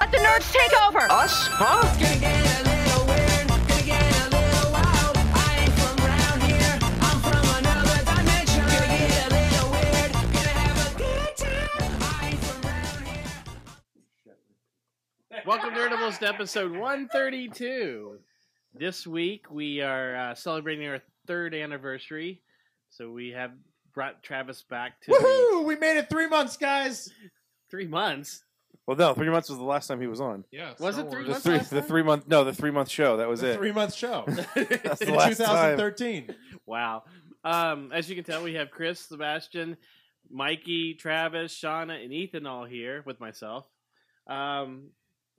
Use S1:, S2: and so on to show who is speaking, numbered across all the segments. S1: let the nerds take over.
S2: Us? Huh?
S3: Welcome to Nerdables to episode 132. This week we are uh, celebrating our third anniversary, so we have brought Travis back to the
S4: Woohoo! We made it three months, guys.
S3: three months.
S5: Well, no, three months was the last time he was on.
S6: Yeah.
S3: Was
S6: Star
S3: it three
S5: The
S3: months?
S5: three,
S3: last
S5: the
S3: time?
S5: three month, no, the three month show. That was
S4: the
S5: it.
S4: three month show
S5: That's the
S4: in
S5: last time.
S4: 2013.
S3: Wow. Um, as you can tell, we have Chris, Sebastian, Mikey, Travis, Shauna, and Ethan all here with myself. Um,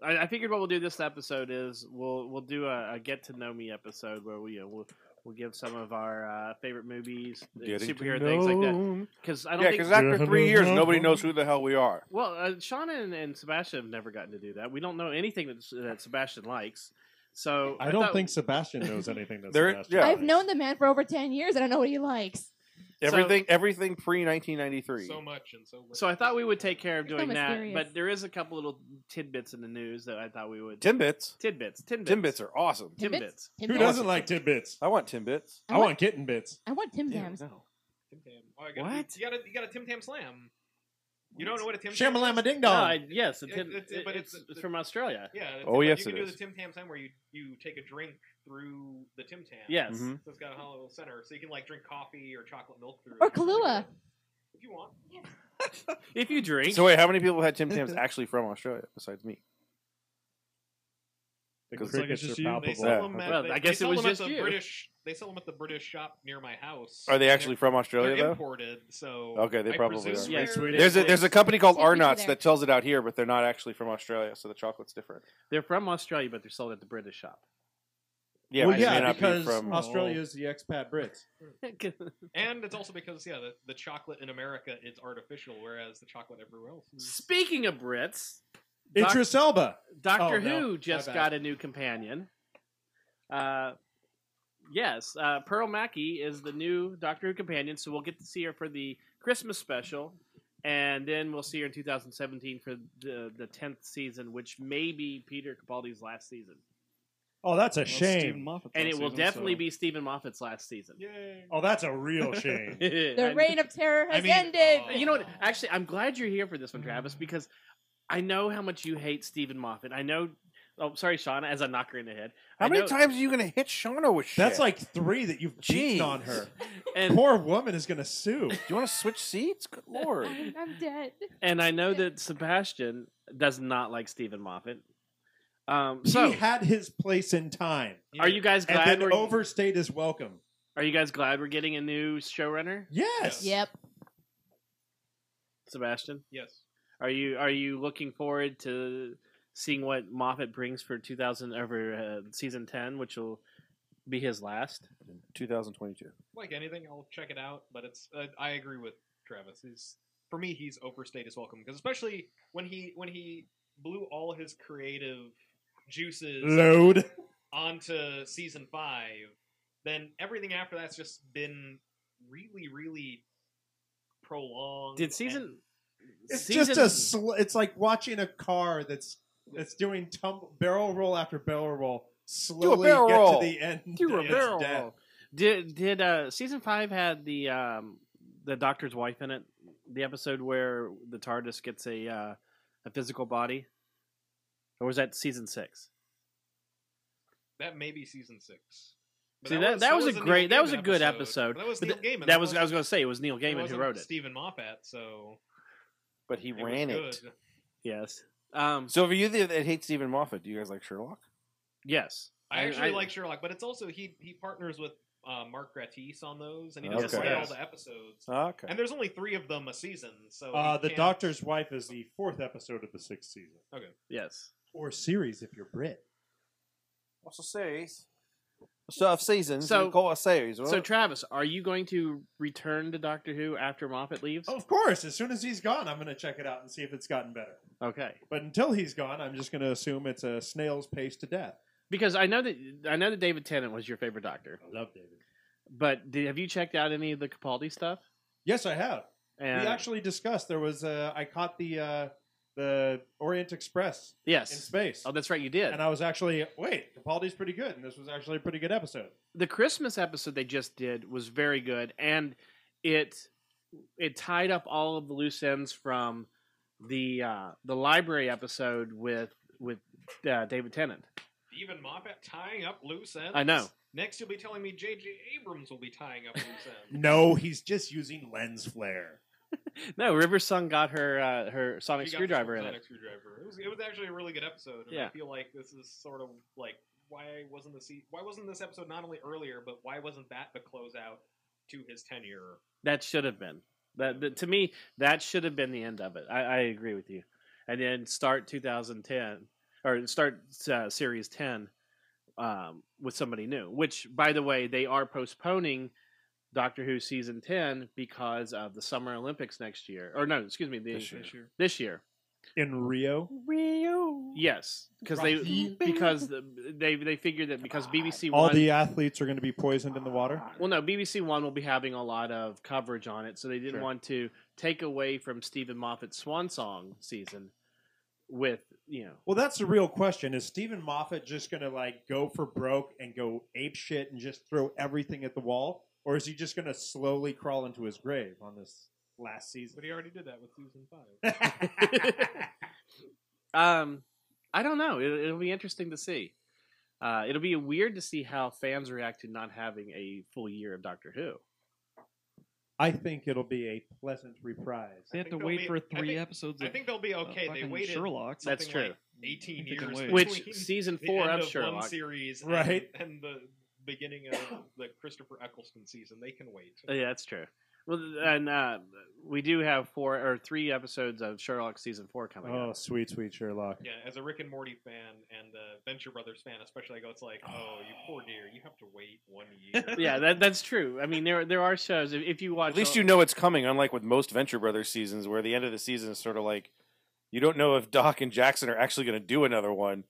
S3: I, I figured what we'll do this episode is we'll we'll do a, a get to know me episode where we uh, we'll, we'll give some of our uh, favorite movies, uh,
S5: Getting to
S3: superhero things like that.
S5: know.
S3: Because I don't
S5: Yeah,
S3: think
S5: because after three years, nobody knows who the hell we are.
S3: Well, uh, Shauna and, and Sebastian have never gotten to do that. We don't know anything that, that Sebastian likes. So
S4: I don't
S3: thought-
S4: think Sebastian knows anything. That's
S5: There-
S4: Sebastian
S5: yeah.
S7: I've known the man for over 10 years and I know what he likes.
S5: Everything, everything pre nineteen ninety three.
S6: So much and so. Little.
S3: So I thought we would take care of
S7: So
S3: doing that,
S7: mysterious.
S3: but there is a couple little tidbits in the news that I thought we would
S5: Timbits,
S3: tidbits tidbits
S5: timbits are awesome.
S3: tidbits.
S7: Tidbits?
S4: Who doesn't like tidbits?
S5: I want timbits.
S7: I
S4: I
S7: want-
S4: want kitten bits.
S7: I want Tim
S5: Ew,
S7: Tams.
S5: no.
S6: Tim Tam. Oh, I gotta,
S3: What?
S6: You got a you got a Tim Tam Slam. You don't know what a Tim Tam?
S4: Shamalama ding
S3: No,
S4: dong.
S3: I- yes, a
S6: It-
S3: tid-
S6: it's-
S3: it-
S6: but
S3: it's,
S6: it's-
S3: it's from Australia.
S6: Yeah. it's-
S5: Oh,
S6: but
S5: yes,
S6: You can
S5: it
S6: do
S5: is.
S6: the Tim Tam Slam where you you take a drink through the Tim Tam.
S3: Yes,
S5: Mhm.
S6: So it's got a hollow little center, so you can like drink coffee or chocolate milk through.
S7: Or
S6: it.
S7: Kahlua.
S6: If you want.
S3: if you drink,
S5: So wait, how many people had Tim Tams actually from Australia besides me?
S4: The
S5: Because
S4: crickets
S5: it's
S4: are
S6: They
S4: palpable.
S6: sell
S5: Yeah.
S6: them at,
S3: Well,
S6: they,
S3: I
S6: they
S3: guess it
S6: sell
S3: was
S6: them at
S3: just
S6: the
S3: you.
S6: British. They sell them at the British shop near my house.
S5: Are they actually
S6: They're-
S5: from
S6: They're
S5: Australia though?
S6: imported, so
S5: Okay, they
S6: I
S5: probably
S6: presume
S5: are.
S3: Yeah,
S6: they're-
S4: Swedish.
S5: There's a, there's a company called
S7: Technically
S5: Arnott's
S7: there.
S5: that sells it out here, but they're not actually from Australia, so the chocolate's different.
S3: they're from Australia, but they're sold at the British shop.
S5: Yeah,
S4: well,
S5: but it may
S4: yeah,
S5: not be
S4: because
S5: from-
S4: Australia is the expat Brits.
S6: and it's also because yeah, the, the chocolate in America is artificial, whereas the chocolate everywhere else. Is...
S3: Speaking of Brits, Doc-
S4: Idris Elba.
S3: Doctor
S4: Oh, no.
S3: Who
S4: My
S3: just
S4: bad.
S3: got a new companion. Uh, yes, uh, Pearl Mackie is the new Doctor Who companion, so we'll get to see her for the Christmas special, and then we'll see her in 2017 for the the 10th season, which may be Peter Capaldi's last season,
S4: Oh, that's a
S8: Well, Stephen
S4: shame.
S8: Moffat's
S3: and
S8: on
S3: it will
S8: season,
S3: definitely
S8: so-
S3: be Stephen Moffat's last season.
S6: Yay!
S4: Oh, that's a real shame.
S7: The reign of terror has
S6: I mean,
S7: ended.
S6: uh,
S3: you know what? Actually, I'm glad you're here for this one,
S4: Mm.
S3: Travis, because I know how much you hate Stephen Moffat. I know. Oh, sorry, Shauna, as I knock her in the head.
S5: How
S3: I
S5: many
S3: know-
S5: times are you gonna hit Shauna with shit?
S4: That's like three that you've cheated
S5: Jeez.
S4: on her.
S3: And
S4: Poor woman is going to sue.
S5: Do you want to switch seats? Good lord.
S7: I'm, I'm dead.
S3: And I know that Sebastian does not like Stephen Moffat. Um,
S4: he
S3: so,
S4: had his place in time
S3: are you guys
S4: and
S3: glad?
S4: then
S3: We're,
S4: overstayed his welcome.
S3: Are you guys glad we're getting a new showrunner,
S4: Yes.
S7: Yep.
S3: Sebastian?
S6: Yes.
S3: Are you are you looking forward to seeing what Moffat brings for 2000 over uh, season 10, which will be his last?
S5: 2022.
S6: like anything, I'll check it out. But it's uh, I agree with Travis. He's for me, he's overstayed his welcome because especially when he when he blew all his creative juices
S4: Load.
S6: onto season five, then everything after that's just been really, really prolonged.
S3: Did season?
S4: It's
S3: season-
S4: just a. Sl- it's like watching a car that's that's doing tum- barrel roll after barrel roll. Slowly
S5: barrel
S4: get
S5: roll.
S4: to the end.
S3: Do a
S4: and it's
S3: barrel
S4: dead.
S3: roll. Did did uh, season five had the um, the doctor's wife in it? The episode where the TARDIS gets a uh, a physical body, or was that season six?
S6: that may be season six? But
S3: See, that, that, was, a
S6: Neil
S3: great that was a
S6: Gaiman
S3: good episode.
S6: That was
S3: But
S6: Neil
S3: th-
S6: Gaiman.
S3: That was I was
S6: wasn't-
S3: going to say it was Neil
S6: that
S3: Gaiman who
S6: wasn't
S3: wrote it.
S6: Stephen Moffat. So
S5: But he
S6: was
S5: ran it.
S6: good.
S3: Yes. Um.
S5: So if you the- that hate Stephen Moffat, do you guys like Sherlock?
S3: yes.
S6: I actually like Sherlock, but it's also he he partners with uh, Mark Gratis on those, and he
S5: Okay.
S6: doesn't write
S3: Yes.
S6: all the episodes.
S5: Ah, Okay.
S6: And there's only three of them a season, so
S4: Uh,
S6: he
S4: the
S6: can't-
S4: Doctor's Wife is the fourth episode of the sixth season,
S3: Yes.
S4: or series if you're Brit.
S5: Also series. Stuff seasons.
S3: So-
S5: So call it series.
S3: So
S5: right?
S3: Travis, are you going to return to Doctor Who after Moffat leaves?
S4: Of course, as soon as he's gone, I'm going to check it out and see if it's gotten better.
S3: Okay.
S4: But until he's gone, I'm just going to assume it's a snail's pace to death.
S3: Because I know that I know that David Tennant was your favorite Doctor,
S4: I love David.
S3: but did, have you checked out any of the Capaldi stuff?
S4: Yes, I have.
S3: And
S4: we actually discussed there was uh, I caught the uh, the Orient Express in
S3: Yes.
S4: space.
S3: Oh, that's right. You did.
S4: and I was actually wait, Capaldi's pretty good, and this was actually a pretty good episode.
S3: the Christmas episode they just did was very good, and it it tied up all of the loose ends from the uh, the library episode with with uh, David Tennant.
S6: Even Moffat tying up loose ends.
S3: I know.
S6: Next, you'll be telling me J.J. Abrams will be tying up loose ends.
S4: No, he's just using lens flare.
S3: No, River Sung got her uh, her sonic
S6: You got the
S3: screwdriver in
S6: sonic
S3: it.
S6: Screwdriver. It was, it was actually a really good episode. and I
S3: Yeah.
S6: feel like this is sort of like why wasn't the se- why wasn't this episode not only earlier, but why wasn't that the closeout to his tenure?
S3: That should have been that, that- to me. That should have been the end of it. I, I agree with you. And then start 2010 or start uh, series 10 um, with somebody new. Which, by the way, they are postponing Doctor Who season 10 because of the Summer Olympics next year. Or no, excuse me, the,
S5: This year.
S3: This year.
S4: In Rio,
S7: Rio.
S3: Yes, because they
S7: Rocky.
S3: because the, they they figured that because BBC
S4: all
S3: One
S4: the athletes are going to be poisoned in the water.
S3: Well, no, BBC One will be having a lot of coverage on it, so they didn't
S5: Sure.
S3: want to take away from Stephen Moffat's Swan Song season. With you know,
S4: Well, that's the real question: Is Stephen Moffat just going to like go for broke and go ape shit and just throw everything at the wall, or is he just going to slowly crawl into his grave on this last season?
S6: But he already did that with season five.
S3: um, I don't know. It, it'll be interesting to see. Uh, it'll be weird to see how fans react to not having a full year of Doctor Who.
S4: I think it'll be a pleasant reprise.
S6: I
S1: They have to
S6: think they'll
S1: wait
S6: be-
S1: for
S6: I
S1: three
S6: think-
S1: episodes.
S6: I
S1: of
S6: think they'll be okay.
S1: fucking
S6: they waited
S1: Sherlock.
S3: That's
S6: something
S3: true.
S6: like eighteen
S1: They can
S6: years.
S1: wait.
S3: Which
S6: between
S3: season
S6: the
S3: four of
S6: end one
S3: Sherlock?
S6: series,
S4: Right.
S6: and, and the beginning of the Christopher Eccleston season. They can wait.
S3: Oh, yeah, that's true. Well, th- and uh, we do have four or three episodes of Sherlock season four coming
S4: Oh,
S3: up.
S4: sweet, sweet Sherlock.
S6: Yeah, as a Rick and Morty fan and a Venture Brothers fan, especially, I go, it's like, oh, you poor dear, you have to wait one year.
S3: Yeah, that, that's true. I mean, there there are shows. If, if you watch,
S5: At least
S3: a-
S5: you know it's coming, unlike with most Venture Brothers seasons, where the end of the season is sort of like you don't know if Doc and Jackson are actually going to do another one,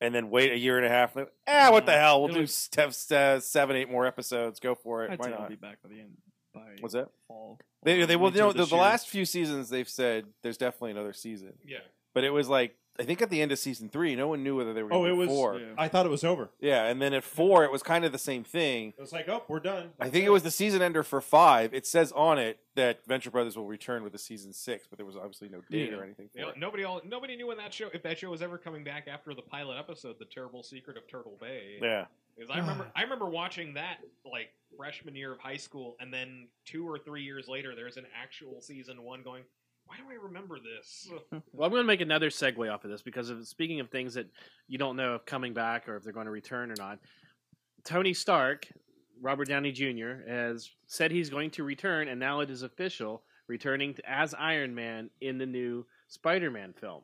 S5: and then wait a year and a half. Like, ah, what the
S1: Yeah.
S5: hell? We'll
S1: Mm-hmm. It
S5: do
S1: was-
S5: step, uh, seven, eight more episodes. Go for it.
S1: I'd
S5: Why
S1: say I'll
S5: not?
S1: be back by the end by
S5: What's that?
S1: fall.
S5: They,
S1: or
S5: they will.
S1: winter
S5: You know, the,
S1: this
S5: the
S1: year.
S5: last few seasons they've said there's definitely another season,
S6: yeah.
S5: but it was like I think at the end of season three, no one knew whether they were.
S4: Oh,
S5: gonna
S4: it
S5: do
S4: was.
S5: four.
S1: Yeah.
S4: I thought it was over.
S5: Yeah, and then at four, it was kind of the same thing.
S4: It was like, oh, we're done.
S5: I think it was the season ender for five. It says on it that Venture Brothers will return with a season six, but there was obviously no date
S1: Yeah.
S5: or anything. For
S6: You know,
S5: it.
S6: nobody all, nobody knew when that show, if that show was ever coming back after the pilot episode, The Terrible Secret of Turtle Bay.
S5: Yeah,
S6: 'Cause I remember, I remember watching that, like, freshman year of high school, and then two or three years later, there's an actual season one going, why do I remember this?
S3: Well, I'm going to make another segue off of this because of, speaking of things that you don't know if coming back or if they're going to return or not, Tony Stark, Robert Downey Jr., has said he's going to return, and now it is official, returning to, as Iron Man in the new Spider-Man film.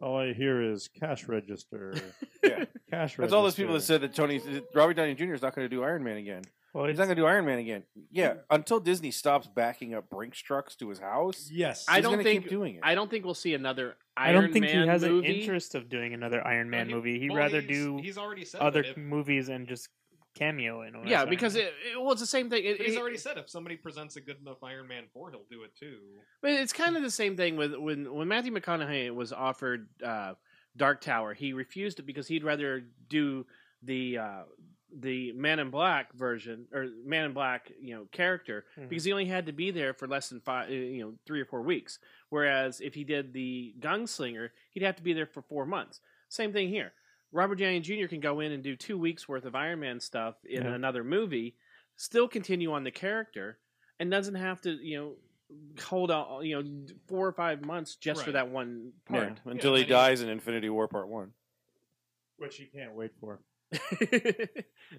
S4: All I hear is cash register.
S5: Yeah.
S4: Cash register.
S5: that's all those people that said that Tony that Robert Downey Jr. is not going to do Iron Man again.
S4: Well,
S5: He's not going to do Iron Man again. Yeah, until Disney stops backing up Brinks trucks to his house,
S4: Yes.
S3: I
S5: he's
S3: don't
S5: gonna
S3: think-
S5: keep doing it.
S3: I don't think we'll see another
S2: I
S3: Iron Man
S2: don't think he has
S3: movie.
S2: an interest of doing another Iron Man
S6: he-
S2: movie. He'd
S6: well,
S2: rather
S6: he's-
S2: do
S6: He's already said
S2: other
S6: that if-
S2: movies and just cameo in. when I
S3: Yeah,
S2: saw
S3: because
S2: him.
S3: it, it- well, it's the same thing. It,
S6: But he's
S3: it-
S6: already said if somebody presents a good enough Iron Man four, he'll do it too.
S3: But it's kind of the same thing with when when Matthew McConaughey was offered uh, Dark Tower, he refused it because he'd rather do the uh, the Man in Black version or Man in Black, you know, character
S2: Mhm.
S3: because he only had to be there for less than five, uh, you know, three or four weeks. Whereas if he did the Gunslinger, he'd have to be there for four months. Same thing here. Robert Downey Jr. can go in and do two weeks worth of Iron Man stuff in
S2: Yeah.
S3: another movie, still continue on the character, and doesn't have to, you know, hold out, you know, d- four or five months just for
S6: Right.
S3: that one
S5: Yeah,
S3: part.
S5: until
S6: Yeah,
S5: he
S6: but he-
S5: dies in Infinity War Part One.
S4: Which you can't wait for.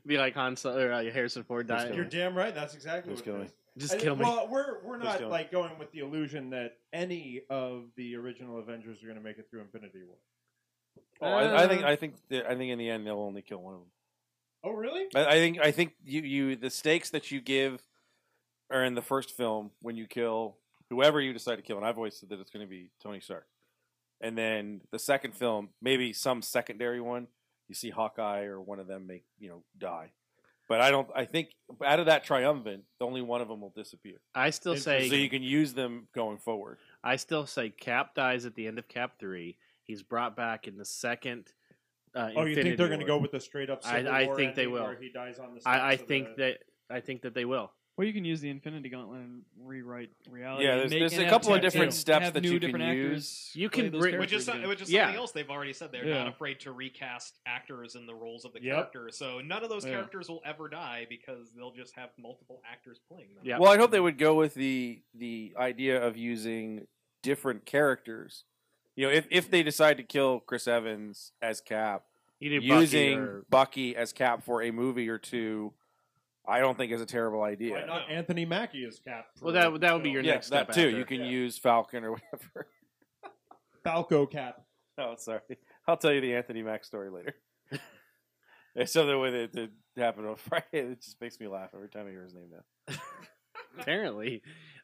S3: Be like Han Solo or uh, Harrison Ford
S5: Just
S3: dying.
S5: kill
S4: You're
S5: him.
S4: damn right. That's exactly
S5: Just
S4: what
S5: kill
S4: it
S5: me.
S4: is.
S3: Just
S4: I
S3: kill
S4: think-
S3: me.
S4: Well, we're we're
S5: Just
S4: not
S5: kill me.
S4: like going with the illusion that any of the original Avengers are going to make it through Infinity War.
S5: Oh, I, I think
S3: Uh,
S5: I think that, I think in the end they'll only kill one of them.
S4: Oh, really?
S5: I, I think I think you you the stakes that you give are in the first film when you kill whoever you decide to kill, and I've always said that it's going to be Tony Stark. And then the second film, maybe some secondary one, you see Hawkeye or one of them make you know die. But I don't. I think out of that triumvirate, only one of them will disappear.
S3: I still say
S5: so you can use them going forward.
S3: I still say Cap dies at the end of Cap three. He's brought back in the second. Uh,
S4: Oh, you think they're
S3: going
S4: going to go with the straight up?
S3: I-
S4: Civil
S3: I
S4: War
S3: think they
S4: ending
S3: will.
S4: Where he dies on the.
S3: I, I
S4: steps of
S3: think
S4: the-
S3: that I think that they will.
S1: Well, you can use the Infinity Gauntlet and rewrite reality.
S5: Yeah,
S1: and
S5: there's-
S1: make-
S5: there's
S1: and
S5: a
S1: have
S5: couple of
S1: Tarantino
S5: different steps
S1: have
S5: that
S1: new
S5: you can
S1: different actors.
S3: You
S1: play
S3: can
S1: those
S3: bring-
S6: Which is, some,
S1: characters
S6: which is
S3: Yeah.
S6: something else they've already said. They're
S1: Yeah.
S6: not afraid to recast actors in the roles of the
S4: Yep.
S6: character. So none of those
S1: Yeah.
S6: characters will ever die because they'll just have multiple actors playing them.
S3: Yeah.
S5: Well, I hope they would go with the the idea of using different characters. You know, if, if they decide to kill Chris Evans as Cap,
S3: You do Bucky
S5: using Bucky,
S3: or-
S5: as Cap for a movie or two, I don't think is a terrible idea.
S4: Why not
S6: No.
S4: Anthony Mackie is Cap? for
S3: Well, that would- that would be
S4: Phil?
S3: your
S5: Yeah,
S3: next
S5: that
S3: step
S5: too.
S3: after.
S5: You can
S4: Yeah.
S5: use Falcon or whatever.
S4: Falco Cap.
S5: Oh, sorry. I'll tell you the Anthony Mack story later. It's something with it that happened on Friday. It just makes me laugh every time I hear his name now.
S3: apparently.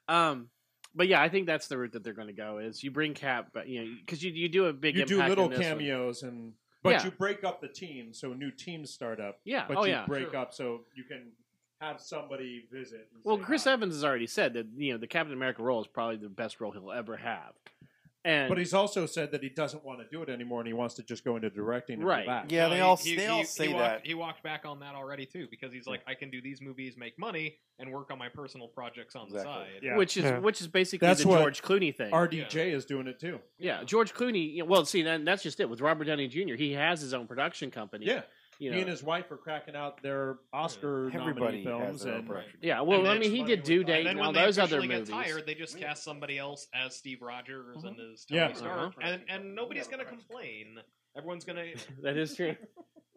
S3: Um, but yeah, I think that's the route that they're going to go. Is you bring Cap, but you know, because you you do a big
S4: you
S3: impact
S4: do little
S3: in this one.
S4: cameos and but
S3: Yeah.
S4: you break up the team so new teams start up
S3: Yeah.
S4: but
S3: oh
S4: you
S3: yeah.
S4: break
S6: Sure.
S4: up so you can have somebody visit and
S3: Well,
S4: say
S3: Chris
S4: hi.
S3: Evans has already said that you know the Captain America role is probably the best role he'll ever have, and
S4: but he's also said that he doesn't want to do it anymore and he wants to just go into directing and be
S3: Right.
S4: back.
S5: Yeah,
S6: No,
S5: they
S6: he-
S5: all
S6: he-
S5: they
S6: he-
S5: all
S6: he
S5: say
S6: walked-
S5: that.
S6: he walked back on that already too because he's like, I can do these movies, make money, and work on my personal projects on
S5: Exactly.
S6: the side.
S4: Yeah.
S3: which is
S2: Yeah.
S3: which is basically
S4: That's
S3: the
S4: what
S3: George Clooney thing.
S4: rdj is doing it too
S3: yeah, George Clooney. You know, well, see, then that's just it. With Robert Downey Jr., he has his own production company.
S4: yeah
S3: you know.
S4: he and his wife are cracking out their oscar nominee
S5: Everybody
S4: films
S5: has their own
S4: and
S5: production.
S3: yeah, well,
S6: And
S3: I
S6: then-
S3: mean, he did Due Date and
S6: And then
S3: all
S6: when they
S3: those other
S6: officially
S3: movies.
S6: get tired, they just cast somebody else as Steve Rogers
S5: Mm-hmm.
S6: and as Tony
S4: Yeah.
S6: Stark,
S3: Uh-huh.
S6: and and nobody's gonna complain. Everyone's gonna
S3: that is true.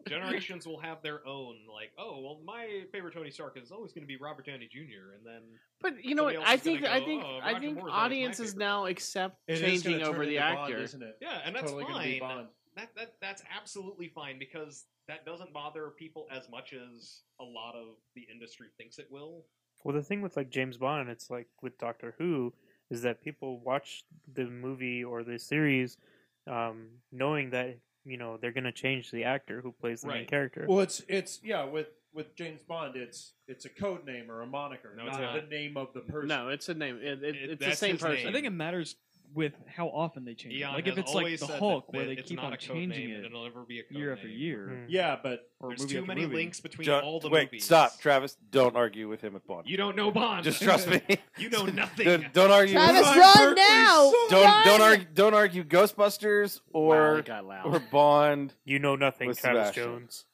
S6: generations will have their own like, oh well, my favorite Tony Stark is always gonna be Robert Downey Jr. And then
S3: But you know what?
S6: Somebody
S3: I
S6: else is
S3: think
S6: gonna
S3: I
S6: go,
S3: think
S6: "Oh,
S3: I
S6: Roger
S3: think
S6: Moore's always my
S3: audiences
S6: favorite
S3: now
S6: Bond."
S3: accept
S4: It is gonna
S3: changing
S4: turn
S3: over the
S4: into Bond,
S3: actor.
S4: isn't it
S6: yeah, and that's
S4: totally gonna be
S6: fine.
S4: Bond.
S6: That, that that's absolutely fine because that doesn't bother people as much as a lot of the industry thinks it will.
S2: Well, the thing with like James Bond, it's like with Doctor Who, is that people watch the movie or the series, um, knowing that you know they're gonna change the actor who plays the main
S6: Right.
S2: character.
S4: well it's it's yeah with with james bond it's it's a code name or a moniker
S6: No, it's
S4: not,
S6: not.
S4: the name of the person
S3: No, it's a name. It, it,
S6: It-
S3: it's the
S6: that's
S3: same
S6: his name.
S3: person.
S1: I think it matters with how often they change. it.
S6: Eon
S1: Like if
S6: has
S1: it's like
S6: always
S1: the
S6: said
S1: Hulk,
S6: that-
S1: where
S6: that
S1: they
S6: it's
S1: keep
S6: not
S1: on
S6: a code
S1: changing
S6: name and
S1: it
S6: it'll never be a code
S1: year after
S6: name.
S1: year.
S2: Mm.
S4: yeah but
S1: or
S6: There's
S1: movie
S6: too
S1: after
S6: many
S1: movie.
S6: links between
S5: Don't-
S6: all the
S5: wait,
S6: movies.
S5: stop, Travis. Don't argue with him with Bond.
S6: You don't know Bond.
S5: Just trust me.
S6: You know nothing.
S5: don't, don't argue.
S7: Travis,
S5: with-
S7: run now!
S5: Don't don't
S7: Run!
S5: argue. Don't argue Ghostbusters
S3: Wow,
S5: or
S3: it got loud.
S5: or Bond.
S2: you know nothing,
S5: With
S2: Travis
S5: Sebastian.
S2: Jones.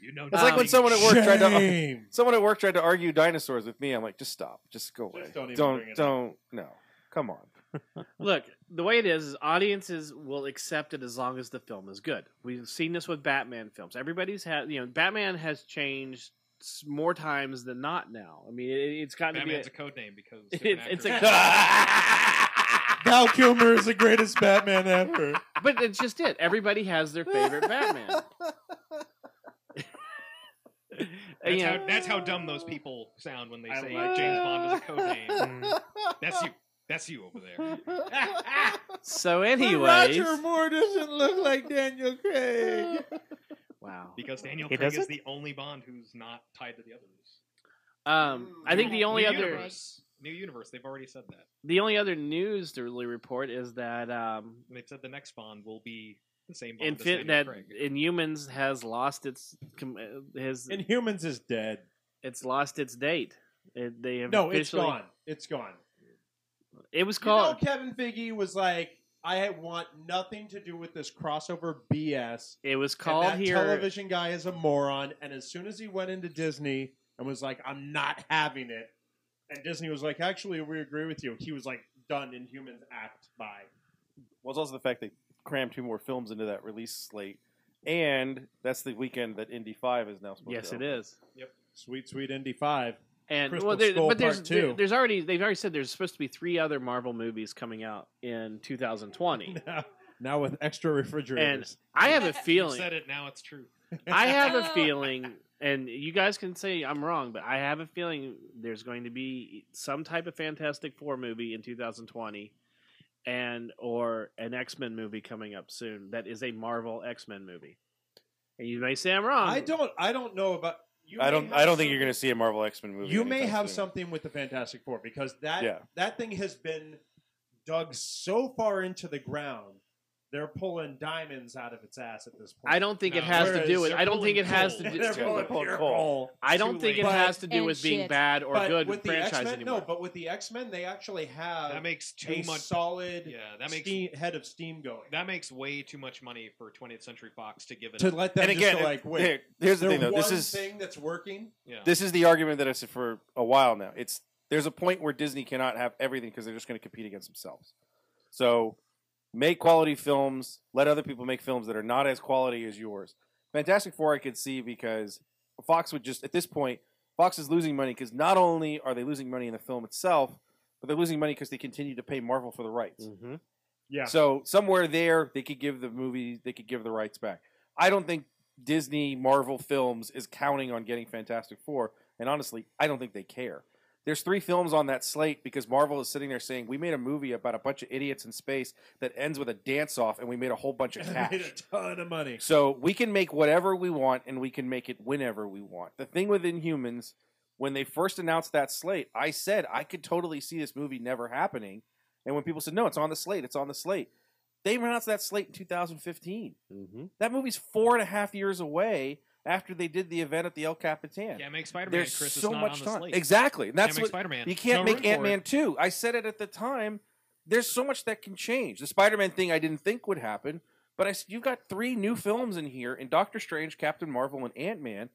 S6: you know
S5: It's like when someone at work tried to
S4: Shame.
S5: someone at work tried to argue dinosaurs with me. I'm like, just stop. Just go away.
S4: Just don't even
S5: don't
S4: bring it up.
S5: don't no. Come on.
S3: Look, the way it is, is audiences will accept it as long as the film is good. We've seen this with Batman films. Everybody's had, you know, Batman has changed s- more times than not now. I mean, it, it's gotten
S6: Batman's
S3: to
S6: a
S3: be.
S6: code name because
S3: It's-
S6: different
S3: it's
S6: actors-
S4: Val Kilmer is the greatest Batman ever.
S3: A, but it's just it. Everybody has their favorite Batman.
S6: That's,
S3: You know,
S6: how, that's how dumb those people sound when they
S4: I
S6: say
S4: like
S6: James
S4: that.
S6: Bond is a code name.
S2: Mm.
S6: That's you. That's you over there.
S3: so, anyways,
S4: Moore doesn't look like Daniel Craig.
S3: wow.
S6: Because Daniel
S2: He
S6: Craig is
S2: doesn't?
S6: the only Bond who's not tied to the others.
S3: Um, I think the only
S6: New
S3: other
S6: universe. new universe. They've already said that.
S3: the only other news to really report is that um,
S6: And They've said the next Bond will be the same Bond. as
S3: infin-
S6: Daniel
S3: that
S6: Craig.
S3: Inhumans has lost its com- uh, his
S4: Inhumans is dead.
S3: it's lost its date. It, they have
S4: No, it's
S3: officially,
S4: gone. It's gone.
S3: It was
S4: You know,
S3: called.
S4: Kevin Figgy was like, I want nothing to do with this crossover BS.
S3: it was
S4: And
S3: called
S4: that
S3: here.
S4: television guy is a moron. And as soon as he went into Disney and was like, I'm not having it, and Disney was like, actually, we agree with you. He was like, done. Inhumans act by.
S5: Well, it's also the fact they crammed two more films into that release slate, and that's the weekend that Indy Five is now supposed
S3: Yes,
S5: to.
S3: it is.
S4: Sweet, sweet Indy 5.
S3: And
S4: Crystal
S3: well, there,
S4: Skull
S3: but there's
S4: Part Two.
S3: there's already they've already said there's supposed to be three other Marvel movies coming out in 2020.
S4: now, now with extra refrigerators.
S3: I have a
S6: You
S3: feeling.
S6: said it. Now it's true.
S3: I have
S7: Oh.
S3: a feeling, and you guys can say I'm wrong, but I have a feeling there's going to be some type of Fantastic Four movie in 2020, and or an X Men movie coming up soon that is a Marvel X Men movie. And you may say I'm wrong.
S4: I don't. I don't know about
S6: you
S5: I
S6: may
S5: don't.
S6: have
S5: I don't think
S6: some-
S5: you're going to see a Marvel X Men movie.
S4: You may
S5: anytime
S4: have
S5: soon.
S4: something with the Fantastic Four because that
S5: Yeah.
S4: that thing has been dug so far into the ground. They're pulling diamonds out of its ass at this point.
S3: I don't think it
S6: No.
S3: has to
S4: Whereas
S3: do with.
S4: they're
S3: I don't think it
S4: pulling
S3: has
S4: coal.
S3: to do.
S4: They're pulling
S5: They're pulling
S4: pure
S5: coal.
S4: coal.
S3: I
S6: It's
S3: don't
S6: too
S3: think it
S4: late.
S3: has to do
S7: And
S3: with being
S7: shit.
S3: bad or
S4: but
S3: good
S4: with the
S3: franchise
S4: X-Men,
S3: anymore.
S4: no. But with the X Men, they actually
S5: uh,
S4: have
S6: that makes
S4: a
S6: too much.
S4: solid
S6: Yeah, that makes
S4: steam, head of steam going
S6: that makes way too much money for 20th Century Fox to give it.
S4: to
S6: up.
S4: let them
S5: And again,
S4: just go like wait.
S5: here- here's the
S4: their
S5: thing though. This
S4: one
S5: is
S4: thing that's working.
S6: yeah.
S5: this is the argument that I said for a while now. It's there's a point where Disney cannot have everything because they're just going to compete against themselves. So make quality films. Let other people make films that are not as quality as yours. Fantastic Four, I could see because Fox would just at this point, Fox is losing money because not only are they losing money in the film itself, but they're losing money because they continue to pay Marvel for the rights.
S4: Yeah.
S5: So somewhere there, they could give the movie, they could give the rights back. I don't think Disney Marvel Films is counting on getting Fantastic Four, and honestly, I don't think they care. There's three films on that slate because Marvel is sitting there saying, "We made a movie about a bunch of idiots in space that ends with a dance off, and we made a whole bunch of
S4: made a
S5: cash."
S4: ton of money.
S5: So we can make whatever we want and we can make it whenever we want. The thing with Inhumans, when they first announced that slate, I said I could totally see this movie never happening. And when people said, no, it's on the slate, it's on the slate, they announced that slate in 2015. That movie's four and a half years away after they did the event at the El Capitan.
S6: Yeah, make Spider-Man.
S5: There's
S6: Chris
S5: so
S6: is not
S5: much
S6: on the
S5: time.
S6: slate.
S5: Exactly. And
S6: Can't
S5: that's
S6: make
S5: what
S6: Spider-Man.
S5: you can't
S6: No room
S5: make
S6: for it.
S5: Ant Man 2. I said it at the time. There's so much that can change. The Spider Man thing I didn't think would happen, but I said, you've got three new films in here in Doctor Strange, Captain Marvel, and Ant Man,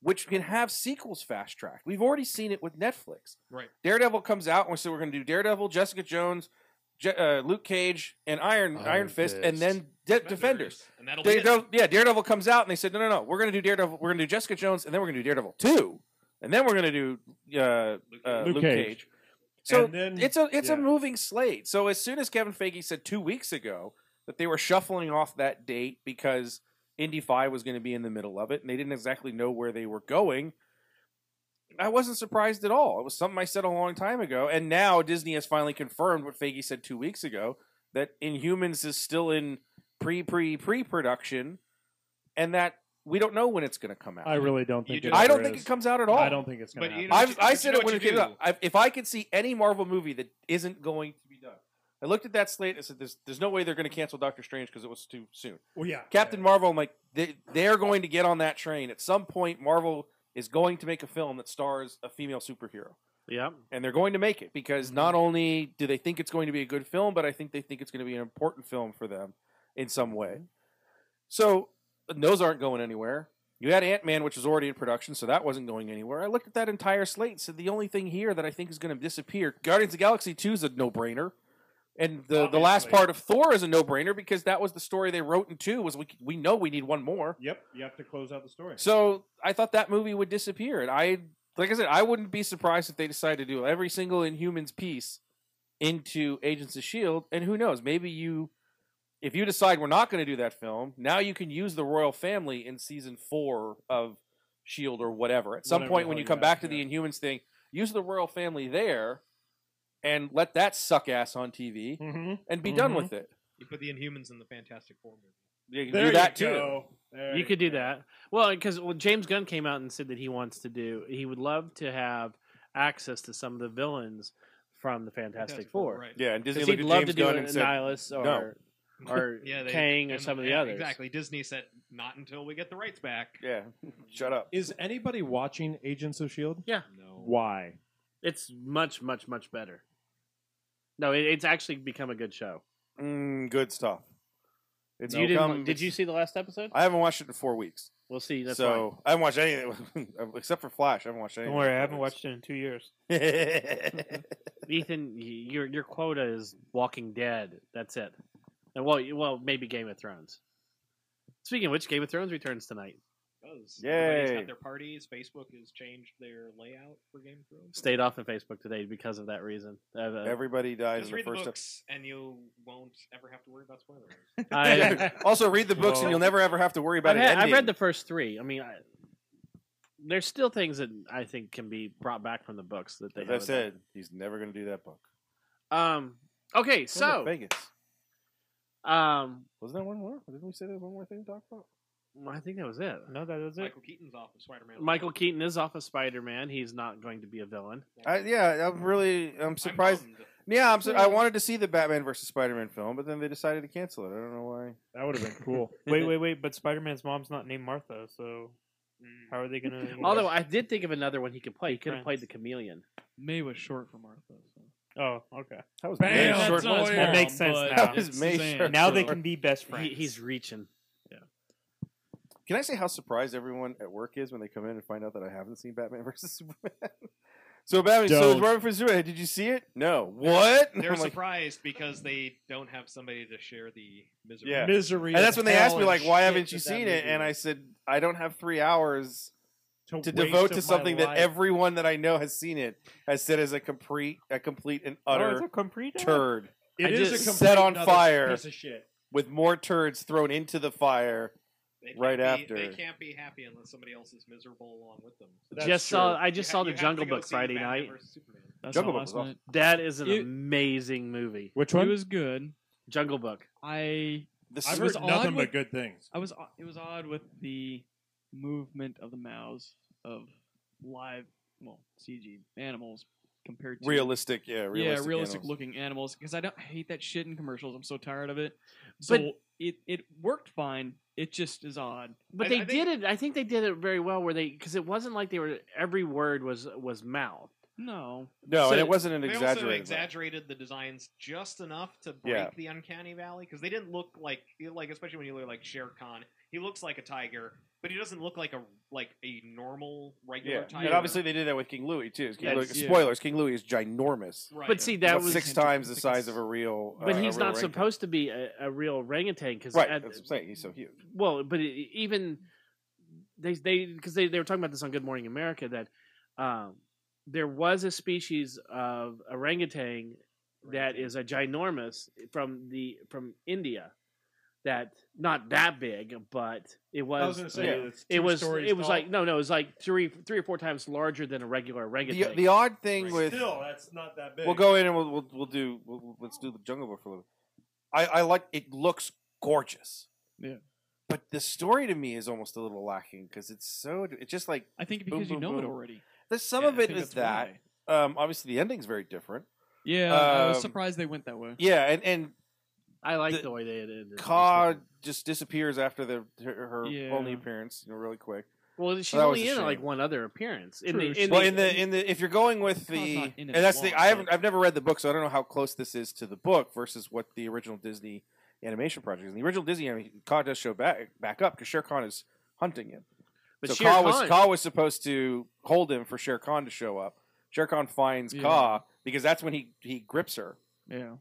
S5: which can have sequels fast tracked. We've already seen it with Netflix.
S6: Right.
S5: Daredevil comes out, and so we're going to do Daredevil, Jessica Jones, Je- uh, Luke Cage, and Iron, Iron,
S8: Iron
S5: Fist,
S8: Fist.
S5: and then De- Defenders.
S6: and that'll be it.
S5: Daredevil, yeah, Daredevil comes out and they said, no, no, no, we're going to do Daredevil, we're going to do Jessica Jones, and then we're going to do Daredevil two, and then we're going to do uh, uh, Luke,
S4: Luke
S5: Cage.
S4: Cage.
S5: So
S4: And then-
S5: it's a it's a
S4: yeah.
S5: moving slate. So as soon as Kevin Feige said two weeks ago that they were shuffling off that date because Indy Five was going to be in the middle of it, and they didn't exactly know where they were going. I wasn't surprised at all. It was something I said a long time ago, and now Disney has finally confirmed what Feige said two weeks ago that Inhumans is still in pre pre pre production, and that we don't know when it's going to come out.
S8: I really don't
S6: You
S8: think.
S6: do-
S5: I don't
S8: ever
S5: think
S8: is.
S5: it comes out at all.
S8: I don't think it's going
S6: But
S8: to
S6: you
S8: happen.
S6: know-
S5: I've, I
S6: but
S5: said
S6: you know
S5: it when
S6: what
S5: it
S6: you
S5: came out.
S6: do.
S5: I, if I could see any Marvel movie that isn't going to be done, I looked at that slate. I said, "There's, there's no way they're going to cancel Doctor Strange because it was too soon."
S4: Well, yeah.
S5: Captain Marvel, I'm like, they, they're going to get on that train at some point. Marvel is going to make a film that stars a female superhero,
S3: Yeah.
S5: and they're going to make it because
S6: Mm-hmm.
S5: not only do they think it's going to be a good film, but I think they think it's going to be an important film for them in some way. So and those aren't going anywhere. You had Ant Man, which was already in production, so that wasn't going anywhere. I looked at that entire slate and said the only thing here that I think is going to disappear Guardians of the Galaxy 2 is a no brainer. And the, the last
S4: Obviously.
S5: part of Thor is a no brainer because that was the story they wrote in 2 was we, we know we need one more.
S4: Yep, you have to close out the story.
S5: So I thought that movie would disappear. And I, like I said, I wouldn't be surprised if they decide to do every single Inhumans piece into Agents of S.H.I.E.L.D. E And who knows? Maybe you, if you decide we're not going to do that film, now you can use the royal family in season four of S.H.I.E.L.D. E or whatever. At some
S4: Whatever
S5: point
S4: the
S5: when
S4: hell
S5: you
S4: you
S5: come
S4: have,
S5: back to
S4: yeah.
S5: the Inhumans thing, use the royal family there and let that suck ass on TV
S4: mm-hmm.
S5: and be done
S4: Mhm.
S5: with it.
S6: You put the Inhumans in the Fantastic Four movie.
S5: You can
S4: there
S5: do that
S4: you
S5: too.
S4: Go. There
S3: you could do
S4: go.
S3: that. Well, because well, James Gunn came out and said that he wants to do. He would love to have access to some of the villains from the Fantastic, Four.
S6: right?
S5: Yeah, and Disney
S3: 'Cause
S5: looked
S3: He'd
S5: at
S3: love
S5: James
S3: to do
S5: Gunn
S3: an
S5: and said,
S3: Nihilus or or
S6: Yeah, they-
S3: Kang or
S6: and-
S3: some of the
S6: and-
S3: others.
S6: Exactly. Disney said not until we get the rights back.
S5: "Yeah, shut up."
S4: Is anybody watching Agents of Shield?
S3: Yeah.
S6: No.
S4: Why?
S3: It's much, much, much better. No, it, it's actually become a good show.
S5: Mm, good stuff. It's
S3: you
S5: become-
S3: didn't, did you see the last episode?
S5: I haven't watched it in four weeks,
S3: we'll see. That's
S5: so I haven't watched anything except for Flash. I haven't watched
S2: Don't
S5: anything.
S2: worry, I haven't watched it in two years.
S5: it.
S3: why. Ethan, y- your your quota is Walking Dead. That's it. And well, you- well, maybe Game of Thrones. Speaking of which, Game of Thrones returns tonight.
S6: Does. Everybody's
S5: Yay.
S6: had their parties. Facebook has changed their layout for Game of Thrones.
S3: Stayed off of Facebook today because of that reason. Uh, uh,
S5: Everybody dies
S6: Just
S5: in the
S6: read the
S5: first.
S6: books, and you won't ever have to worry about spoilers.
S3: I,
S5: ep- also, read the books,
S2: Well-
S5: and you'll never ever have to worry about
S3: I've,
S5: it.
S3: had- I've
S5: ending.
S3: read the first three. I mean, I, there's still things that I think can be brought back from the books that they.
S5: As I
S3: haven't done.
S5: said, he's never going to do that book.
S3: Um. Okay,
S5: Remember
S3: so
S5: Vegas
S3: um,
S5: wasn't that one more? Didn't we say there was one more thing to talk about?
S3: I think that was it.
S2: No, that was it.
S6: Michael Keaton's off of Spider-Man.
S3: Michael Keaton is off of Spider Man. He's not going to be a villain.
S5: I, yeah,
S3: Mm.
S5: I'm really I'm surprised.
S6: bummed.
S5: yeah, I'm su- I wanted to see the Batman versus Spider-Man film, but then they decided to cancel it. I don't know why.
S4: That would have been cool.
S2: wait, wait, wait. But Spider Man's mom's not named Martha, so
S6: Mm.
S2: how are they going to.
S3: Although I did think of another one he could play. He could have played the
S2: Friends.
S3: chameleon.
S1: May was short for Martha. So.
S2: Oh, okay.
S5: That was
S1: Bam!
S5: May
S1: That's
S5: short.
S1: not his
S2: That
S1: mom,
S2: makes sense
S1: but
S2: now.
S1: it's
S5: It's May
S1: Suzanne,
S5: Short.
S2: Now
S5: so-
S2: they can be best friends.
S3: He, he's reaching.
S5: Can I say how surprised everyone at work is when they come in and find out that I haven't seen Batman versus Superman? so Batman, so it's
S4: Don't.
S5: Batman versus Superman. Did you see it? No. What?
S6: They're
S5: I'm like-
S6: surprised because they don't have somebody to share the misery.
S5: Yeah.
S4: Misery.
S5: and that's when they asked me like, "Why haven't you
S4: that
S5: seen it?"
S4: movie
S5: And I
S4: is.
S5: said, "I don't have three hours to
S4: waste
S5: devote
S4: of
S5: to
S4: my
S5: something that
S4: life.
S5: everyone that I know has seen it has said is a complete, a complete and
S2: Oh, it's
S5: utter
S2: a complete-
S5: turd
S4: It
S3: I
S4: is
S3: just-
S4: a complete
S5: set on
S4: another
S5: fire.
S4: Piece of shit.
S5: with more turds thrown into the fire."
S6: They can't
S5: Right
S6: be-
S5: after.
S6: They can't be happy unless somebody else is miserable along with them. So
S4: That's
S3: just
S4: true.
S3: saw. I just
S6: you ha-
S3: saw
S6: you
S3: the
S6: have to
S3: Jungle
S6: go
S3: Book
S6: see
S3: Friday
S6: Batman
S3: night.
S6: versus Superman.
S1: That's
S5: Jungle
S1: all
S5: Book
S1: last
S5: was awesome.
S1: night.
S3: That is an
S1: It-
S3: amazing movie.
S4: Which
S1: It
S4: one?
S1: was good.
S3: Jungle Book.
S1: I
S5: The
S4: I've
S1: it
S5: super-
S1: was
S4: heard nothing but
S1: odd with-
S4: good things.
S1: I was uh, it was odd with the movement of the mouths of live well CG animals compared to
S5: realistic, yeah, realistic
S1: yeah realistic
S5: animals.
S1: looking animals because I don't I hate that shit in commercials. I'm so tired of it. So it it worked fine. It just is odd.
S3: But
S6: I-
S3: they
S6: I think-
S3: did it. I think they did it very well, where they because it wasn't like they were every word was was mouth.
S1: No,
S5: No,
S3: So
S5: and it wasn't an
S6: They
S5: exaggerated.
S6: also
S5: amount.
S6: exaggerated the designs just enough to break
S5: Yeah.
S6: the uncanny valley because they didn't look like like especially when you look like Shere Khan. He looks like a tiger, but he doesn't look like a like a normal regular
S5: Yeah,
S6: tiger.
S5: and obviously they did that with King Louis too. King
S6: Yeah,
S5: Louis-
S1: it's- yeah.
S5: spoilers: King Louis is ginormous.
S6: right.
S3: But see,
S5: That
S3: that was.
S5: six times the size of a real. uh,
S3: But
S5: a
S3: he's
S5: real
S3: not
S5: orangutan.
S3: supposed to be a, a real orangutan because
S5: Right, that's what I'm saying. He's so huge.
S3: well, but it, even they they because they, they were talking about this on Good Morning America that um, there was a species of orangutan that is a ginormous from the from India that not that big, but it was.
S4: I was going to say
S5: Yeah.
S4: it's
S3: it
S4: two
S3: was
S4: stories
S3: it was
S4: tall.
S3: like no no it was like three three or four times larger than a regular
S5: The,
S3: orangutan.
S5: the odd thing with
S4: still that's not that big.
S5: we'll go in and we'll we'll, we'll do we'll, we'll- let's do the Jungle Book for a little. bit. I I like it looks gorgeous.
S1: Yeah.
S5: But the story to me is almost a little lacking because it's so it's just like
S1: I think
S5: Boom,
S1: because you
S5: boom,
S1: know it
S5: boom.
S1: already.
S5: there's some
S1: Yeah,
S5: of
S1: I
S5: it
S1: think
S5: is
S1: that's
S5: that
S1: why.
S5: um obviously the ending's very different.
S1: Yeah, I was
S5: Um,
S1: surprised they went that way.
S5: Yeah, and and
S3: I like
S5: the-
S3: the, way they ended. it.
S5: Ka just disappears after the her, her only
S1: Yeah.
S5: appearance, you know, really quick.
S3: Well, she's
S5: that was
S3: only
S5: a
S3: in like
S5: shame.
S3: one other appearance in
S1: True,
S3: the in
S5: well,
S3: the,
S5: in the in the if you're going with
S1: Well, it's
S5: the
S1: not in
S5: and
S1: it
S5: that's the
S1: long,
S5: I haven't
S1: but-
S5: I've never read the book, so I don't know how close this is to the book versus what the original Disney animation project is. And the original Disney animation Ka does show back back up because Shere Khan is hunting him.
S3: but
S5: so
S3: Shere
S5: Ka was
S3: Khan-
S5: Ka was supposed to hold him for Shere Khan to show up. Shere Khan finds
S1: Yeah.
S5: Ka because that's when he he grips her
S1: Yeah,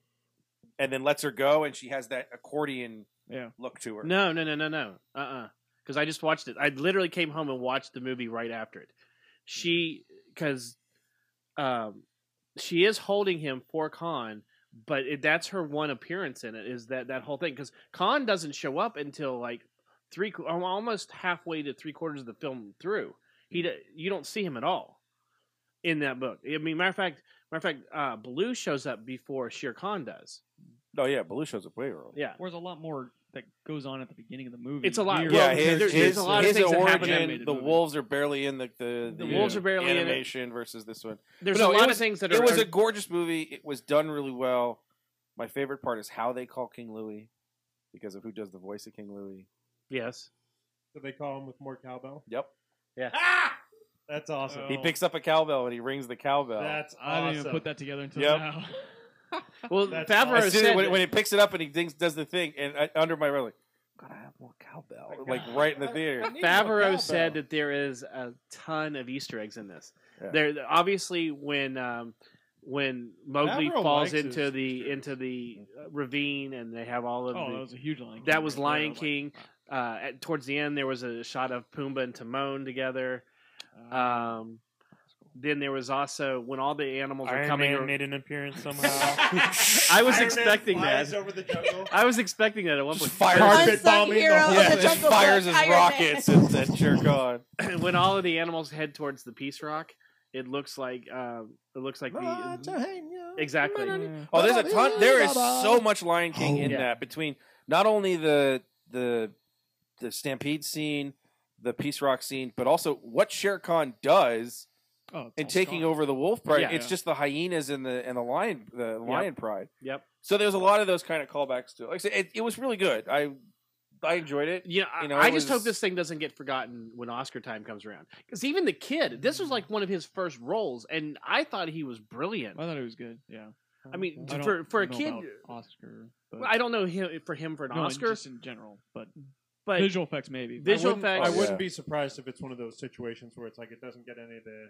S5: and then lets her go, and she has that accordion
S1: Yeah.
S5: look to her.
S3: No, no, no, no, no. Uh uh Because I just watched it. I literally came home and watched the movie right after it. She, because um, she is holding him for Khan, but it, that's her one appearance in it, is that, that whole thing. Because Khan doesn't show up until like three, qu- al- almost halfway to three quarters of the film through. He, d- You don't see him at all in that book. I mean, matter of fact, matter of fact, uh, Blue shows up before Shere Khan does.
S5: oh yeah, Baloo shows up way early.
S3: Yeah.
S1: there's a lot more that goes on at the beginning of the movie.
S3: It's a lot-
S1: Weird.
S3: Well,
S5: yeah, his,
S3: there's-
S5: his,
S3: there's a lot of
S5: his
S3: things that happen in
S5: origin.
S1: animated
S5: the
S1: movies.
S5: wolves are barely in the the,
S3: The wolves
S1: Yeah.
S3: are barely in it.
S5: animation versus this one.
S3: There's
S5: But
S3: a
S5: no, it
S3: lot
S5: was-
S3: of things that
S5: It
S3: are.
S5: was a gorgeous movie. It was done really well. My favorite part is how they call King Louis because of who does the voice of King Louis.
S3: yes.
S4: So they call him with more cowbell.
S5: Yep.
S6: Ah!
S4: That's awesome.
S5: He picks up a cowbell and he rings the cowbell.
S4: That's awesome.
S1: I didn't even put that together until
S5: Yep.
S1: now.
S3: Well,
S4: That's
S3: Favreau
S5: As soon as-
S3: said
S5: when, when he picks it up and he dings, does the thing, and I, under my breath, like, God, I have more cowbell, like right in the theater.
S3: Favreau said that there is a ton of Easter eggs in this.
S5: Yeah.
S3: There, obviously, when um, when Mowgli
S4: Favreau
S3: falls
S4: likes his
S3: into the
S4: Easter
S3: into the uh, ravine and they have all of
S1: oh, that
S3: the,
S1: was a huge line.
S3: that was Lion King. uh, at, towards the end there was a shot of Pumbaa and Timon together.
S1: Oh,
S3: Um, then there was also when all the animals are
S2: Iron
S3: coming.
S2: Man
S3: ar-
S2: made an appearance somehow.
S3: I was
S4: Iron Man
S3: expecting
S4: flies
S3: that.
S4: over the jungle.
S3: I was expecting that at one point.
S5: Just fire
S3: But-
S4: Carpet
S7: Unsung
S4: bombing the
S7: hero
S4: whole-
S7: of
S5: Yeah,
S7: the
S5: just
S7: Jungle
S5: fires
S7: Book,
S5: his
S7: Iron Man.
S5: rockets at that jerk on.
S3: when all of the animals head towards the Peace Rock, it looks like um, it looks like the exactly.
S5: Oh, there's a ton. There is so much Lion King in
S3: Oh, Yeah.
S5: that between not only the the the Stampede scene, the Peace Rock scene, but also what Shere Khan does
S1: Oh, it's
S5: in
S1: all
S5: taking
S1: Scar.
S5: over the wolf pride.
S3: Yeah.
S5: It's just the hyenas and the and the lion the lion pride.
S3: Yep.
S5: So there's a lot of those kind of callbacks to it. Like I said, it, it was really good. I I enjoyed it.
S3: Yeah, I,
S5: You know,
S3: I
S5: it
S3: just hope
S5: was-
S3: this thing doesn't get forgotten when Oscar time comes around. Because even the kid, this was like one of his first roles, and I thought he was brilliant.
S1: I thought it was good. Yeah.
S3: I mean,
S1: I don't
S3: for for a
S1: know
S3: kid, uh,
S1: about Oscar. But
S3: well, I don't know him for him for an
S1: no, in-
S3: Oscar,
S1: just in general, but,
S3: but
S1: visual effects maybe. but-
S3: Visual
S4: I wouldn't-
S5: effects.
S4: I wouldn't
S5: Yeah.
S4: be surprised if it's one of those situations where it's like it doesn't get any of the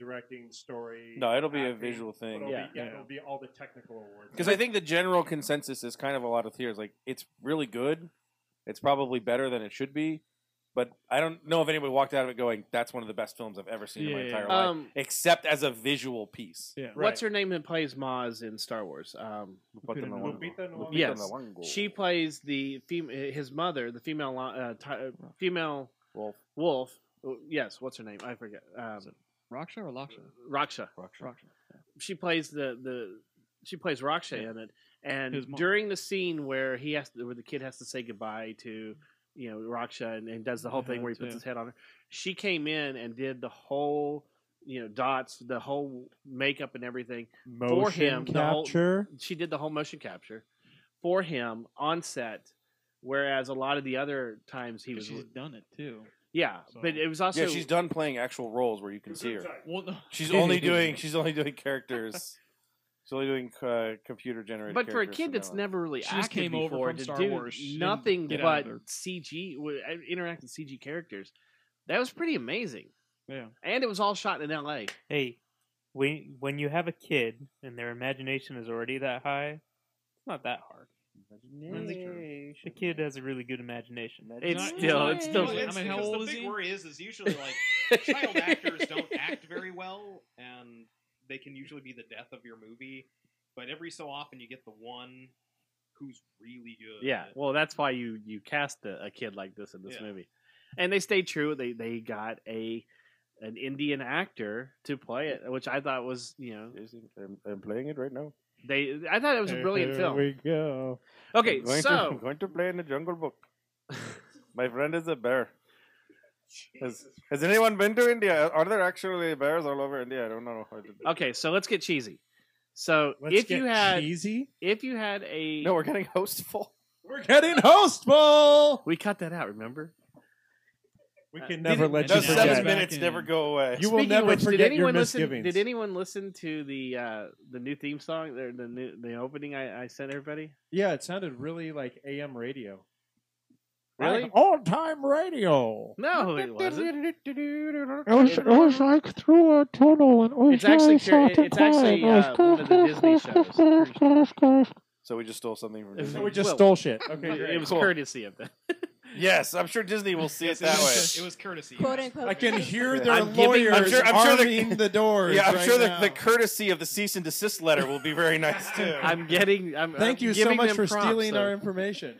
S4: directing, story.
S5: No, it'll be a
S4: acting,
S5: visual
S4: but
S5: thing.
S4: It'll
S3: Yeah.
S4: be, yeah,
S1: Yeah.
S4: it'll be all the technical awards.
S5: Because I think the general consensus is kind of a lot of tears. Like it's really good. It's probably better than it should be. But I don't know if anybody walked out of it going, "That's one of the best films I've ever seen in my
S1: Yeah, yeah,
S5: entire
S1: yeah.
S5: life,"
S3: um,
S5: except as a visual piece.
S1: yeah.
S4: Right.
S3: what's her name that plays Maz in Star Wars? Um,
S5: Lupita Nyong'o.
S4: Lupita Nyong'o.
S5: Lupita
S3: Yes.
S5: Nyong'o.
S3: she plays the fem- his mother, the female li- uh, ti- uh, female
S5: Wolf.
S3: wolf. Oh, Yes, what's her name? I forget. Um,
S1: Is it Raksha or Laksha?
S3: Raksha.
S1: Raksha.
S3: she plays the the she plays Raksha in it,
S1: His
S3: and
S1: mom.
S3: during the scene where he has to, where the kid has to say goodbye to you know Raksha and, and does the whole thing where he puts
S1: Yeah.
S3: his head on her, she came in and did the whole you know dots, the whole makeup and everything.
S4: motion
S3: him, the whole- She did the whole motion capture for him on set, whereas a lot of the other times he
S1: But
S3: was
S1: She's done it too.
S3: yeah,
S1: so-
S3: but it was also
S5: yeah, she's done playing actual roles where you can see her.
S1: Well, no.
S5: She's only doing she's only doing characters. she's only doing uh, computer generated.
S3: But for a kid that's never really
S1: She
S3: acted
S1: just came over
S3: before
S1: from
S3: to
S1: Star
S3: do
S1: Wars. She didn't
S3: nothing
S1: get out
S3: but
S1: of there.
S3: CG, w- interact with CG characters, that was pretty amazing.
S1: Yeah.
S3: And it was all shot in L.A.
S2: hey, when when you have a kid and their imagination is already that high, it's not that hard. The kid has a really good imagination. That
S3: It's
S1: not-
S3: still,
S1: not-
S3: it's
S1: it's
S3: still.
S1: not-
S6: Well,
S1: I
S6: it's
S1: mean, how
S6: because
S1: old
S6: the
S1: is
S6: big
S1: he?
S6: worry is is usually like child actors don't act very well, and they can usually be the death of your movie. But every so often, you get the one who's really good.
S3: Yeah, well, that's why you you cast a, a kid like this in this
S6: Yeah.
S3: movie, and they stayed true. They they got a an Indian actor to play it, which I thought was you know
S5: I'm, I'm playing it right now.
S3: they I thought it was a brilliant film.
S4: we go.
S3: Okay,
S5: I'm going to, I'm
S3: so
S5: going to play in the Jungle Book. My friend is a bear. Has, has anyone been to India? Are there actually bears all over India? I don't know. I did-
S3: okay, so let's get cheesy. So
S4: Let's
S3: if
S4: get
S3: you had
S4: cheesy.
S3: if you had a
S5: No, we're getting hostful.
S4: We're getting hostful.
S3: We cut that out, remember?
S4: We
S3: Uh,
S4: can never
S1: didn't
S4: let
S1: mention
S4: you
S5: Those
S1: Just
S4: forget.
S5: seven
S1: back
S5: minutes
S1: in.
S5: never go away.
S4: You will
S3: Speaking of
S4: never
S3: which, did
S4: forget your
S3: anyone listen,
S4: misgivings.
S3: Did anyone listen to the uh, the new theme song, the the, new, the opening I, I sent everybody?
S4: Yeah, it sounded really like AM radio.
S3: Really?
S4: Old time radio.
S3: No, it wasn't.
S8: It was, it was like through a tunnel and it was
S3: It's actually
S8: very
S3: cur-
S8: soft and
S3: it's actually,
S8: quiet.
S3: uh, one of the Disney
S8: shows.
S5: So we just stole something
S3: It
S5: from
S3: was-
S5: Disney.
S4: So we just
S3: Well,
S4: stole shit. Okay,
S3: It,
S4: great.
S3: it was
S5: Cool.
S3: courtesy of them.
S5: Yes, I'm sure Disney will see it
S6: Yes,
S5: that
S6: was,
S5: way.
S6: It was courtesy.
S7: Quote
S6: yes.
S7: unquote.
S4: I can hear their
S5: I'm
S4: lawyers
S5: giving- I'm sure- I'm sure the-
S4: arming the doors.
S5: Yeah, I'm
S4: right
S5: sure the,
S4: now.
S5: the courtesy of the cease and desist letter will be very nice too.
S3: I'm getting. I'm,
S4: Thank
S3: I'm
S4: you so
S3: giving
S4: much
S3: them
S4: for
S3: props,
S4: stealing
S3: so,
S4: our information.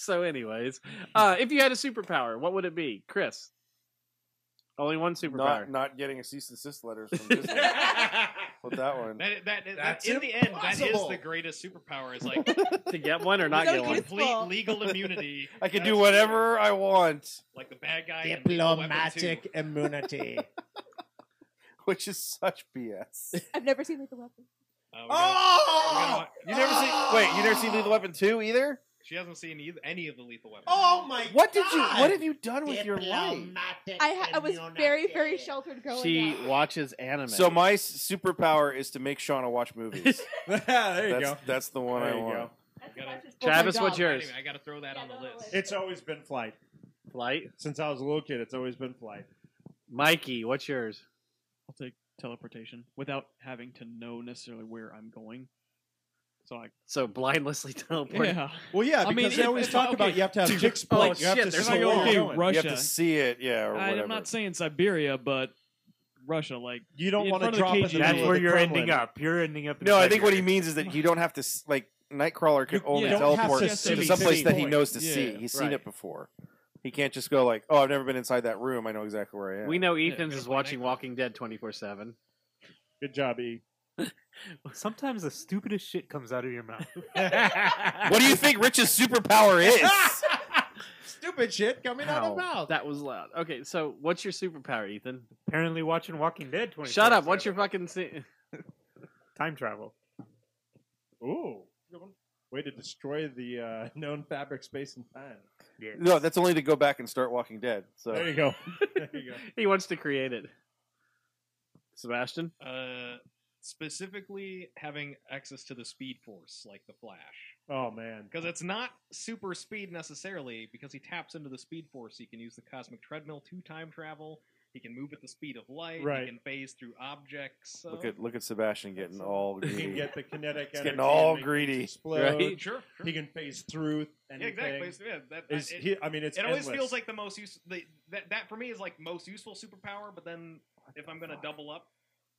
S3: So, anyways, uh, if you had a superpower, what would it be, Chris? Only one superpower.
S5: not not getting a cease and desist letters from Disney with that one.
S6: That, that, that,
S4: That's
S6: in the end, that is
S4: impossible.
S6: the greatest superpower. Is like
S3: to get one or not
S7: Don't
S3: get one.
S7: use-
S6: complete legal immunity.
S5: I can
S6: That's
S5: do whatever I want,
S6: Like the bad guy. in Lethal Weapon 2.
S4: immunity.
S5: which is such BS.
S7: I've never seen Lethal Weapon.
S6: Uh, we're gonna-
S4: oh!
S5: You never see? Wait, you never seen Lethal Weapon two either?
S6: She hasn't seen either, any of the lethal weapons.
S4: Oh my!
S5: What did you?
S4: God.
S5: What have you done with your life?
S7: I, ha- I was very, very sheltered growing
S3: She
S7: up.
S3: watches anime.
S5: So my s- superpower is to make Shauna watch movies.
S4: yeah, there you
S5: that's,
S4: go.
S5: that's the one
S4: There
S5: I
S4: you
S5: want.
S4: go.
S7: That's
S6: gotta-
S7: Alexis Bolton's
S3: Travis,
S7: job.
S3: what's yours?
S6: Anyway, I got to throw that
S7: Yeah,
S6: on the
S7: no,
S6: list.
S4: It's always been flight
S3: flight.
S4: since I was a little kid. It's always been flight.
S3: Mikey, what's yours?
S1: I'll take teleportation without having to know necessarily where I'm going. So I
S3: So blindlessly teleport.
S1: yeah.
S4: Well, yeah,
S1: I
S4: because
S1: mean,
S4: they
S1: if-
S4: always
S1: if I-
S4: talk about
S1: okay.
S4: you have to have chicks
S1: Oh,
S4: plate. you have
S3: shit,
S4: to
S3: there's
S4: see
S1: like,
S4: where
S1: okay,
S4: you're going.
S1: Russia.
S5: You have to see it, yeah, or
S1: I,
S5: whatever.
S1: am not saying Siberia, but Russia. Like
S4: You don't
S1: in
S4: want to
S1: front of the
S4: drop in the
S1: cage, you
S4: middle
S1: know.
S4: of
S1: where
S4: the Kremlin.
S2: up. You're ending up.
S5: no, I think what he means is that you don't have to s- like Nightcrawler can
S4: You- you
S5: only
S1: don't have
S5: teleport
S1: to
S5: to
S1: see
S5: someplace
S1: the
S5: that he
S1: point.
S5: knows to
S1: Yeah,
S5: see. He's seen
S3: right.
S5: it before. He can't just go like, "Oh, I've never been inside that room. I know exactly where I am."
S3: We know
S1: Yeah,
S3: Ethan's
S6: gotta
S3: is
S6: play
S3: watching
S6: Nightcrawler.
S3: Walking Dead 24 7.
S4: Good job, E.
S2: Sometimes the stupidest shit comes out of your mouth.
S5: What do you think Rich's superpower is?
S4: stupid shit coming out
S5: Ow.
S4: of mouth.
S3: That was loud. Okay, so what's your superpower, Ethan?
S2: Apparently, watching Walking Dead. 24
S3: Shut up. What's your fucking se-
S2: time travel?
S4: Ooh. Way to destroy the uh, known fabric, space, and time.
S2: Yeah.
S5: No, that's only to go back and start Walking Dead. So
S4: There you go. there you go.
S3: He wants to create it. Sebastian?
S6: Uh, specifically, having access to the speed force like the Flash,
S4: Oh man.
S6: because it's not super speed necessarily. Because he taps into the speed force, he can use the cosmic treadmill to time travel. He can move at the speed of light.
S4: Right.
S6: He can phase through objects. So.
S5: look at look at Sebastian getting
S6: So-
S5: all
S4: He can
S5: greedy.
S4: get the kinetic
S5: It's
S4: energy.
S5: getting all
S4: and make things
S5: greedy,
S4: Explode.
S5: right?
S6: sure. sure.
S4: He can phase through
S6: yeah,
S4: anything.
S6: exactly. So, Yeah, that,
S4: Is
S6: it,
S4: he, I mean, it's
S6: it always
S4: endless.
S6: feels like the most use the, that that for me is like most useful superpower. But then if I'm gonna double up,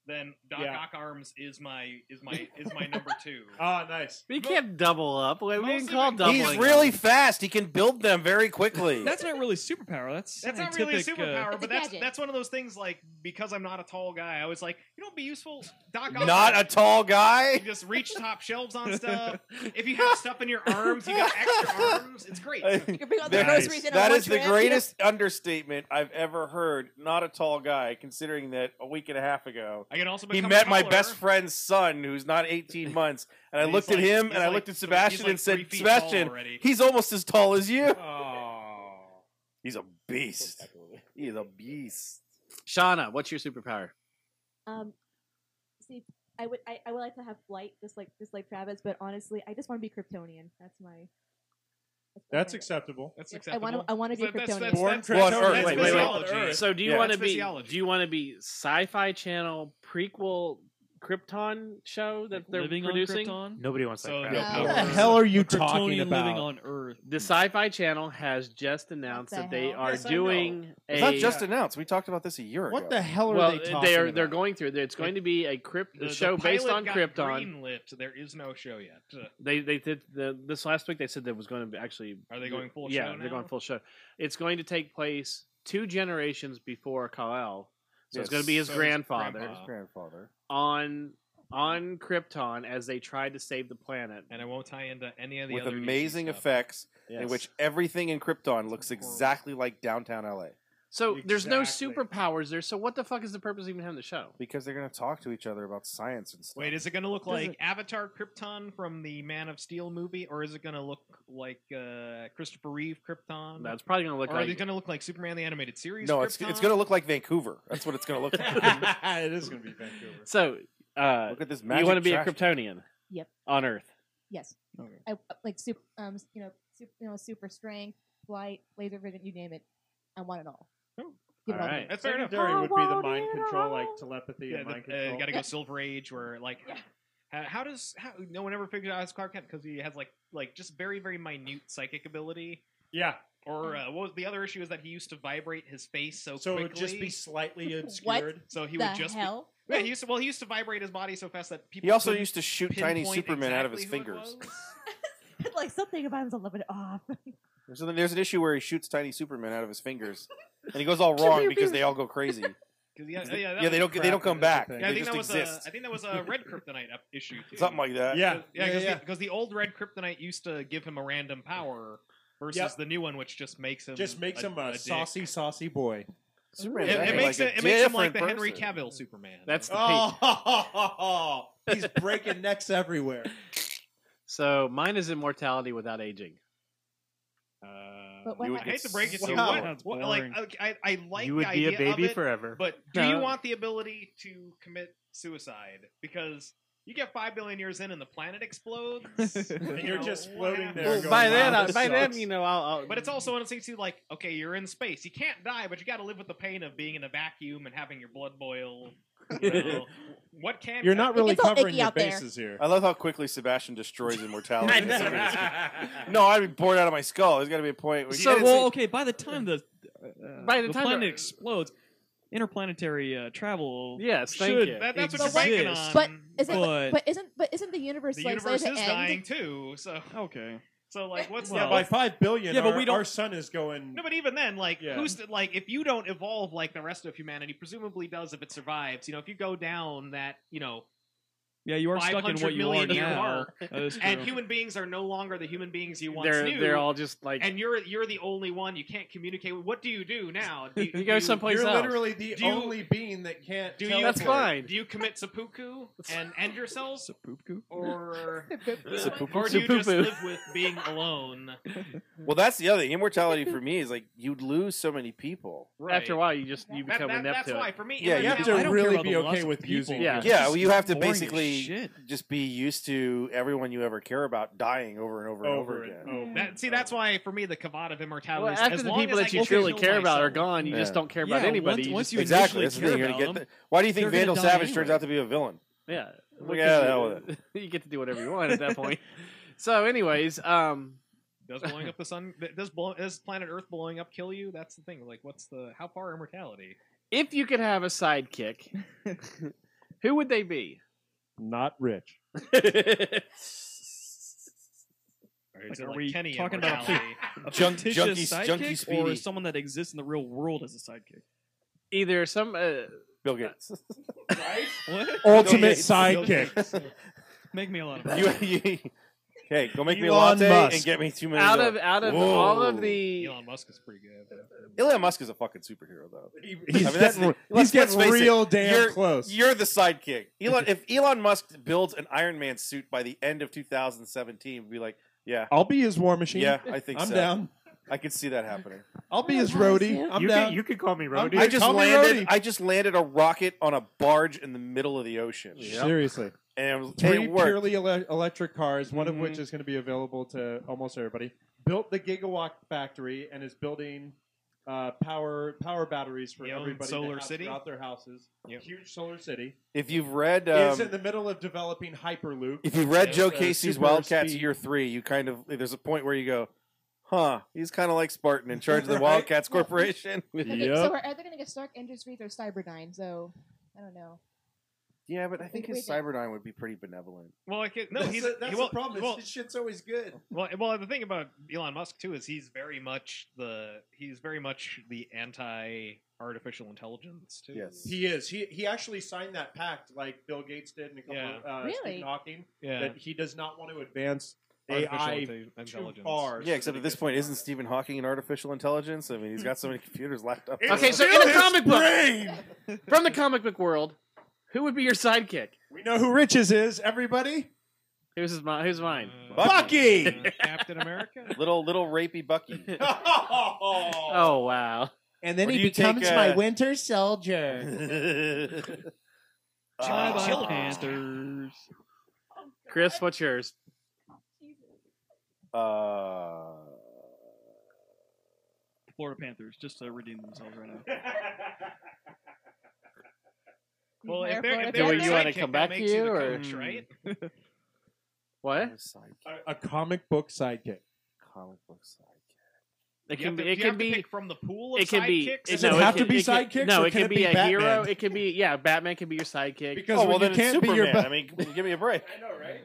S6: then Doc
S4: Yeah.
S6: Ock arms is my is my is my number two.
S4: Ah, nice.
S3: We can't double up. We
S6: Mostly
S3: didn't call
S6: we-
S3: doubling
S5: He's
S3: up.
S5: really fast. He can build them very quickly.
S9: That's not really superpower. That's
S6: That's not really a
S9: scientific, uh,
S6: superpower,
S7: It's a
S6: but that's
S7: gadget.
S6: that's one of those things like because I'm not a tall guy, I was like, you know, what'd be useful. Doc Ock
S5: Not a tall
S6: you
S5: guy.
S6: just reach top shelves on stuff. If you have stuff in your arms, you got extra arms. It's great.
S7: You can bring all the
S5: There-
S7: groceries in on
S5: That
S7: one
S5: is the
S7: trip, you know?
S5: greatest understatement I've ever heard. Not a tall guy, considering that a week and a half ago
S6: I can also
S5: he
S6: become
S5: met my
S6: taller.
S5: best friend's son, who's not 18 months, and I
S6: He's
S5: looked at
S6: like-
S5: him
S6: he's
S5: and I
S6: like
S5: looked at
S6: three- he's
S5: Sebastian
S6: like
S5: and said,
S6: three feet tall
S5: "Sebastian,
S6: already.
S5: he's almost as tall as you.
S4: Oh.
S5: He's a beast. He's a beast."
S3: Shauna, what's your superpower?
S7: Um, see, I would, I, I would like to have flight, just like, just like Travis. But honestly, I just want to be Kryptonian. That's my. my
S4: That's
S7: thing.
S4: acceptable.
S6: That's
S7: Yes, I
S6: acceptable.
S7: want to, I want to be
S6: That- that's-
S7: Kryptonian.
S6: that's-
S4: Born
S6: that's-
S5: Well, on Earth.
S6: that's
S3: Wait, wait, wait.
S6: physiology.
S3: So do you
S5: Yeah.
S3: want to
S6: That's
S3: be
S6: physiology.
S3: do you want to be sci-fi channel prequel Krypton show that they're
S9: living
S3: producing?
S9: on Krypton.
S2: Nobody wants
S6: So
S2: that.
S6: no
S2: crap.
S7: power.
S4: What the
S7: Earth.
S4: hell are you
S9: A Kryptonian
S4: talking
S9: living
S4: about?
S9: on Earth.
S3: The Sci-Fi Channel has just announced
S7: What
S3: that
S7: the
S3: they
S7: hell?
S3: are
S4: Yes, I know.
S3: doing a
S5: It's not
S6: uh,
S5: just announced. We talked about this a year
S4: What
S5: ago.
S4: the hell are
S3: well,
S4: they
S3: they
S4: talking
S3: are
S4: about?
S3: they're going through. It's going to be a crypt
S6: The- the
S3: show based
S6: pilot
S3: on
S6: got
S3: Krypton.
S6: greenlit. There is no show yet. Uh,
S3: They they did the, this last week. They said there was going to be actually.
S6: Are they going full
S3: Yeah,
S6: show
S3: they're
S6: now?
S3: going full show. It's going to take place two generations before Kal El, so
S5: Yes.
S3: it's going to be his
S6: So his
S3: grandfather
S6: grandpa.
S5: His grandfather.
S3: on on Krypton as they try to save the planet.
S6: and it won't tie into any of the
S5: With
S6: other DC
S5: amazing
S6: stuff.
S5: effects, in
S4: Yes.
S5: which everything in Krypton looks
S6: Horrible.
S5: exactly like downtown LA
S3: So there's no
S4: Exactly.
S3: superpowers there. So what the fuck is the purpose of even having the show?
S5: because they're going to talk to each other about science and stuff.
S6: Wait, is it going to look
S9: Does
S6: like
S9: it-
S6: Avatar Krypton from the Man of Steel movie, or is it going to look like uh, Christopher Reeve Krypton?
S3: That's probably going to look
S6: or are they
S3: like
S6: going to look like Superman the Animated Series?
S5: no, it's it's going to look like Vancouver. That's what it's going to look like.
S4: it is going to be Vancouver.
S3: so. Uh,
S5: look at this magic.
S3: you want to be a
S5: trash
S3: Kryptonian?
S7: Yep.
S3: On Earth.
S7: Yes.
S9: Okay.
S7: I like super, um, you know, super, you know, super strength, flight, laser vision, you name it. I want it all.
S6: Oh.
S7: Give it
S3: All
S7: all. to
S3: right.
S7: me.
S6: That's fair enough.
S4: Legendary would be the mind
S7: Wow.
S4: control, like telepathy
S6: Yeah,
S4: and mind
S6: the- uh,
S4: control.
S6: you got to go Silver Age, where like,
S7: Yeah.
S6: how, how does how, no one ever figured out it's Clark Kent because he has like like just very very minute psychic ability.
S4: yeah,
S6: Or
S7: Mm.
S6: uh, what was the other issue is that he used to vibrate his face so,
S4: so it
S6: quickly,
S4: would just be slightly
S7: What?
S4: obscured.
S6: so he
S7: the
S6: would just be-
S7: hell?
S6: yeah, he used to, well he used to vibrate his body so fast that people.
S5: He also
S6: couldn't
S5: used to shoot tiny
S6: pinpoint
S5: Superman out of his
S6: exactly who it
S5: fingers.
S6: was.
S7: like something about him's a little bit off.
S5: So then there's an issue where he shoots tiny Superman out of his fingers, and he goes all wrong because they all go crazy.
S6: 'Cause yeah,
S5: Because
S6: yeah,
S5: they-
S6: yeah, that
S5: yeah, they
S6: was-
S5: don't they don't come back.
S4: Yeah, I
S6: Yeah, I
S5: they
S6: think
S5: just
S6: that was
S5: exist.
S6: a, I think that was a red kryptonite up issue too.
S5: Something like that.
S4: Yeah,
S6: yeah, because
S4: yeah.
S6: the, old red kryptonite used to give him a random power versus
S4: Yep.
S6: the new one, which just makes him
S4: Just makes him a,
S6: dick.
S4: saucy, saucy boy.
S5: Superman.
S6: It, it
S5: acting
S6: makes
S5: like
S6: it,
S5: a
S6: it makes him like the
S5: different
S6: Henry
S5: person.
S6: Cavill Superman.
S3: That's the peak.
S4: Oh, he's breaking necks everywhere.
S3: So mine is immortality without aging.
S7: But what
S5: you
S6: I
S5: would
S7: happened?
S6: hate to break it to you.
S4: Wow.
S6: What,
S9: Sounds
S6: what, like
S9: boring.
S6: okay, I, I like
S2: you would
S6: the
S2: be a
S6: idea of
S2: baby
S6: it,
S2: forever.
S6: But do you
S3: No.
S6: want the ability to commit suicide? Because you get five billion years in and the planet explodes,
S4: And
S6: you
S4: you're
S6: know,
S4: just
S6: what
S4: floating
S6: happens?
S4: there.
S3: Well,
S4: going,
S3: by then,
S4: "Wow,
S3: I,
S4: this
S3: by then,
S4: sucks."
S3: you know, I'll, I'll.
S6: But it's also one of those things too, like, okay, you're in space. You can't die, but you got to live with the pain of being in a vacuum and having your blood boil. You know. what can
S4: You're not
S7: It
S4: really
S7: gets all
S4: covering
S7: icky
S4: your
S7: out there.
S4: bases here.
S5: I love how quickly Sebastian destroys immortality. in this movie.
S4: no,
S5: no, I'd be bored out of my skull. There's got to be a point. Where
S9: So
S5: And it's-
S9: well, okay. By the time the uh,
S3: By the time
S9: planet
S3: the-
S9: explodes, interplanetary uh, travel.
S3: Yes, thank
S9: should
S3: you.
S6: That, that's
S9: exist.
S6: what you're banking on.
S7: But Isn't,
S9: But-
S7: but, isn't but isn't the universe
S6: the
S7: like
S6: universe
S7: slated
S6: is
S7: to end?
S6: dying too. So,
S1: Okay.
S6: so like, what's
S9: Well-
S6: the
S4: by five billion,
S9: Yeah, but
S4: our,
S9: we don't-
S4: our sun is going.
S6: No, but even then, like,
S4: Yeah.
S6: who's to, like, if you don't evolve like the rest of humanity, presumably does if it survives. You know, if you go down that, you know,
S9: Yeah, you are stuck in
S6: 500
S9: what you are
S6: million you
S9: now.
S6: are.
S9: That is
S6: and
S9: true.
S6: human beings are no longer the human beings you once
S3: they're
S6: knew.
S3: they're all just like
S6: and you're you're the only one you can't communicate with. What do you do now? Do
S3: You go
S6: do
S3: someplace
S6: you're
S4: You're
S3: else.
S6: literally-
S4: literally the
S6: Do you-
S4: only being that can't.
S6: Do you?
S4: teleport.
S3: That's fine.
S6: Do you commit seppuku and end yourselves,
S9: Seppuku?
S6: or uh,
S5: Seppuku?
S6: or do you just
S3: Seppuku.
S6: live with being alone?
S5: Well, that's the other thing. immortality for me is like you'd lose so many people.
S3: after a while you just you
S6: That-
S3: become
S6: that-
S3: inept
S6: that's
S3: to
S6: why
S3: it.
S6: for me,
S5: Yeah,
S6: even
S5: you have
S6: now,
S4: to
S6: I
S9: I
S6: don't
S9: don't
S4: really
S9: care about
S4: be
S9: the
S4: okay
S9: lots of
S4: with
S9: people.
S4: using
S3: Yeah.
S9: It's
S5: Yeah,
S9: just
S5: well, you have to
S9: boring as
S5: basically-
S9: shit.
S5: Just be used to everyone you ever care about dying over and over and over,
S4: Over
S5: again.
S4: and over.
S6: That, see, that's why for me the Kavat of immortality.
S3: Well,
S6: is
S3: after
S6: as
S3: the
S6: long
S3: people
S6: as I
S3: that you
S6: can
S3: truly
S6: kill
S3: care about are
S6: myself-
S3: gone, you just
S5: Yeah.
S3: don't care about
S9: Yeah,
S3: anybody.
S9: once-
S3: You
S9: once
S3: just-
S9: you
S5: exactly.
S9: initially
S5: That's the thing.
S9: care
S5: You're gonna
S9: about
S5: get
S9: them,
S5: the- why do you
S9: they're
S5: think
S9: gonna
S5: Vandal
S9: die
S5: Savage
S9: anyway.
S5: turns out to be a villain?
S3: Yeah.
S5: Well,
S3: because
S5: yeah,
S3: you,
S5: that
S3: you get to do whatever you want at that point. so, anyways, um,
S6: Does blowing up the sun? th- Does blow, does planet Earth blowing up kill you? That's the thing. Like, what's the how far immortality?
S3: if you could have a sidekick, who would they be?
S4: Not rich.
S6: Or is
S9: Like,
S6: it
S9: are
S6: like
S9: we
S6: Kenny
S9: talking about
S6: immortality?
S9: A
S5: Junk-
S9: fictitious
S5: junkie-
S9: sidekick
S5: junkie
S9: or
S5: Speedy.
S9: someone that exists in the real world as a sidekick?
S3: Either some. Uh,
S5: Bill Gates.
S9: What?
S4: Ultimate
S5: Gates.
S4: sidekick.
S9: Make me a lot of money.
S5: you, you, hey, go make me a
S4: Elon
S5: latte
S4: Musk.
S5: and get me two minutes.
S3: out of out of all of
S5: Whoa.
S3: the
S6: Elon Musk is pretty good.
S5: Elon Musk is a fucking superhero, though.
S4: He-
S5: I
S4: He's
S5: mean, that's
S4: getting,
S5: the-
S4: he's
S5: let's- let's
S4: getting
S5: face it,
S4: real damn
S5: you're-
S4: close.
S5: You're the sidekick. Elon, if Elon Musk builds an Iron Man suit by the end of 2017, we'd be like, yeah,
S4: I'll be his war machine.
S5: yeah, I think
S4: I'm
S5: so.
S4: down.
S5: I could see that happening.
S4: I'll be
S7: Yeah,
S4: his
S7: nice,
S4: roadie.
S7: yeah.
S4: I'm
S2: you
S4: down.
S2: Can, you could call me Rody.
S4: Dude,
S5: I just
S4: call me Rhodey.
S5: landed. I just landed a rocket on a barge in the middle of the ocean,
S4: Seriously,
S5: and it, was, and
S4: three
S5: it worked.
S4: purely ele- electric cars, one
S5: Mhm.
S4: of which is going to be available to almost everybody. Built the gigawatt factory and is building uh, power power batteries for
S6: He owns
S4: everybody to
S6: Solar
S4: have
S6: City?
S4: throughout their houses.
S6: Yep.
S4: Huge solar city
S5: if you've read,
S4: is
S5: um,
S4: in the middle of developing Hyperloop.
S5: if you've read
S6: Yeah,
S5: Joe
S4: uh,
S5: Casey's
S4: super
S5: Wildcats
S4: speed.
S5: Year Three, you kind of there's a point where you go, huh? He's kind of like Spartan in charge of the
S4: Right?
S5: Wildcats
S7: Well,
S5: Corporation.
S7: Okay, so we're either gonna get Stark Industries or Cyberdyne. So I don't know.
S5: yeah, but I think
S7: Wait,
S5: his
S7: wait.
S5: Cyberdyne would be pretty benevolent.
S6: Well, I could, no,
S4: No,
S6: he's
S4: that's,
S6: he,
S4: that's
S6: well,
S4: the problem. is
S6: Well,
S4: this shit's always good.
S6: well, well, the thing about Elon Musk too is he's very much the he's very much the anti artificial intelligence too.
S5: Yes.
S4: He is. He he actually signed that pact like Bill Gates did and a couple
S6: Yeah.
S4: of, uh,
S7: Really?
S4: Stephen Hawking
S6: yeah,
S4: that he does not want to advance
S6: artificial
S4: AI
S6: inte-
S4: too
S6: intelligence.
S4: far.
S5: Yeah, except
S4: so
S5: at
S4: they
S5: this
S4: get-
S5: point, isn't Stephen Hawking an artificial intelligence? I mean, he's got so many computers locked up.
S4: It's
S3: Okay, so
S4: still
S3: in a
S4: his
S3: comic book-
S4: brain!
S3: from the comic book world, who would be your sidekick?
S4: we know who Riches is. Everybody,
S3: Who's his, mi- who's mine?
S6: Uh,
S5: Bucky!
S6: uh, Captain America.
S5: little little rapey Bucky.
S6: Uh,
S4: oh,
S3: Oh wow!
S4: and
S5: Or do you take, uh,
S4: Winter Soldier.
S5: Ah.
S9: Bye-bye,
S6: Children.
S9: Panthers.
S3: Chris, what's yours?
S5: Uh,
S9: Florida Panthers, just to redeem themselves right now.
S6: Well,
S7: Therefore,
S6: if they're, if
S7: Do
S6: they're
S7: you
S6: the
S3: wanna
S6: sidekick,
S3: come back
S6: that makes
S3: to
S6: you the
S3: you, or-
S6: coach, right?
S3: What?
S5: side
S4: a, a comic book sidekick.
S5: comic book sidekick.
S3: It
S6: You
S3: can
S6: have
S3: be.
S6: to-
S3: It
S6: you have
S3: can
S6: to
S3: be.
S6: pick from the pool of
S3: It can be.
S6: sidekicks?
S4: Does
S3: no,
S4: it have
S3: can-
S4: to be
S3: it can-
S4: sidekicks,
S3: No,
S4: or
S3: it
S4: can
S3: can
S4: it
S3: be
S4: be
S3: a hero.
S4: Batman?
S3: It can be. Yeah, Batman can be your sidekick.
S4: Because
S5: oh well,
S4: when
S5: then
S4: you
S5: it's
S4: can't
S5: Superman.
S4: be your.
S5: I
S4: Ba-
S5: mean, give me a break.
S4: I know, right?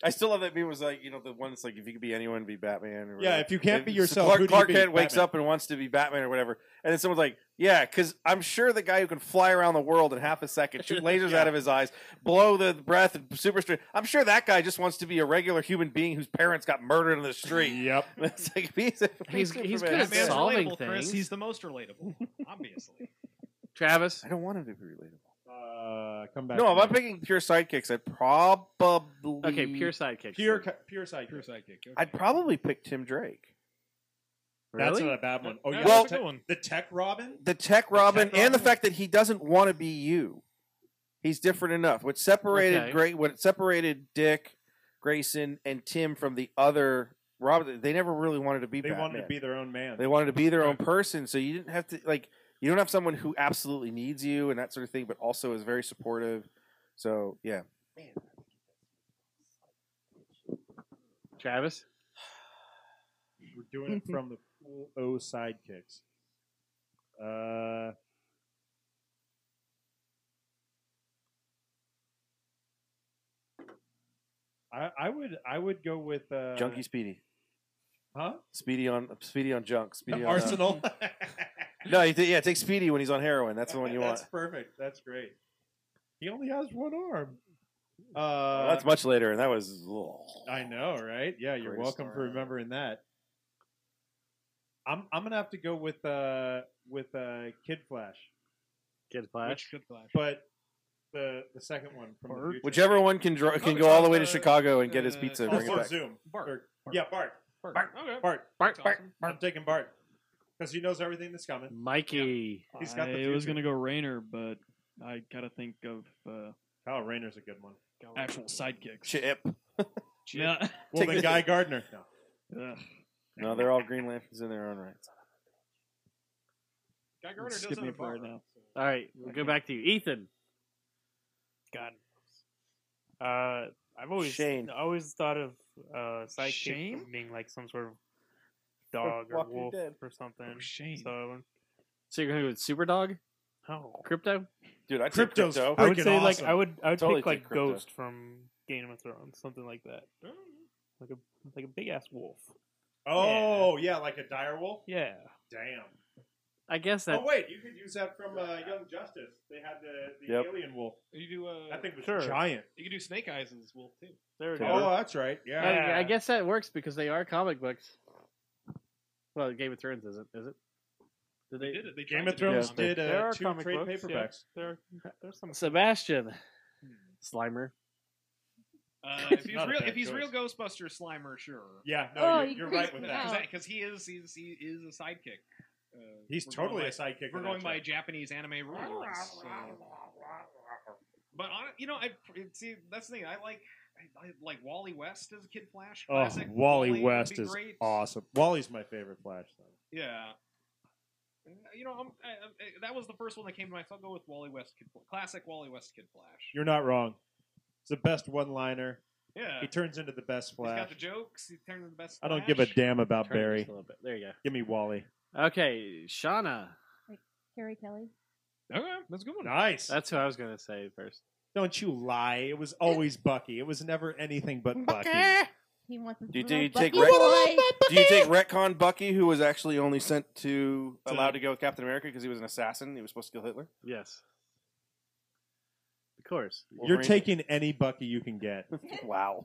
S5: I still love that meme was like, you know, the one that's like, if you could be anyone, be Batman. Or
S4: Yeah,
S5: whatever.
S4: if you can't
S5: And
S4: be
S5: so
S4: yourself,
S5: Clark,
S4: who do you
S5: Clark
S4: be?
S5: Kent wakes
S4: Batman.
S5: up and wants to be Batman or whatever, and then someone's like, "Yeah, because I'm sure the guy who can fly around the world in half a second, shoot lasers out of his eyes, blow the breath, and super strength. I'm sure that guy just wants to be a regular human being whose parents got murdered in the street."
S4: Yep.
S5: it's like he's a-
S3: He's-
S5: Superman.
S3: he's good at solve-
S6: Batman's
S3: Solving
S6: relatable, Chris.
S3: things.
S6: He's the most relatable, obviously.
S3: Travis.
S5: I don't want him to be relatable.
S4: Uh, come back.
S5: No,
S4: to
S5: if
S4: me.
S5: I'm picking pure sidekicks, I'd probably
S3: Okay, pure sidekick.
S4: pure co- pure sidekick.
S6: Pure sidekick. Okay.
S5: I'd probably pick Tim Drake.
S4: That's
S3: Really?
S4: not a bad one. Oh
S6: No,
S4: yeah,
S6: that's
S5: Well-
S6: a
S4: the,
S6: good
S4: tech,
S6: one.
S4: the tech Robin.
S5: the tech Robin
S4: tech
S5: and the
S4: Robin.
S5: fact that he doesn't want to be you. He's different enough. What separated
S3: Okay.
S5: great what separated Dick, Grayson, and Tim from the other Robin, they never really wanted to be
S4: They
S5: Batman.
S4: wanted to be their own man.
S5: they wanted to be their own person. So you didn't have to like you don't have someone who absolutely needs you and that sort of thing, but also is very supportive. So yeah.
S3: Travis.
S4: We're doing it from the pool O sidekicks. Uh, I, I would I would go with uh,
S5: Junkie Speedy.
S4: huh?
S5: Speedy on Speedy on junk. Speedy on uh,
S4: Arsenal.
S5: No, you t- yeah, take Speedy when he's on heroin. That's the one you want.
S4: That's perfect. That's great. He only has one arm. Uh,
S5: that's much later, and that was.
S4: I know, right? Yeah, you're
S5: Greatest
S4: welcome for
S5: star ever.
S4: remembering that. I'm I'm gonna have to go with uh with uh Kid Flash,
S3: Kid Flash.
S6: Which could flash.
S4: but the the second one from the
S9: Bart?
S4: future.
S5: Whichever one can dr- can go all the way to Chicago and get his
S6: Uh,
S5: pizza
S4: Oh,
S5: and bring it
S4: or
S5: back.
S4: Zoom.
S6: Bart.
S4: Or- Yeah, Bart.
S6: Bart.
S4: Bart.
S6: Okay.
S4: Bart.
S6: Bart.
S4: I'm taking Bart because he knows everything that's coming.
S3: Mikey.
S4: He's got the
S9: I was
S4: future.
S9: gonna go Rainer, but I gotta think of uh,
S4: Kyle Rayner's a good one.
S9: actual sidekicks.
S5: Chip.
S9: Yeah.
S4: Well,
S5: Take
S4: then
S5: this-
S4: Guy Gardner. No.
S9: Ugh.
S5: No, they're all Green Lanterns in their own right.
S6: Guy Gardner
S9: Skip
S6: does
S9: me
S6: own a
S9: for
S6: bar.
S9: right now.
S3: All right, we'll go back to you, Ethan.
S2: God. Uh, I've always
S5: Shane.
S2: I always thought of uh, sidekick
S9: Shane?
S2: of being like some sort of dog or
S5: Walking
S2: wolf
S5: Dead.
S2: or something.
S9: Oh, Shane.
S2: So um, I went,
S3: So you're going to go with Superdog?
S2: oh.
S3: Crypto?
S5: Dude, I took
S4: Crypto's
S5: crypto.
S2: I would
S4: freaking
S2: say like
S4: awesome.
S2: I would I would
S5: Totally
S2: pick like
S5: take crypto.
S2: Ghost from Game of Thrones, something like that, like a like a big ass wolf.
S4: Oh yeah, like a direwolf.
S2: Yeah.
S4: Damn.
S3: I guess that.
S4: oh wait, you could use that from uh, Young Justice. They had the, the
S5: Yep.
S4: alien wolf.
S6: You do. Uh,
S4: That thing was
S2: Sure.
S4: giant.
S6: you can do Snake Eyes as Wolf too.
S3: there we
S5: Yeah.
S4: Oh,
S3: go.
S4: that's right. Yeah.
S3: I, I guess that works because they are comic books. Well, Game of Thrones isn't, is it? Did
S6: They
S3: they?
S6: did it. They
S4: Game
S6: tried
S4: of
S6: to do it.
S5: Thrones
S4: Thrones
S5: Yeah.
S4: did
S2: There
S4: uh,
S2: are
S4: two
S2: comic
S4: trade
S2: books, yeah. Oh,
S4: paperbacks.
S2: There, are, there's some.
S3: Sebastian.
S6: Hmm.
S3: Slimer.
S6: Uh, if he's
S4: Not a
S6: real,
S4: bad
S6: if he's real
S4: choice.
S6: Ghostbuster Slimer, sure.
S4: Yeah, no,
S7: Oh,
S4: you're,
S7: you
S4: you're
S7: creep
S4: right with
S7: me
S4: that.
S7: out.
S6: because he is he's, he is a sidekick. Uh,
S4: He's
S6: we're going
S4: totally
S6: by-
S4: a sidekick.
S6: We're
S4: in
S6: going
S4: that
S6: by
S4: show.
S6: Japanese anime rules. so- But on, you know, I it, see that's the thing. I like I, I like Wally West as a Kid Flash.
S4: Oh,
S6: Classic would be great.
S4: awesome. Wally's my favorite Flash. Though.
S6: Yeah. And, uh, You know, I'm, I, I, that was the first one that came to mind. So I'll go with Wally West, Kid, Fla- classic Wally West Kid Flash.
S4: You're not wrong. It's the best one-liner.
S6: Yeah,
S4: He turns into the best
S6: he's
S4: Flash.
S6: got the jokes. He turns into the best.
S4: I don't
S6: Flash.
S4: give a damn about
S3: Turn it
S4: Barry.
S3: just a little bit. There you
S4: Give me Wally.
S3: go. Okay, Shauna.
S7: Carrie Kelly.
S6: Okay, that's a good one.
S4: Nice.
S3: That's who I was going to say first.
S4: Don't you lie. It was always Bucky. It was never anything but Bucky.
S7: He wants to
S5: Do you-
S7: throw
S5: do you take
S7: Bucky
S5: rec-
S7: away.
S5: Do you take retcon Bucky, who was actually only sent to
S4: To-
S5: allowed to go with Captain America because he was an assassin? He was supposed to kill Hitler.
S3: Yes. Of course.
S4: You're
S5: Wolverine?
S4: taking any Bucky you can get.
S5: wow.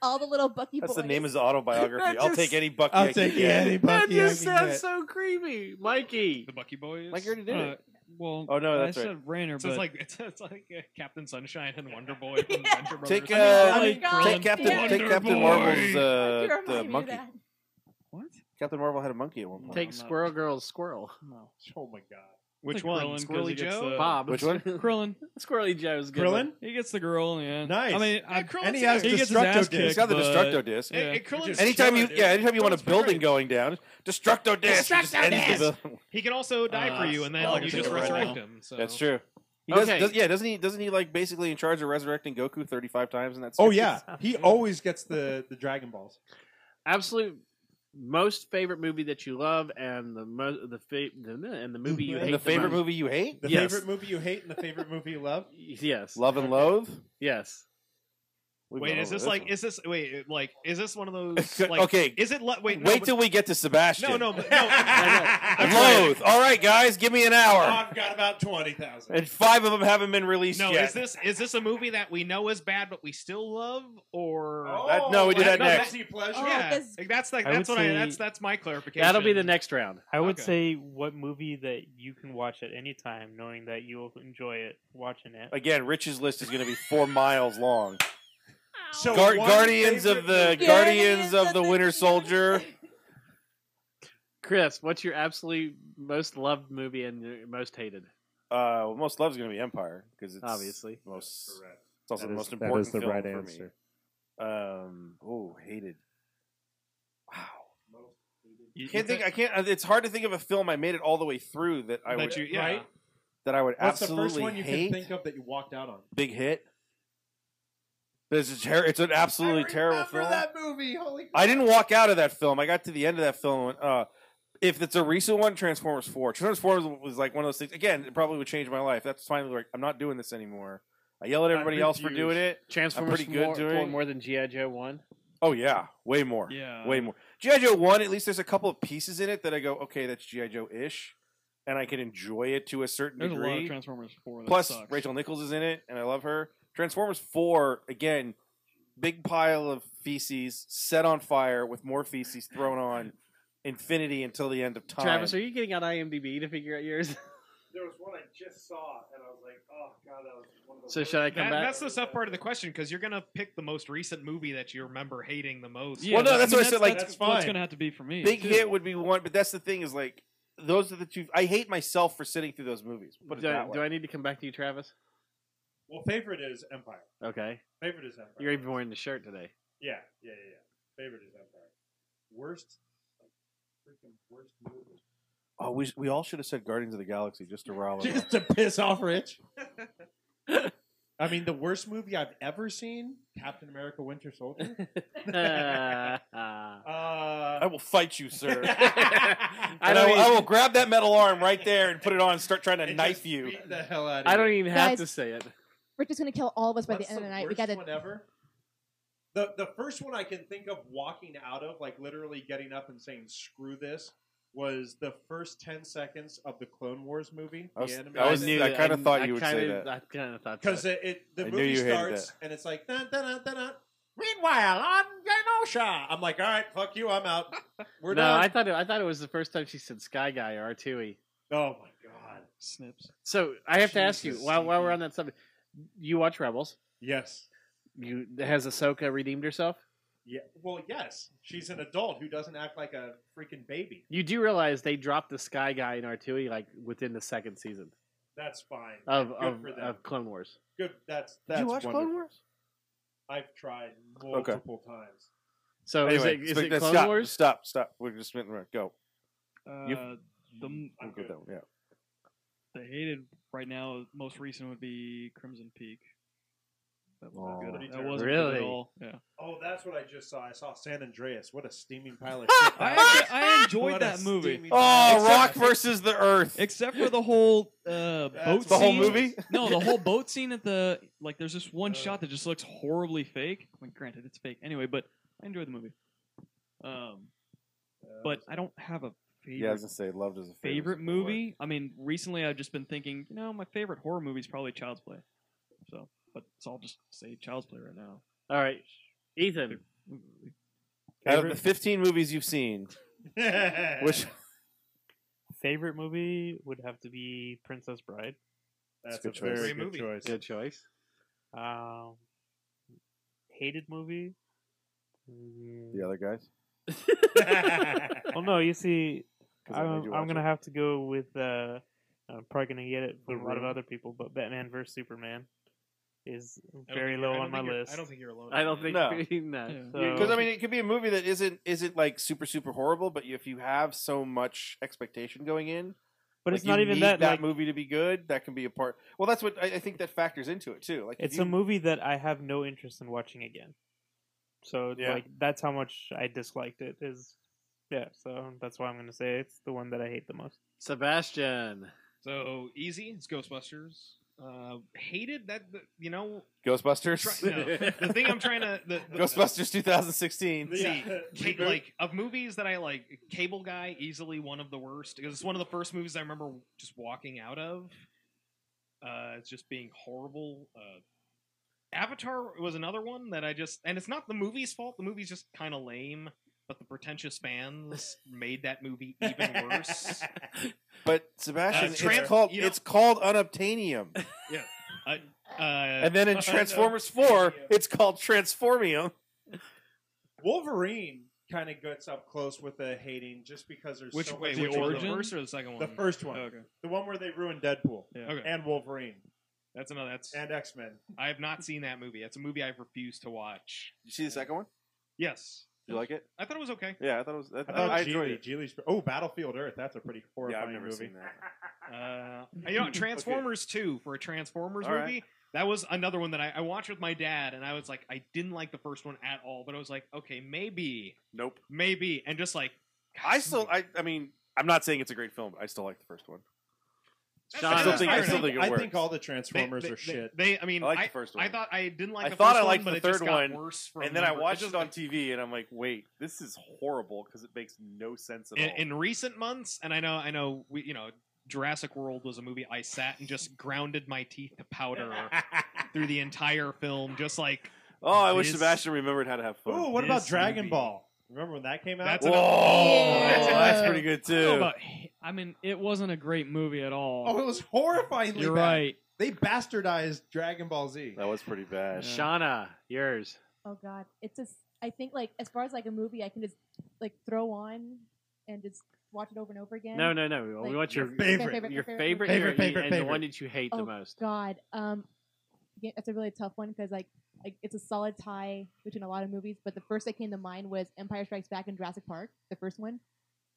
S7: all the little Bucky
S5: That's
S7: boys?
S5: the name of his autobiography.
S3: That
S5: I'll
S3: just-
S5: take any Bucky.
S4: I'll
S5: I can
S4: take
S5: get.
S4: any Bucky
S3: that
S4: I
S3: just
S4: can
S3: sounds
S4: get.
S3: so creepy, Mikey.
S6: The Bucky Boys.
S5: Like you already did
S9: Uh,
S5: it.
S9: well,
S5: Oh, no,
S9: I
S5: that's right.
S9: said Rainer,
S6: So
S9: but
S6: it's like it's, it's like uh, Captain Sunshine and Wonder Boy from
S7: Yeah.
S6: Venture Brothers.
S5: Take
S7: I mean,
S5: uh,
S7: I mean, God
S5: take Captain
S7: damn
S5: take
S7: it.
S5: Captain
S6: Boy.
S5: Marvel's uh,
S7: Why'd you
S5: the
S7: remind me of
S5: monkey.
S7: that?
S9: what?
S5: Captain Marvel had a monkey at one point.
S3: Take
S9: Uh, I'm not-
S3: Squirrel Girl's squirrel.
S9: No.
S4: Oh my god.
S9: Like
S6: Which one?
S9: Krillin, 'cause he
S6: Squirrely
S9: gets
S6: Joe?
S9: the-
S3: Bob.
S5: Which one?
S9: Krillin.
S3: Squirrely Joe's a good.
S4: Krillin?
S3: one.
S9: He gets the girl, yeah.
S4: Nice.
S9: I mean, I,
S1: uh,
S6: Yeah, Krillin's
S4: and he has
S9: he
S6: here.
S9: gets his
S4: Destructo
S9: ass
S4: disc.
S9: kicked.
S5: He's got the
S9: but-
S5: Destructo disc.
S9: Yeah.
S6: Hey, hey, Krillin's
S4: Just
S5: Anytime you
S6: killer, dude.
S5: yeah, anytime you want a
S6: Krillin's
S5: building
S6: great.
S5: going down, Destructo disc. it just
S6: Destructo
S5: ends the building.
S6: He can also die
S9: Uh,
S6: for you, and then
S9: I'll
S6: you
S9: take
S6: just
S9: it right
S6: resurrect
S9: now.
S6: him. So.
S5: That's true. He
S3: Okay.
S5: does, does, yeah, doesn't he? Doesn't he like basically in charge of resurrecting Goku thirty five times in that?
S4: Oh
S5: series?
S4: yeah, he always gets the the Dragon Balls.
S3: Absolute most favorite movie that you love, and the mo- the, fa- the and the movie you
S4: And
S3: hate.
S5: And the favorite
S3: most.
S5: movie you hate?
S4: The
S3: Yes.
S4: favorite movie you hate and the favorite movie you love.
S3: Yes.
S5: Love and Loathe.
S3: Yes.
S5: We've
S6: Wait,
S5: gone
S6: is
S5: over
S6: this like
S5: one.
S6: is this wait it- like is this one of those like
S5: okay?
S6: is it lo- wait
S5: Wait,
S6: no, but-
S5: till we get to Sebastian.
S6: no no but- no I'm trying-
S5: Loathe. All right, guys, give me an hour.
S4: I've got about twenty thousand.
S5: And five of them haven't been released
S6: no
S5: yet.
S6: is this is this a movie that we know is bad but we still love or
S4: Oh.
S5: That- no, we do that next.
S4: Pleasure.
S7: Oh,
S6: yeah
S7: this-
S6: that's like
S2: I
S6: that's
S2: would
S6: what I
S2: say-
S6: that's that's my clarification
S3: That'll be the next round.
S2: I would
S6: Okay.
S2: say what movie that you can watch at any time, knowing that you'll enjoy it watching it.
S5: Again, Rich's list is going to be four miles long.
S4: So
S5: Gar-
S4: one
S5: Guardians of
S4: favorite
S5: the
S4: movie-
S5: Guardians of the Winter Soldier.
S3: Chris, what's your absolute most loved movie and your most hated?
S5: Uh, well, most love's going to be Empire because it's
S3: Obviously.
S5: most.
S4: Correct.
S5: It's also
S4: That
S5: the
S4: is-
S5: most
S4: that
S5: important
S4: is the
S5: film
S4: right
S5: for
S4: answer.
S5: me. Um, oh, hated. Wow.
S9: You-
S5: Can't
S9: you
S5: think.
S9: said-
S5: I can't. It's hard to think of a film I made it all the way through that I
S6: that
S5: would
S6: you yeah
S4: right?
S5: that I would
S4: What's the
S5: absolutely
S4: first one you
S5: hate.
S4: can think of that you walked out on?
S5: Big hit. This is ter- it's an absolutely terrible film.
S4: movie. Holy.
S5: I didn't walk out of that film. I got to the end of that film. And, went, uh, if it's a recent one, Transformers Four. Transformers was like one of those things. Again, it probably would change my life. That's finally like I'm not doing this anymore. I yell at everybody else for doing it.
S3: Transformers
S5: pretty good
S3: more,
S5: doing-
S3: more- more than GI Joe one.
S5: Oh yeah, way more.
S9: yeah.
S5: Way more. GI Joe One. At least there's a couple of pieces in it that I go, okay, that's GI Joe ish, and I can enjoy it to a certain
S9: There's a lot
S5: degree.
S9: of Transformers 4 that
S5: Plus,
S9: sucks.
S5: Rachel Nichols is in it, and I love her. Transformers Four again, big pile of feces set on fire with more feces thrown on infinity until the end of time.
S3: Travis, are you getting on IMDb to figure out yours?
S4: There was one I just saw, and I was like, "Oh God, that was one of the."
S3: So should I come
S6: That-
S3: back?
S6: that's the tough part of the question because you're gonna pick the most recent movie that you remember hating the most.
S5: Yeah, Well, no,
S1: I
S5: that's
S1: mean,
S5: what I said, like-
S1: that's
S4: That's
S1: what's
S4: fine.
S1: gonna have to be for me.
S5: Big
S1: too.
S5: hit would be one, but that's the thing is like those are the two. I hate myself for sitting through those movies. Put it
S3: do, I,
S5: that way.
S3: do I need to come back to you, Travis?
S4: Well, favorite is Empire.
S3: Okay.
S4: Favorite is Empire.
S3: You're even wearing the shirt today.
S4: Yeah, yeah, yeah, yeah. Favorite is Empire. Worst, like, freaking worst movie.
S5: oh, we, sh- we all should have said Guardians of the Galaxy just to rile him up.
S4: Just to piss off Rich. I mean, the worst movie I've ever seen: Captain America: Winter Soldier.
S3: I
S5: I
S4: Uh,
S5: will fight you, sir. I,
S3: I
S5: will,
S3: don't
S5: I will grab that metal arm right there and put it on and start trying to
S4: it
S5: knife
S4: just
S5: you.
S4: beat The hell out of
S3: don't even have
S7: Guys,
S3: to say it.
S7: We're just gonna kill all of us by
S4: What's
S7: the end of the night. We
S4: worst
S7: gotta.
S4: one ever? The the first one I can think of walking out of, like literally getting up and saying "screw this," was the first ten seconds of the Clone Wars movie.
S5: I was-
S4: the
S5: I was-
S4: animated
S5: I kinda thought you would say
S3: kinda-
S5: that.
S3: I kind of thought
S4: because
S3: so.
S4: it, it the
S5: I knew
S4: movie
S5: you hated
S4: starts
S5: that.
S4: and it's like dun, dun, dun, dun, dun. meanwhile on Genosha. I'm like, all right, fuck you, I'm out. We're
S3: no, I
S4: done.
S3: thought it, I thought it was the first time she said Sky Guy E. or R2E.
S4: Oh my god.
S1: snips.
S3: So I have to ask you
S4: Jesus,
S3: while, while we're
S4: CP.
S3: on that subject, you watch Rebels?
S4: Yes.
S3: You has Ahsoka redeemed herself?
S4: Yeah. Well, yes. She's an adult who doesn't act like a freaking baby.
S3: You do realize they dropped the Sky Guy in R2E like within the second season
S4: That's fine.
S3: of
S4: Good
S3: of,
S4: for them.
S3: of Clone Wars.
S4: Good. That's that's
S5: Uh, Did you watch
S4: wonderful.
S5: Clone Wars?
S4: I've tried multiple times.
S3: So
S5: Oh, Anyway,
S3: is it, is
S5: speak-
S3: it Clone
S5: stop,
S3: Wars?
S5: stop, stop. We're just spinning around. Go.
S1: Uh, the m-
S5: We'll go
S4: good.
S5: that one, yeah.
S1: the hated right now most recent would be Crimson Peak. That
S5: Oh.
S1: wasn't
S4: Pretty
S1: good. That
S4: terrible.
S1: wasn't good
S3: Really?
S1: at all. Yeah.
S4: Oh, that's what I just saw. I saw San Andreas. What a steaming pile of shit.
S1: I,
S4: that was.
S1: actually- I enjoyed
S4: What a
S1: that movie,
S4: steaming pile
S5: Oh,
S4: of shit.
S5: Rock versus the Earth.
S1: except for the whole uh, boat.
S5: the whole
S1: scene.
S5: movie?
S1: No, the whole boat scene at the like. There's this one
S4: Uh.
S1: shot that just looks horribly fake. I mean, granted, it's fake anyway, but I enjoyed the movie. Um, but I don't have a favorite
S5: Yeah, I was gonna say, loved as a
S1: favorite movie. I mean, recently I've just been thinking, you know, my favorite horror movie is probably Child's Play. So, but it's all just say Child's Play right now.
S3: All right, Ethan.
S5: Out of uh, the 15 movies you've seen, which
S2: Favorite movie would have to be Princess Bride.
S4: that's
S5: It's a
S4: a
S5: good choice.
S4: very
S6: Great
S4: good
S6: movie.
S4: choice.
S3: Good choice.
S2: Um, hated movie. Mm,
S5: the other guys.
S2: Well, no, you see,
S5: 'Cause I made
S2: I'm,
S5: you
S2: I'm
S5: watch
S2: gonna
S5: it.
S2: have to go with. Uh, I'm probably gonna get it from
S4: The
S2: a lot of
S4: Room?
S2: other people, but Batman vs Superman is
S6: I don't
S2: very
S6: think you're-
S2: low
S6: I don't
S2: on my
S6: think you're-
S2: list.
S6: I don't think you're alone.
S3: I don't think
S5: No.
S3: no.
S1: Yeah.
S2: So-
S5: Because I mean, it could be a movie that isn't isn't like super super horrible, but if you have so much expectation going in,
S2: but
S5: like,
S2: it's
S5: you
S2: not even
S5: need
S2: that.
S5: that
S2: like,
S5: movie to be good, that can be a part. Well, that's what I, I think that factors into it too. Like if
S2: it's
S5: you,
S2: a movie that I have no interest in watching again. So
S5: Yeah.
S2: like that's how much I disliked it. Is yeah. So that's why I'm gonna say it's the one that I hate the most.
S3: Sebastian.
S6: So easy. It's Ghostbusters. Uh, hated that. that- You know, try,
S5: Ghostbusters,
S6: no. the thing I'm trying to the, the,
S5: Ghostbusters 2016.
S4: Yeah.
S6: Ca- like of movies that I like, Cable Guy easily one of the worst because it's one of the first movies I remember just walking out of. Uh, it's just being horrible. Uh, Avatar was another one that I just, and it's not the movie's fault. The movie's just kind of lame, but the pretentious fans made that movie even worse.
S5: But Sebastian,
S6: Uh,
S5: it's
S6: Tran-
S5: called
S6: you know-
S5: it's called Unobtainium,
S6: Uh,
S5: and then in Transformers 4, it's called Transformium.
S4: Wolverine kind of gets up close with the hating just because there's
S6: which
S4: so
S6: way?
S4: much
S6: Which
S4: going
S6: one,
S4: on.
S6: the first or the second
S4: The
S6: one?
S4: first one,
S1: Okay.
S4: the one where they ruined Deadpool
S6: Okay,
S4: and Wolverine
S6: that's another. That's
S4: and X Men.
S6: I have not seen that movie. That's a movie I've refused to watch.
S5: You see the second one?
S6: Yes,
S5: You like it?
S6: I thought it was okay.
S5: Yeah, I thought it was. I,
S4: I
S5: thought
S4: thought
S5: I enjoyed
S4: Geely,
S5: it.
S4: Geely's. Oh, Battlefield Earth. That's a pretty horrifying
S5: never
S4: movie.
S5: seen that.
S6: Uh, you know, Transformers 2 for a Transformers
S5: All right.
S6: movie. That was another one that I, I watched with my dad, and I was like, I didn't like the first one at all, but I was like, okay, maybe,
S5: Nope.
S6: maybe, and just like,
S5: I still. I. I mean, I'm not saying it's a great film, but I still like the first one.
S3: Sean,
S5: I still think. I
S6: fair
S5: still
S6: enough.
S5: think it
S4: I
S5: works.
S4: think all the
S6: they-
S4: Transformers
S6: they-
S4: are
S6: they-
S4: shit.
S6: They, I mean,
S5: I like
S6: I,
S5: the first one.
S6: I thought I didn't like.
S5: I
S6: the
S5: thought
S6: first
S5: I liked
S6: one,
S5: the
S6: but it just
S5: third
S6: got
S5: one,
S6: worse. From
S5: and then I
S6: number-
S5: watched
S6: just-
S5: it on TV, and I'm like, wait, this is horrible because it makes no sense at
S6: in,
S5: all.
S6: in recent months, and I know, I know, we, you know, Jurassic World was a movie I sat and just grounded my teeth to powder through the entire film, just like
S5: Oh, I wish
S6: This-
S5: Sebastian remembered how to have fun.
S4: Ooh, what about
S6: This
S4: Dragon
S6: movie.
S4: Ball? Remember when that came out?
S6: That's
S5: Whoa,
S6: an-
S5: that's,
S7: Yeah.
S5: pretty good
S9: I, don't know
S5: too.
S9: about- I mean, it wasn't a great movie at all.
S4: oh, it was horrifyingly
S9: You're
S4: bad.
S9: right.
S4: They bastardized Dragon Ball Z.
S5: That was pretty bad.
S9: Yeah.
S3: Shauna, yours.
S7: Oh God, it's just. I think like as far as like a movie, I can just like throw on and just watch it over and over again.
S3: No, no, no. we
S7: Like-
S3: want your
S4: Your
S3: your
S4: favorite.
S3: favorite,
S7: favorite,
S3: character
S4: Favorite, favorite,
S3: and the
S4: favorite.
S3: one that you hate the
S7: Oh,
S3: most.
S7: God, um, yeah, that's a really tough one because like, like it's a solid tie between a lot of movies. But the first that came to mind was Empire Strikes Back and Jurassic Park, the first one.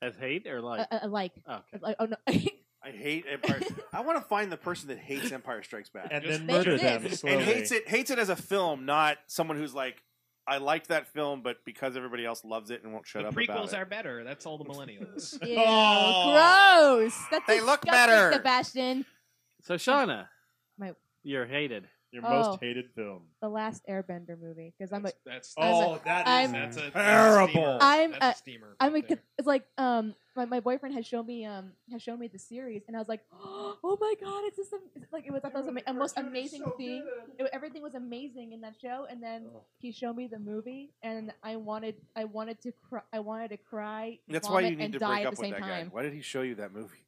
S3: As hate or like?
S7: uh, uh, like,
S3: Oh, okay.
S7: like, oh no, they
S5: I hate Empire. I want to find the person that hates Empire Strikes Back
S4: And
S6: Just-
S4: then murder
S7: They
S4: them
S7: did. And
S4: slowly.
S5: and hates it hates it as a film, not someone who's like, I liked that film, but because everybody else loves it and won't shut
S6: the
S5: up
S6: prequels
S5: about it.
S6: are better. That's all the millennials.
S7: Ew,
S4: Oh.
S7: gross. That's
S5: They look
S7: disgusting,
S5: better.
S7: Sebastian,
S3: So Shauna,
S7: uh, My-
S3: you're hated.
S4: Your
S7: Oh.
S4: most hated film.
S7: the last Airbender movie, because I'm a,
S6: That's, that's,
S7: Oh,
S4: Oh, that
S7: I'm-
S4: is-
S6: that's a
S4: Terrible.
S6: That's a steamer.
S7: I'm
S6: that's a steamer
S7: I'm
S6: right
S7: like,
S6: there.
S7: it's like, um, my, my boyfriend has shown me, um, has shown me the series, and I was like, oh my god, it's just some, it's like it was, I thought it was ama- a most amazing thing. It- everything was amazing in that show, and then
S5: Oh.
S7: he showed me the movie, and I wanted, I wanted to cry, I wanted to cry.
S5: That's why you
S7: vomit,
S5: need
S7: and
S5: to
S7: die
S5: break
S7: at
S5: up
S7: the
S5: with
S7: same
S5: that guy.
S7: time.
S5: Why did he show you that movie?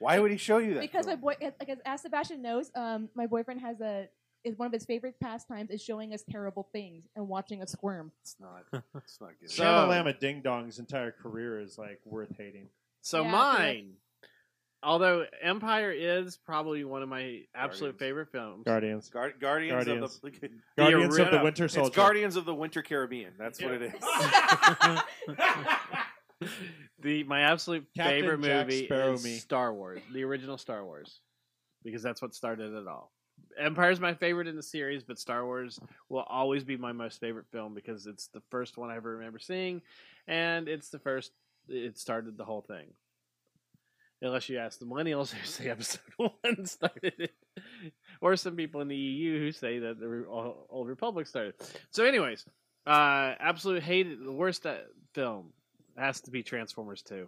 S5: Why would he show you that?
S7: because my
S5: film?
S7: boy, like as Sebastian knows, um, my boyfriend has a is one of his favorite pastimes is showing us terrible things and watching us squirm.
S5: it's not. It's not good.
S3: So-
S4: Shamalama Ding Dong's entire career is like worth hating.
S3: So
S7: Yeah, I feel like-
S3: mine. Although Empire is probably one of my absolute
S5: Guardians.
S3: favorite films.
S4: Guardians.
S5: Guard- Guardians,
S4: Guardians.
S5: of the
S4: Guardians of the
S5: original-
S4: Winter Soldier.
S5: It's Guardians of the Winter Caribbean. That's what it is.
S3: the my absolute
S4: Captain
S3: favorite
S4: Jack
S3: movie
S4: Sparrow
S3: is
S4: me.
S3: Star Wars, the original Star Wars, because that's what started it all. Empire's my favorite in the series, but Star Wars will always be my most favorite film because it's the first one I ever remember seeing, and it's the first it started the whole thing. Unless you ask the millennials who say episode one started it, or some people in the EU who say that the Re- old Republic started. So, anyways, uh, absolute hated the worst uh, film has to be Transformers Two.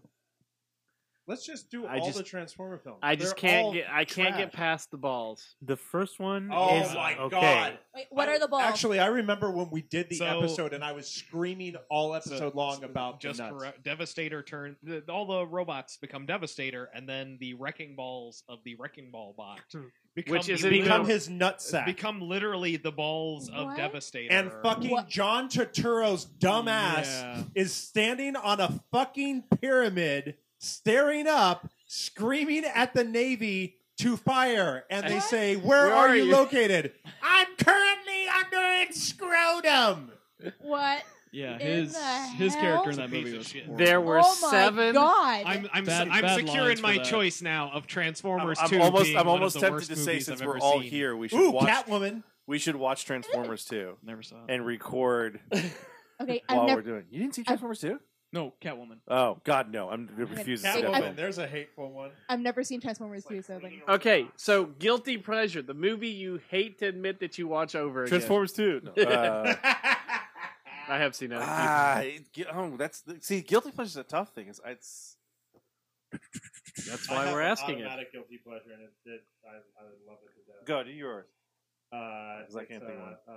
S4: Let's just do
S3: I
S4: all
S3: just-
S4: the Transformer films.
S3: I just
S4: They're all
S3: can't get I can't get
S4: trash.
S3: past the balls.
S2: The first one
S4: Oh
S2: is
S4: my
S2: okay.
S4: god!
S7: Wait, what
S4: I-
S7: are the balls?
S4: Actually, I remember when we did the
S6: So-
S4: episode, and I was screaming all episode long about
S6: just
S4: the nuts.
S6: corrupt- Devastator turn. The, all the robots become Devastator, and then the wrecking balls of the wrecking ball bot
S9: Hmm.
S6: become
S3: Which is
S6: the
S3: in
S6: little-
S4: become his nutsack.
S6: become literally the balls
S7: What?
S6: of Devastator.
S4: and fucking
S7: What?
S4: John Turturro's dumbass
S6: Yeah.
S4: is standing on a fucking pyramid, staring up, screaming at the Navy to fire. And they
S7: What?
S4: say, Where,
S3: Where
S4: are,
S3: are
S4: you,
S3: you?"
S4: located? I'm currently under its scrotum.
S7: what?
S9: Yeah,
S7: In
S9: his
S7: the
S9: his character in
S6: hell?
S9: that movie
S6: Piece of
S9: was
S6: shit.
S9: horrible.
S3: There were
S7: oh my
S3: seven.
S7: God.
S6: I'm I'm
S9: Bad-
S6: I'm
S9: bad
S6: secure
S9: lines
S6: in my
S9: for that.
S6: choice now of Transformers
S5: I'm, I'm
S6: 2
S5: almost.
S6: being
S5: I'm
S6: one of
S5: almost
S6: the
S5: tempted
S6: worst
S5: to say
S6: movies
S5: since
S6: I've
S5: we're
S6: ever
S5: all
S6: seen.
S5: here, we should
S4: Ooh,
S5: watch.
S4: Catwoman.
S5: We should watch Transformers two
S9: Never saw it.
S5: and record
S7: okay, I've
S5: while
S7: never.
S5: we're doing. You didn't see Transformers two?
S9: No, Catwoman.
S5: Oh God, no! I'm it refuses to
S7: Catwoman.
S5: step in.
S4: There's a hateful one.
S7: I've never seen Transformers 2, so like,
S3: Okay, so guilty pleasure, the movie you hate to admit that you watch over again.
S5: Transformers two. No. Uh,
S3: I have seen it.
S5: ah, it- gu- oh, that's see, guilty pleasure is a tough thing. It's, it's
S3: That's why we're asking it.
S4: guilty pleasure, and it, it, I, I love it to death.
S5: go do yours.
S4: Uh,
S5: Because I can't think of one.
S4: uh,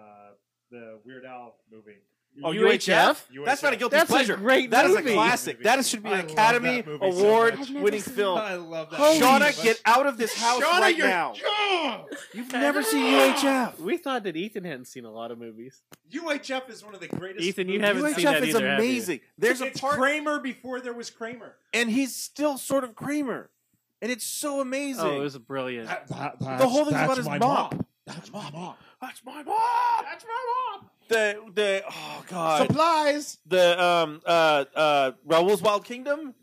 S4: the Weird Owl movie.
S5: Oh,
S3: UHF?
S5: UHF? That's not a guilty
S3: That's a
S5: pleasure.
S3: great
S5: That is a
S3: movie.
S5: classic. That should be
S4: I
S5: an
S4: love
S5: Academy
S4: that movie so
S5: Award
S7: much. I've never
S5: winning
S7: seen
S5: film.
S4: I love that.
S5: Holy
S4: movie
S5: Shauna,
S4: so
S5: get
S4: much.
S5: out of this house
S4: Shauna,
S5: right
S4: you're-
S5: now.
S4: Ugh!
S5: You've never seen UHF.
S3: We thought that Ethan hadn't seen a lot of movies.
S4: UHF is one of the greatest.
S3: Ethan, you
S4: movies.
S3: haven't seen that
S5: UHF is
S3: either, have you?
S5: amazing. There's a
S4: it's
S5: part,
S4: Kramer before there was Kramer.
S5: and he's still sort of Kramer, and it's so amazing.
S3: Oh, it was brilliant.
S5: the whole thing's about his mop.
S4: That's my mom.
S5: That's my mom.
S4: That's my mom.
S5: The the oh god.
S4: Supplies.
S5: the um uh uh Raoul's Wild Kingdom.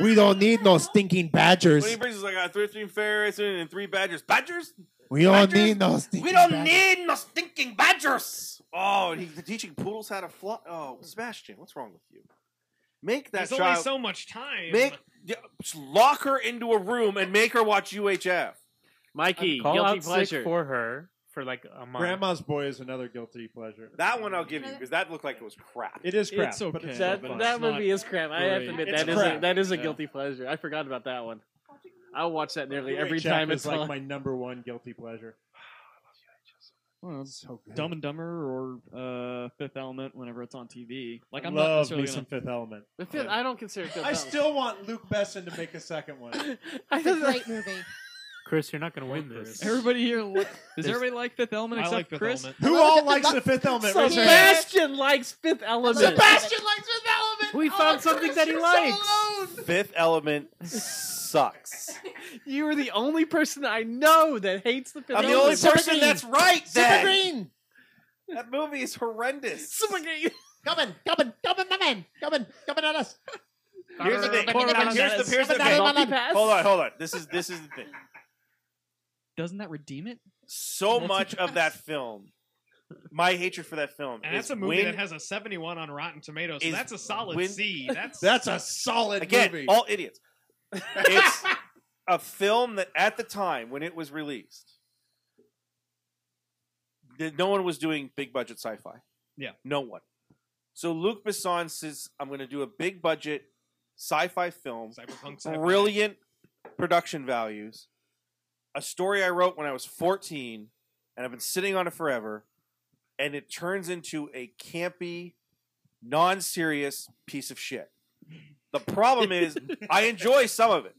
S4: We don't need no stinking
S5: When he
S4: badgers.
S5: brings us like a thirteen ferrets and three badgers. Badgers?
S4: We don't
S5: Badgers?
S4: need no stinking.
S5: We don't
S4: badgers.
S5: need no stinking badgers. Oh, and he's teaching poodles how to fly. Oh, Sebastian, what's wrong with you? Make that
S6: There's
S5: child
S6: only so much time.
S5: make yeah, just lock her into a room and make her watch UHF.
S3: Mikey,
S2: Call
S3: guilty
S2: out sick
S3: pleasure.
S2: for her for like a month.
S4: Grandma's Boy is another guilty pleasure.
S5: That one I'll give you because that looked like it was crap.
S4: It is crap.
S9: It's okay.
S4: But it's
S9: That-
S4: still fun.
S9: that- not
S3: movie is crap. I have to admit
S4: It's
S3: that is a,
S4: crap.
S3: that is a
S9: Yeah.
S3: guilty pleasure. I forgot about that one. I'll watch that nearly
S4: UHF
S3: every time
S4: is
S3: it's
S4: like
S3: on.
S4: my number one guilty pleasure.
S1: I don't know,
S4: So good.
S1: Dumb and Dumber or uh, Fifth Element whenever it's on TV. Like I'm not
S4: Love
S1: necessarily
S4: me
S1: gonna,
S4: some Fifth Element.
S3: The fifth, I don't consider. Fifth
S4: I
S3: Element-
S4: still want Luke Besson to make a second one.
S3: I
S7: It's a
S3: don't-
S7: great movie.
S2: Chris, you're not going to
S6: Poor
S2: win
S6: Chris.
S2: this.
S1: Everybody here, li- does
S2: There's-
S1: everybody like Fifth Element
S6: I
S1: except
S6: like
S1: for
S6: Fifth
S1: Chris?
S6: Element.
S4: Who
S7: love
S4: all
S7: it.
S4: likes the Fifth Element? Raise your hand.
S3: Sebastian likes Fifth Element.
S7: Sebastian
S4: likes Fifth Element.
S3: We found something that he likes.
S5: Fifth Element sucks.
S3: You are the only person I know that hates the Fifth
S5: I'm the
S3: Element.
S5: only person that's right. Then.
S4: Green.
S5: That movie is horrendous.
S4: Coming, coming, coming, coming, coming, coming at us.
S5: Here's the thing. Here's the, here's the thing. Hold on, hold on. This is this is the thing.
S1: Doesn't that redeem it?
S5: So much of that film, my hatred for that film,
S6: And
S5: is
S6: that's a movie
S5: when,
S6: that has a 71 on Rotten Tomatoes. So
S5: is
S6: that's a solid
S5: when-
S6: C. That's
S4: That's a solid
S5: again
S4: movie.
S5: all idiots. It's a film that at the time when it was released, that no one was doing big budget sci-fi.
S6: Yeah.
S5: no one. So Luke Besson says, "I'm going to do a big budget sci-fi film
S6: cyberpunk. sci-fi.
S5: brilliant production values. A story I wrote when I was 14, and I've been sitting on it forever, and it turns into a campy, non serious piece of shit. The problem is, I enjoy some of it.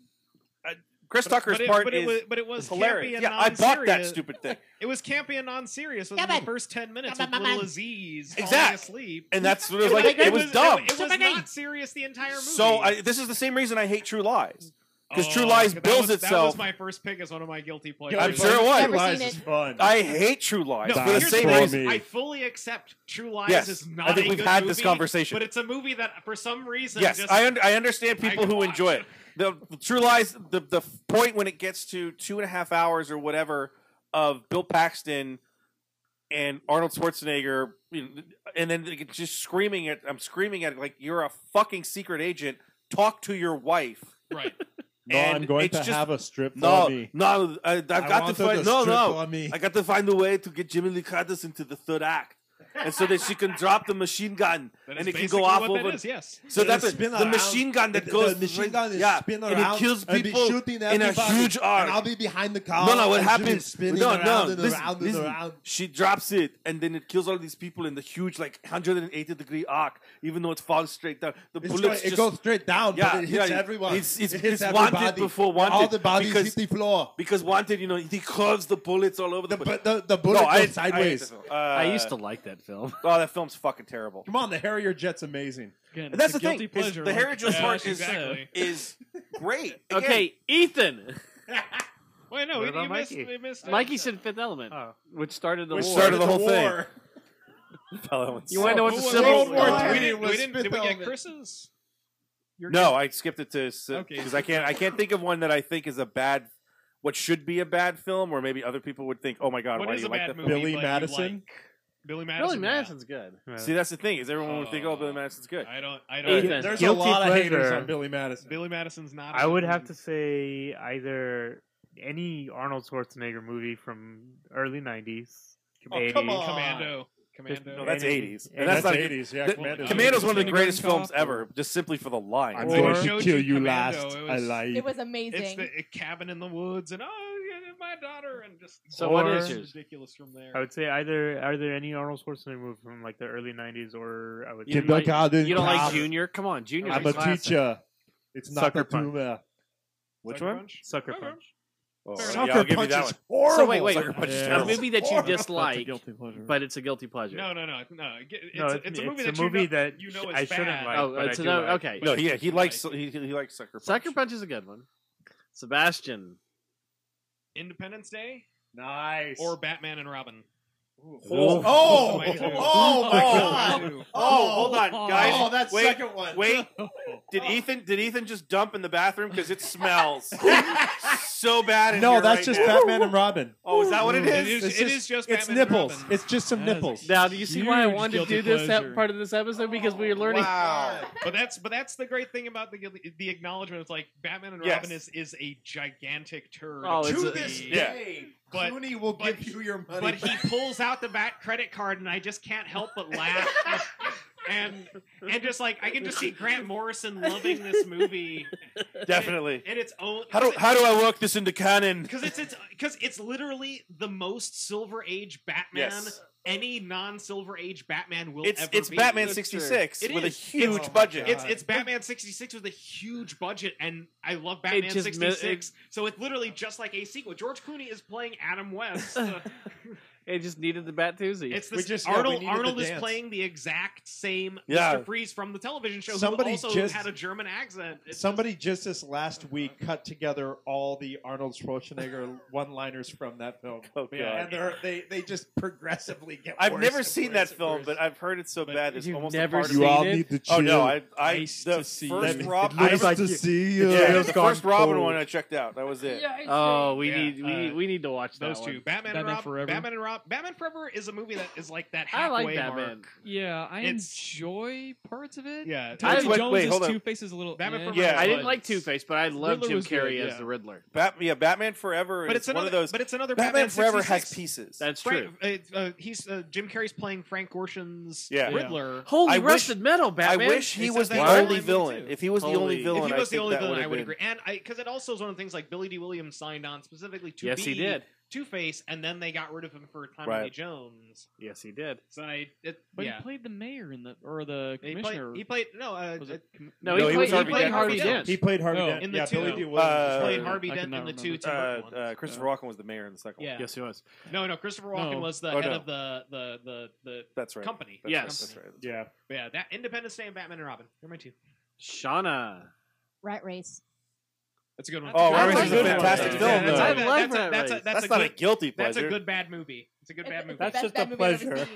S5: Uh, Chris Tucker's
S6: but it,
S5: part
S6: but
S5: is
S6: it was, but it was campy
S5: hilarious.
S6: and
S5: Yeah, I bought that
S6: non-serious.
S5: stupid thing,
S6: It was campy and non-serious within the first ten minutes with little Aziz falling
S5: Exact.
S6: asleep.
S5: and that's what it was like. It was dumb.
S6: It, was not serious the entire movie.
S5: So I, this is the same reason I hate True Lies. 'cause
S6: Oh,
S5: True Lies
S6: that was-
S5: builds
S6: That
S5: itself-
S6: was my first pick as one of my guilty pleasures.
S5: I'm sure it was.
S7: Never
S4: Lies
S7: seen
S4: is
S7: it.
S4: fun.
S5: I hate True Lies
S6: No,
S5: for the
S6: here's
S5: same
S6: the thing.
S5: reason.
S6: I fully accept True Lies
S5: Yes,
S6: is
S5: I
S6: not.
S5: think
S6: a
S5: we've
S6: good
S5: had
S6: movie,
S5: this conversation.
S6: but it's a movie that for some reason.
S5: Yes,
S6: just,
S5: I, un- I understand people
S6: I
S5: who
S6: watch.
S5: enjoy it. The, the True Lies, the, the point when it gets to two and a half hours or whatever of Bill Paxton and Arnold Schwarzenegger, you know, and then they get just screaming at, I'm screaming at it like you're a fucking secret agent. Talk to your wife.
S6: right.
S4: no, I'm
S5: and
S4: going
S5: it's
S4: to
S5: just-
S4: have a strip
S5: No,
S4: for me.
S5: no, I, I've
S4: I
S5: got to
S4: wanted a
S5: find no,
S4: strip
S5: no.
S4: for me.
S5: I got to find a way to get Jimmy Lee Curtis into the third act, and so that she can drop the machine gun
S6: That
S5: and
S6: is
S5: it can
S6: basically
S5: go off
S6: what that
S5: over.
S6: is, yes.
S5: So
S4: It'll
S5: that's a,
S4: spin
S5: the
S4: around.
S5: machine gun that
S4: The-
S5: goes.
S4: the machine
S5: right-
S4: gun is
S5: yeah,
S4: spinning
S5: and
S4: around
S5: it kills
S4: and be
S5: people
S4: shooting
S5: in a
S4: everybody,
S5: huge arc.
S4: And I'll be behind the car.
S5: No, no, what
S4: and she'll be
S5: happens-
S4: Spinning
S5: no,
S4: around
S5: no,
S4: and
S5: listen,
S4: around
S5: listen.
S4: and around.
S5: she drops it, and then it kills all these people in the huge, like 180 degree arc. Even though it falls straight down, the
S4: It's
S5: bullets
S4: going,
S5: just
S4: it goes straight down,
S5: yeah,
S4: but it hits
S5: yeah,
S4: everyone.
S5: It's it's,
S4: it hits
S5: it's
S4: everybody.
S5: wanted before wanted.
S4: All the bodies
S5: because,
S4: hit the floor.
S5: because wanted, you know, he curves the bullets all over the.
S4: The,
S5: place.
S4: but the, the
S5: no,
S4: bullet
S5: I- I hate
S4: goes sideways.
S5: this film. Uh,
S3: I used to like that film.
S5: Oh, that film's fucking terrible.
S4: Come on, the Harrier jet's amazing.
S1: Again,
S5: And that's
S1: it's
S5: the
S1: a
S5: thing.
S1: guilty
S5: is
S1: Pleasure,
S5: the
S1: like-
S5: Harry Jones
S6: Yeah,
S5: part is
S6: exactly.
S5: is great. Again,
S3: Okay, Ethan.
S6: Wait, no,
S2: What
S6: you-
S2: about
S6: you missed.
S2: Mikey?
S6: you missed- uh,
S3: Mikey said Fifth Element,
S2: Oh.
S3: which started the
S5: Which
S3: war.
S5: started the whole thing.
S4: war.
S3: you want to know what the
S6: Who won
S3: Civil
S4: World War
S6: War?
S4: II
S6: We didn't.
S4: was
S6: We didn't did we
S4: Fifth
S6: get
S4: Element.
S6: Chris's? Your
S5: No, I skipped it to because
S6: Okay.
S5: I can't. I can't think of one that I think is a bad, what should be a bad film, or maybe other people would think, "Oh my god,
S6: What
S5: why do
S6: is
S5: you
S6: a
S5: like
S6: bad
S5: that?"
S6: movie
S5: Film?
S4: Billy
S6: but you
S4: Madison?
S6: like? Billy Madison.
S3: Billy
S6: yeah.
S3: Madison's good.
S5: See, that's the thing is everyone would think, "Oh, Billy
S6: Oh.
S5: Madison's good."
S6: I don't. I don't.
S3: Ethan.
S4: There's
S2: Guilty
S4: a lot of haters
S2: pleasure.
S4: on Billy Madison.
S6: Billy Madison's not.
S2: I
S6: a
S2: would
S6: good
S2: have
S6: movie.
S2: to say either any Arnold Schwarzenegger movie from early 90s.
S4: Oh, come
S2: 80s.
S4: on.
S6: Commando. Commando.
S5: No, that's
S2: Any-
S5: '80s,
S2: any-
S5: and that's, not. a good-
S4: 80s. Yeah,
S5: the-
S4: Commando's
S5: Commando's
S4: good.
S5: one of the
S1: Kindergarten
S5: greatest films
S1: Cop or-
S5: ever, just simply for the line.
S4: I'm
S2: Or-
S4: going
S6: Showed
S4: to
S6: you
S4: kill you last.
S6: Commando. It
S4: I
S6: was-
S4: lied.
S7: It was
S6: It's
S7: amazing.
S6: the uh, cabin in the woods, and oh, yeah, my daughter, and just
S3: So
S2: what
S6: Or-
S2: is
S3: yours?
S6: ridiculous from there?
S2: I would say either either any Arnold Schwarzenegger movie from like the early 90s or I would
S3: You
S2: say,
S3: like-
S4: Kindergarten
S3: You don't
S4: Cop.
S3: like Junior? Come on, Junior.
S4: I'm a
S3: classic.
S4: teacher. It's not
S2: Sucker
S4: a
S2: Punch.
S4: tumor.
S5: Which
S6: Sucker
S5: one?
S6: Punch?
S2: Sucker
S6: Okay.
S2: Punch.
S5: Oh,
S6: Fair
S5: yeah,
S4: Sucker
S5: I'll give you
S4: Punch
S5: that
S4: is
S5: one.
S4: horrible.
S3: So wait, wait.
S5: Sucker Punch is
S2: Yeah.
S3: A
S5: terrible.
S3: movie that you
S4: Horrible.
S1: That's a
S3: dislike,
S1: guilty pleasure.
S3: but it's a guilty pleasure.
S6: No, no, no, no. it- It's,
S2: No,
S6: a-
S2: it's-
S6: it's a movie
S2: it's a
S6: that
S2: movie
S6: you know,
S2: that
S6: you know is
S2: I shouldn't
S6: bad.
S2: like.
S3: Oh,
S2: but I
S3: it's
S2: do
S3: a no.
S2: like.
S3: Okay.
S5: No, he he
S6: You
S5: likes
S6: like
S5: he, he likes Sucker Punch.
S3: Sucker Punch is a good one. Sebastian.
S6: Independence Day
S4: Nice.
S6: or Batman and Robin.
S5: Oh,
S4: Oh,
S6: Those are my two.
S4: oh my
S5: Oh.
S4: god.
S6: Two.
S5: Oh, hold on, guys.
S4: Oh, that
S5: wait,
S4: second one.
S5: Wait, did Ethan did Ethan just dump in the bathroom because it smells so bad? In
S4: No,
S5: here
S4: that's
S5: right
S4: just
S5: now.
S4: Batman and Robin.
S5: Oh, is that what it is?
S6: It is,
S4: It's
S6: it
S4: just-
S6: is just
S4: It's
S6: Batman
S4: nipples.
S6: And Robin.
S4: It's just some
S1: That is-
S4: nipples.
S3: Now, do you see why I
S1: Huge
S3: wanted to
S1: guilty
S3: do this
S1: pleasure.
S3: ep- part of this episode? Because we were learning.
S5: Wow.
S6: But that's but that's the great thing about the guilty- the acknowledgement. It's like Batman and
S5: Yes.
S6: Robin is is a gigantic turd.
S3: Oh, it's
S4: to
S3: a-
S4: this
S5: yeah.
S4: day,
S6: But-
S4: Clooney will
S6: but-
S4: give you your money.
S6: But he pulls out the bat credit card, and I just can't help but laugh. and and just like I can just see Grant Morrison loving this movie
S5: Definitely.
S6: and its own.
S5: How do how do I work this into canon?
S6: Because it's it's because it's literally the most Silver Age Batman
S5: Yes.
S6: any non-Silver Age Batman will
S5: It's
S6: ever
S5: it's
S6: be.
S5: Batman
S3: That's
S5: sixty
S3: true.
S5: six
S6: It
S5: with a
S6: is. It's-
S5: huge
S4: oh my
S5: budget.
S4: God.
S6: It's it's Batman sixty six with a huge budget, and I love
S3: It
S6: Batman
S3: just
S6: sixty
S3: mi-
S6: six. So it's literally just like a sequel. George Clooney is playing Adam West. Uh,
S3: It just needed the Bat Toozy.
S6: it's
S4: We
S6: this
S4: just- yeah, we
S6: Arnold.
S4: needed the
S6: Arnold is
S4: dance.
S6: playing the exact same
S5: Yeah.
S6: Mr. Freeze from the television show.
S4: Somebody
S6: who also
S4: just-
S6: had a German accent. It's
S4: Somebody just this last week cut together all the Arnold Schwarzenegger one-liners from that film,
S5: Oh god.
S4: and they're, they they just progressively get.
S5: I've
S4: worse
S5: never
S4: and
S5: seen
S4: worse
S5: that
S4: and
S5: film,
S4: worse.
S5: but I've heard it's so
S1: But
S5: bad. It's
S3: you've
S5: almost
S3: never
S5: a part of
S3: seen
S5: me.
S3: You all it? need
S4: to
S5: Oh no! I, I
S1: Nice
S5: the
S1: to see
S5: first
S1: it.
S5: Rob,
S1: Nice
S5: I was-
S1: to
S4: see
S5: yeah, the first Robin one I checked out. That was it.
S3: oh, we
S6: Yeah,
S3: need we,
S6: uh,
S3: need- we need to watch that
S6: those
S3: one.
S6: two, Batman, and
S1: Batman
S6: Rob,
S1: Forever.
S6: Batman and Rob, Batman Forever is a movie that is like that
S3: I
S6: halfway
S3: like Batman.
S6: mark.
S9: Yeah, I
S6: It's-
S9: enjoy parts of it.
S6: Yeah,
S9: Tommy
S5: Wait,
S9: Jones'
S5: wait, hold on.
S9: Two Face is a little.
S6: Batman
S9: eh.
S6: Forever
S5: Yeah.
S6: is
S3: I
S6: good.
S3: didn't like Two Face, but I love
S9: Riddler
S3: Jim
S9: was good,
S3: Carrey
S9: yeah.
S3: as the Riddler.
S5: Bat, yeah, Batman Forever.
S6: But it's
S5: one
S6: another.
S5: of those.
S6: but it's another
S5: Batman, Forever
S6: 66.
S5: has pieces.
S3: That's
S6: Frank,
S3: true.
S6: uh, uh, he's uh, Jim Carrey's playing Frank Gorshin's
S5: Yeah. Yeah.
S6: Riddler.
S3: Holy
S5: I wish-
S3: rusted metal, Batman.
S5: I wish he
S6: It's
S5: was
S6: a
S5: the
S6: Batman
S5: only
S6: movie,
S5: villain.
S6: too.
S5: If he was the
S3: Holy-
S5: only
S3: If
S5: villain,
S6: if he
S5: I
S6: was the
S5: think
S6: only
S5: that
S6: villain, I
S5: would've been-
S6: would agree. And I because it also is one of the things like Billy D. Williams signed on specifically to
S3: yes,
S6: be
S3: he did.
S6: Two Face, and then they got rid of him for Tommy
S5: Right.
S6: Lee Jones.
S3: Yes, he did.
S6: So I, it,
S9: But
S6: yeah,
S9: he played the mayor in the or the
S6: he played.
S9: commissioner.
S6: He played no. Uh,
S9: Was it commi-
S3: No,
S5: No,
S3: he,
S5: he was
S3: played,
S5: Harvey
S3: played
S5: Dent.
S3: Harvey
S6: He
S3: Dent.
S4: He played Harvey
S9: No,
S4: Dent.
S6: in the
S4: yeah,
S6: two-
S4: Billy D.
S6: uh,
S5: uh,
S4: Williams.
S6: played
S4: Harvey.
S6: Harvey
S9: I
S6: Dent
S9: cannot
S6: in the
S9: remember.
S6: two Tim
S5: Uh,
S6: Burton
S5: uh,
S6: ones.
S5: Christopher Walken was the mayor in the second
S6: Yeah.
S5: one.
S3: Yes, he was.
S6: No, no. Christopher Walken
S9: No.
S6: was the
S5: Oh,
S6: head
S5: no.
S6: of the the the the
S5: That's right.
S6: company.
S5: That's
S3: Yes.
S5: Right. That's right.
S4: Yeah.
S6: Yeah, that Independence Day and Batman and Robin. They're my two.
S3: Shauna.
S7: Rat race.
S6: That's a good one.
S5: Oh,
S6: That's
S5: Rat
S6: good
S5: Race is a
S6: one.
S5: fantastic
S6: Yeah,
S5: film,
S6: that's
S5: though.
S6: a-
S5: I
S3: love
S6: that's a-
S3: Rat
S6: that's a-
S3: Race.
S6: That's a
S5: That's not a
S6: good.
S5: guilty
S6: That's a
S5: pleasure.
S6: good bad movie. It's a good bad movie.
S7: That's
S2: just
S7: just bad
S2: a
S7: movie I've ever
S2: pleasure.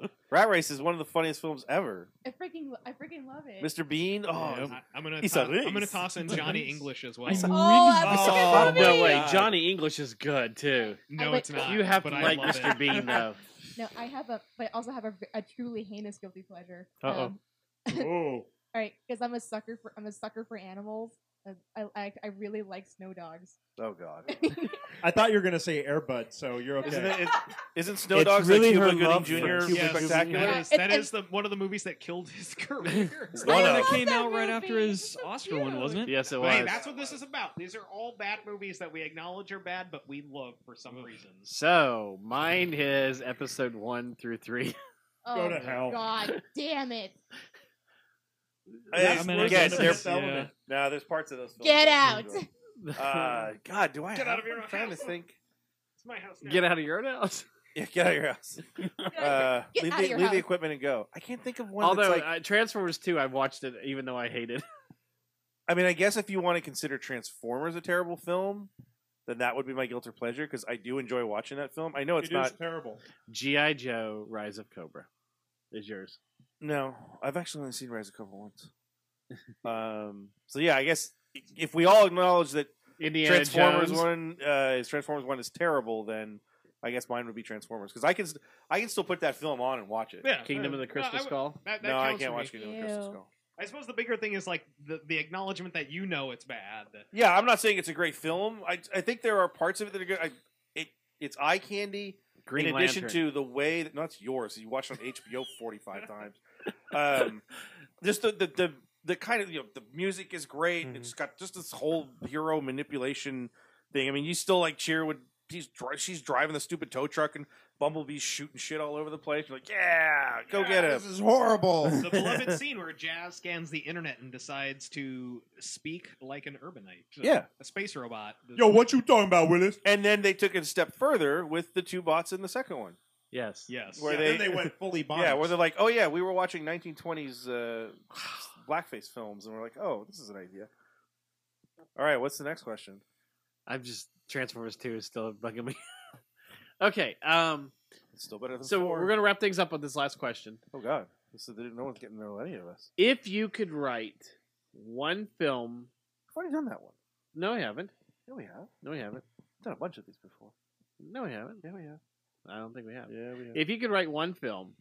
S7: seen.
S5: Rat Race is one of the funniest films ever.
S7: I freaking, lo- I freaking love it.
S5: Mr. Bean. Oh,
S6: I, am gonna.
S5: It's
S6: It's
S5: a
S6: I'm gonna
S5: race.
S6: toss in
S9: It's a
S6: Johnny
S9: race.
S6: English as well.
S9: I
S7: Oh,
S9: really
S7: I
S9: love
S7: love
S4: Oh,
S9: it.
S7: that movie.
S3: No way. Johnny English is good too.
S6: No,
S7: I
S6: it's
S7: like-
S6: not.
S3: You have to
S6: but I
S3: like
S6: love
S3: Mr.
S6: it.
S3: Bean though.
S7: No, I have a, but I also have a, v- a truly heinous guilty pleasure.
S9: Uh-oh.
S7: Um,
S4: Oh.
S7: all right, because I'm a sucker for, I'm a sucker for animals. Uh, I, I, I really like snow dogs.
S5: oh God.
S4: I thought you were gonna say Airbud, so you're okay.
S5: Isn't it? it isn't Snow
S2: It's
S5: Dogs
S2: really
S5: like
S2: her
S5: Cuba Gooding
S2: love
S5: Jr. Cuba
S2: for Cuba
S6: Yes,
S5: Spectacular?
S6: that is
S7: Yeah,
S6: that
S7: and-
S6: is the one of the movies that killed his career.
S5: It's
S9: The
S5: one
S9: one
S5: of
S9: that
S7: love
S9: came
S7: that
S9: out right after
S7: movie.
S9: his
S7: It's so
S9: Oscar one,
S7: cute.
S9: wasn't it?
S3: Yes, it
S6: But
S3: was.
S6: hey, that's what this is about. These are all bad movies that we acknowledge are bad, but we love for some reason.
S3: So mine is episode one through three.
S7: Oh,
S4: to hell.
S7: God damn it.
S5: It's-
S9: I'm an
S5: again,
S9: exorcist,
S5: there's,
S9: yeah.
S5: no, there's parts of those. Films
S7: Get
S5: that I
S7: out.
S5: enjoy. Uh, God, do I?
S6: Get
S5: have
S6: out of your
S5: one?
S6: own
S5: I'm trying to
S6: house.
S5: think.
S6: It's my house now.
S3: Get out of your own house.
S5: Yeah, get out of your house. Uh,
S7: Get
S5: leave
S7: out
S5: the,
S7: of your
S5: leave the
S7: house.
S5: equipment and go. I can't think of one.
S3: Although
S5: that's like,
S3: uh, Transformers two, I watched it even though I hate it.
S5: I mean, I guess if you want to consider Transformers a terrible film, then that would be my guilty pleasure because I do enjoy watching that film. I know it's
S4: It
S5: not.
S4: is terrible.
S3: GI Joe: Rise of Cobra is yours.
S5: No, I've actually only seen Rise of Cobra once. um. So yeah, I guess if we all acknowledge that
S3: Indiana
S5: Transformers
S3: Jones.
S5: one uh, is Transformers one is terrible, then I guess mine would be Transformers because I can st- I can still put that film on and watch it.
S6: Yeah,
S3: Kingdom
S6: uh,
S3: of the
S6: no,
S3: Crystal
S6: I would-
S3: Skull.
S6: That, that
S5: No, I
S6: counts
S5: can't
S6: for
S5: watch
S6: me.
S5: Kingdom of the Crystal
S7: Ew.
S5: Skull.
S6: I suppose the bigger thing is like the, the acknowledgement that you know it's bad.
S5: Yeah, I'm not saying it's a great film. I, I think there are parts of it that are good. I, it it's eye candy.
S3: Green
S5: in addition
S3: Lantern.
S5: to the way that not yours, you watched on HBO 45 times. Um, just the, the the the kind of you know the music is great. It's got just this whole hero manipulation thing. I mean, you still like cheer when he's dri- she's driving the stupid tow truck and Bumblebee's shooting shit all over the place. You're like, yeah, go
S6: Yeah,
S5: get him.
S4: This is horrible.
S6: The beloved scene where Jazz scans the internet and decides to speak like an urbanite.
S5: Yeah.
S6: A space robot.
S4: Yo, what you talking about, Willis?
S5: And then they took it a step further with the two bots in the second one.
S3: Yes.
S6: Yes.
S5: Where
S4: yeah,
S5: they-
S4: then they went fully Bond.
S5: Yeah, where they're like, oh yeah, we were watching 1920s uh, blackface films, and we're like, oh, this is an idea. All right, what's the next question?
S3: I'm just Transformers two is still bugging me. okay. Um.
S5: It's still better than
S3: So
S5: four.
S3: we're gonna wrap things up on this last question.
S5: Oh God, this is, no one's getting to know any of us.
S3: If you could write one film,
S5: I've already done that one.
S3: no, I haven't.
S5: Yeah, we have.
S3: No, we haven't.
S5: We've done a bunch of these before.
S3: No, we haven't.
S5: Yeah, we have.
S3: I don't think we have.
S5: Yeah, we have.
S3: If you could write one film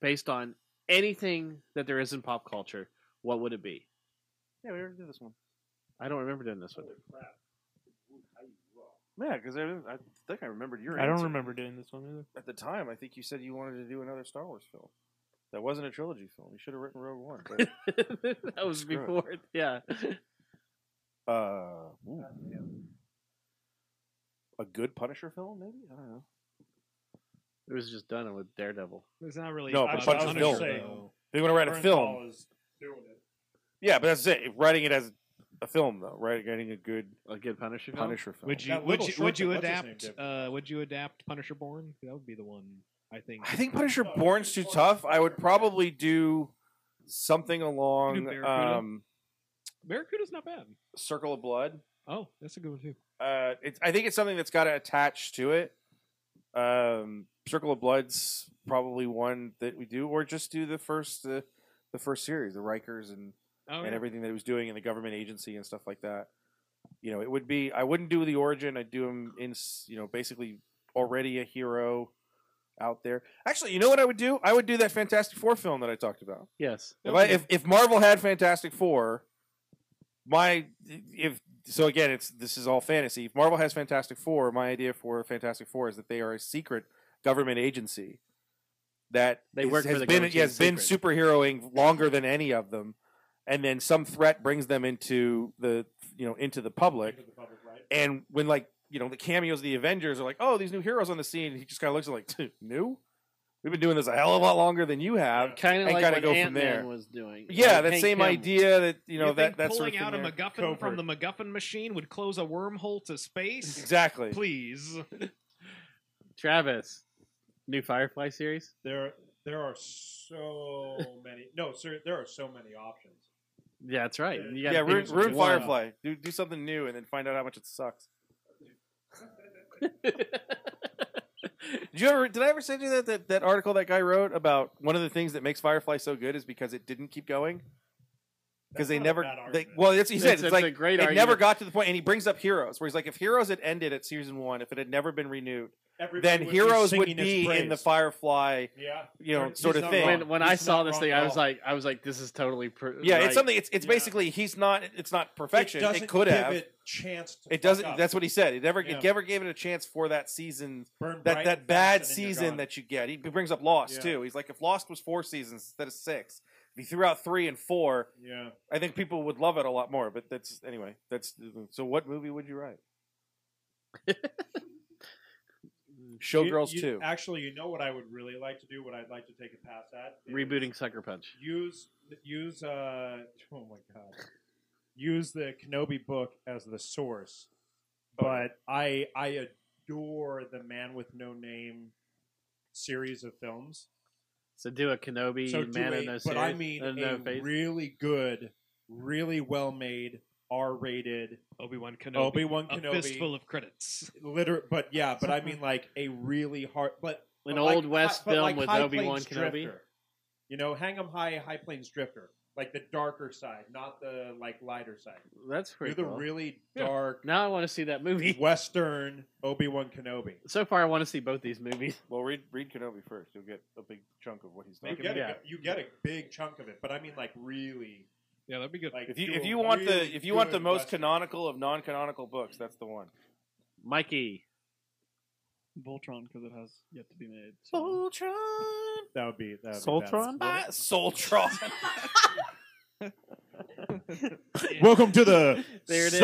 S3: based on anything that there is in pop culture, what would it be?
S5: yeah, we already did this one.
S3: I don't remember doing this one.
S5: Yeah, because I, I think I remembered your.
S2: I don't
S5: answer.
S2: remember doing this one either.
S5: At the time, I think you said you wanted to do another Star Wars film. That wasn't a trilogy film. You should have written Rogue One. but,
S3: that was
S5: Screw it.
S3: before. Yeah.
S5: uh, ooh. a good Punisher film, maybe? I don't know.
S3: It was just done with Daredevil.
S6: It's not really.
S5: No,
S6: I
S5: but
S6: was- I
S5: Punch
S6: was
S5: is
S6: gonna
S5: Bill. They want to write a film.
S4: Bernthal is doing it.
S5: Yeah, but that's it. Writing it as a film, though. Right? Writing a good
S3: A good Punisher film.
S5: Punisher film.
S6: Would you
S4: That
S6: would
S4: little
S6: you,
S4: short
S6: would you
S4: guy, what's his name, Dave?
S6: adapt? Uh, would you adapt Punisher Born? That would be the one I think.
S5: I think Punisher Born's too tough. I would probably do something along
S6: Barracuda.
S5: um,
S6: Barracuda's not bad.
S5: Circle of Blood.
S6: Oh, that's a good one too.
S5: Uh, it's, I think it's something that's got to attach to it. Um, Circle of Blood's probably one that we do, or just do the first uh, the first series, the Rikers and
S6: Oh,
S5: and
S6: yeah.
S5: everything that he was doing in the government agency and stuff like that. You know, it would be I wouldn't do the origin. I'd do him in s- you know basically already a hero out there. Actually, you know what I would do? I would do that Fantastic Four film that I talked about.
S3: Yes.
S5: If I, if, if Marvel had Fantastic Four, my if so again it's this is all fantasy. If Marvel has Fantastic Four, my idea for Fantastic Four is that they are a secret government agency that
S3: They
S5: is-
S3: work for
S5: has
S3: the
S5: been
S3: government
S5: yeah, has been
S3: secret.
S5: superheroing longer than any of them, and then some threat brings them into the you know into the public.
S4: Into the public, right?
S5: And when like you know the cameos, of the Avengers are like, oh, these new heroes on the scene. He just kind of looks at like, "Dude, new. We've been doing this a hell of a lot longer than you have.
S3: Kind
S5: I
S3: of like
S5: gotta
S3: what
S5: go from
S3: Ant Man
S5: there.
S3: was doing.
S5: Yeah,
S3: Like
S5: that
S3: Hank
S5: same
S3: Pym.
S5: idea that you know
S6: You
S5: that
S6: think
S5: that's
S6: pulling out a
S5: there.
S6: MacGuffin from the MacGuffin machine would close a wormhole to space.
S5: exactly.
S6: Please.
S3: Travis, new Firefly series.
S4: There, there are so many. No, sir, there are so many options.
S3: Yeah, that's right. You gotta
S5: Yeah,
S3: pick
S5: ruin,
S3: just
S5: ruin
S3: one.
S5: Firefly. Do do something new and then find out how much it sucks. Did you ever? Did I ever send you that, that that article that guy wrote about one of the things that makes Firefly so good is because it didn't keep going
S4: That's
S5: because they
S4: not a
S5: never.
S4: bad
S5: They,
S4: argument.
S5: well, that's what he said. It's,
S3: a
S5: like
S3: great.
S5: it never
S3: argument.
S5: got to the point, and he brings up Heroes, where he's like, if Heroes had ended at season one, if it had never been renewed,
S4: Everybody
S5: then
S4: would be
S5: Heroes would
S4: singing his
S5: be in the
S4: praise.
S5: Firefly,
S4: Yeah,
S5: you know,
S4: He's
S5: sort of
S4: not
S5: thing.
S4: wrong.
S3: When when I
S4: He's
S3: saw
S4: not
S3: this
S4: wrong
S3: thing,
S4: at
S3: I was
S4: all.
S3: like, I was like, this is totally. Per-
S5: Yeah,
S3: right.
S5: it's something. It's it's
S4: Yeah.
S5: basically he's not. It's not perfection. It,
S4: doesn't
S5: could
S4: give
S5: have. It,
S4: it chance. To fuck
S5: doesn't.
S4: up.
S5: That's what he said. It never.
S4: Yeah.
S5: It never gave it a chance for that season.
S4: Burn
S5: That
S4: bright
S5: that
S4: and
S5: bad
S4: fast and then you're
S5: season
S4: gone.
S5: that you get. He brings up Lost
S4: Yeah.
S5: too. He's like, if Lost was four seasons instead of six, if he threw out three and four,
S4: yeah.
S5: I think people would love it a lot more. But that's anyway. That's so. What movie would you write? Showgirls
S4: You- you-
S5: two.
S4: Actually, you know what I would really like to do. What I'd like to take a pass at is
S3: rebooting Sucker Punch.
S4: Use use uh oh my god, use the Kenobi book as the source.
S3: Oh,
S4: But I I adore the Man with No Name series of films.
S3: So do a Kenobi
S4: So do
S3: man
S4: a,
S3: in no
S4: but I
S3: series-
S4: mean
S3: no, no
S4: a
S3: face.
S4: really good, really well made R rated
S6: Obi Wan Kenobi.
S4: Obi Wan
S6: A
S4: Kenobi.
S6: fistful of credits.
S4: liter but yeah, but I mean like a really hard but
S3: An
S4: but like
S3: old West
S4: Hi- but
S3: film
S4: like
S3: with
S4: High
S3: Obi-Wan
S4: Plains
S3: Kenobi?
S4: Drifter. You know, hang 'em high, High Plains Drifter, like the darker side, not the like lighter side.
S3: That's pretty.
S4: Do the
S3: cool.
S4: really
S3: Yeah.
S4: dark
S3: now I want to see that movie.
S4: Western Obi Wan Kenobi.
S3: So far, I want to see both these movies.
S5: Well, read read Kenobi first. You'll get a big chunk of what he's
S4: You
S5: talking
S4: get,
S5: about.
S4: a, you get a big chunk of it, but I mean like really
S6: Yeah, that'd be good.
S4: like
S5: If you
S4: do
S5: if
S4: a
S5: you want
S4: really
S5: the if you want the
S4: good
S5: most
S4: Western.
S5: canonical of non canonical books, that's the one.
S3: Mikey,
S1: Voltron because it has yet to be made. so-
S5: Voltron.
S4: that would be that would be
S2: Soltron?
S5: Ah, Soltron.
S4: bad. Welcome to the
S3: There it is.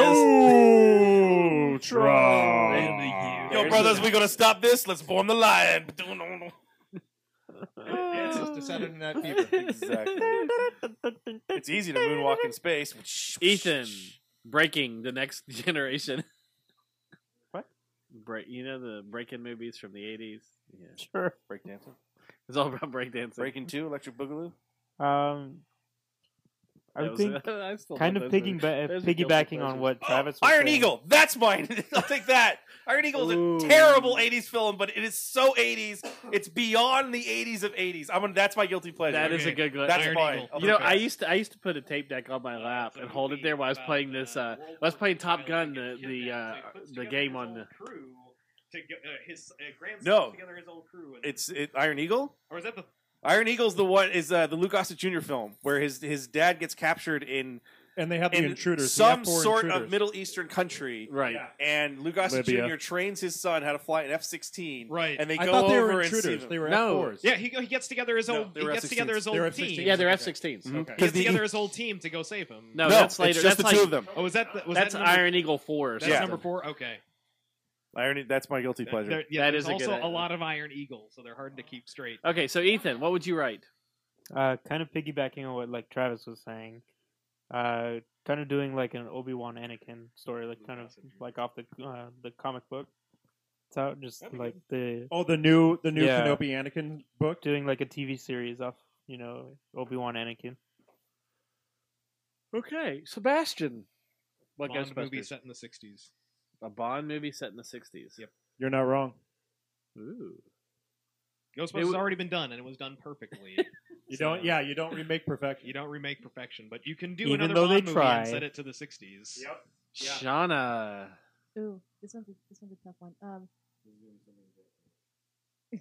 S4: Soltron.
S5: Yo, brothers, we gonna stop this. Let's form the lion.
S4: It's just a Saturday Night Fever.
S5: exactly. It's easy to moonwalk in space.
S3: Ethan, Breaking the Next Generation.
S5: What?
S3: Break, you know the breaking movies from the '80s. Yeah,
S2: Sure.
S5: Breakdancing.
S3: it's all about breakdancing.
S5: Breaking two, electric boogaloo.
S2: Um, I
S3: That
S2: would
S3: was-
S2: think
S3: I still
S2: kind
S3: love
S2: of
S3: those
S2: pigging
S3: movies.
S2: ba-
S3: Those are guilty
S2: piggybacking on
S3: pleasures.
S2: what Travis. was
S5: Oh, Iron
S2: saying.
S5: Eagle. That's mine. I'll take that. Iron Eagle is
S3: Ooh.
S5: a terrible '80s film, but it is so '80s. It's beyond the '80s of '80s. I'm. Gonna, that's my guilty pleasure.
S3: That is a
S6: Okay.
S3: good. Gl-
S5: That's
S6: Iron
S5: mine.
S6: Eagle.
S5: I'll
S3: You know,
S5: take that.
S3: I used to I used to put a tape deck on my lap and hold it there while I was playing this. Uh, I was playing Top Gun, the the uh, the game on the.
S6: Crew uh, to get, uh, his uh, grandson
S5: No.
S6: puts together his old crew. And,
S5: It's it, Iron Eagle.
S6: or is that the
S5: Iron Eagle's the one is uh, the Luke Gossett Jr. film where his his dad gets captured in
S4: and they have the
S5: in
S4: intruders, the
S5: some
S4: F4
S5: sort
S4: intruders.
S5: of Middle Eastern country,
S3: Right.
S4: Yeah.
S5: and Lou Gossett
S4: Libya.
S5: Jr. trains his son how to fly an F sixteen,
S6: Right.
S5: and they
S4: I
S5: go
S4: thought
S5: over
S4: they were
S5: and see
S4: intruders.
S5: them.
S4: They were
S3: No.
S4: F4s.
S6: Yeah, he, go- he gets together his
S5: No,
S6: old.
S5: they
S6: he
S5: were
S6: gets
S5: F-16s.
S6: together his
S4: They were
S6: old team.
S4: F-16s.
S3: Yeah, they're
S4: Okay.
S3: F 16s.
S5: Mhm.
S6: He
S4: Okay.
S6: gets
S5: the-
S6: together his old team to go save him.
S3: No,
S5: No,
S3: that's
S5: it's
S3: later.
S5: just
S3: that's
S5: the
S3: like,
S5: two of them.
S6: Oh, was that the, was
S3: That's
S6: that number,
S3: Iron Eagle 4.
S6: That's
S5: Yeah.
S6: number four. Okay.
S5: Irony, that's my guilty pleasure.
S6: There- yeah,
S3: That
S6: there's
S3: is a good
S6: also a
S3: idea.
S6: lot of Iron Eagle, so they're hard to keep straight.
S3: Okay, so Ethan, what would you write?
S2: Uh, kind of piggybacking on what like Travis was saying, uh, kind of doing like an Obi Wan Anakin story, like kind of like off the uh, the comic book. It's out just like the
S4: Oh, the new the new
S2: Yeah.
S4: Kenobi Anakin book.
S2: doing like a TV series off, you know, Obi Wan Anakin.
S3: Okay, Sebastian. What
S6: Bond
S3: Ghostbusters?
S6: movie set in the '60s.
S3: A Bond movie set in the 60s.
S6: Yep.
S4: You're not wrong.
S3: Ooh. It
S6: Ghostbusters has
S3: w-
S6: already been done, and it was done perfectly.
S4: You
S6: So-
S4: don't. Yeah, you don't remake perfection.
S6: You don't remake perfection, but you can do
S2: Even
S6: another
S2: though
S6: Bond
S2: they
S6: movie
S2: try.
S6: and set it to the '60s.
S4: Yep. Yeah.
S3: Shauna.
S7: Ooh, this one's a, this one's a tough one. Um,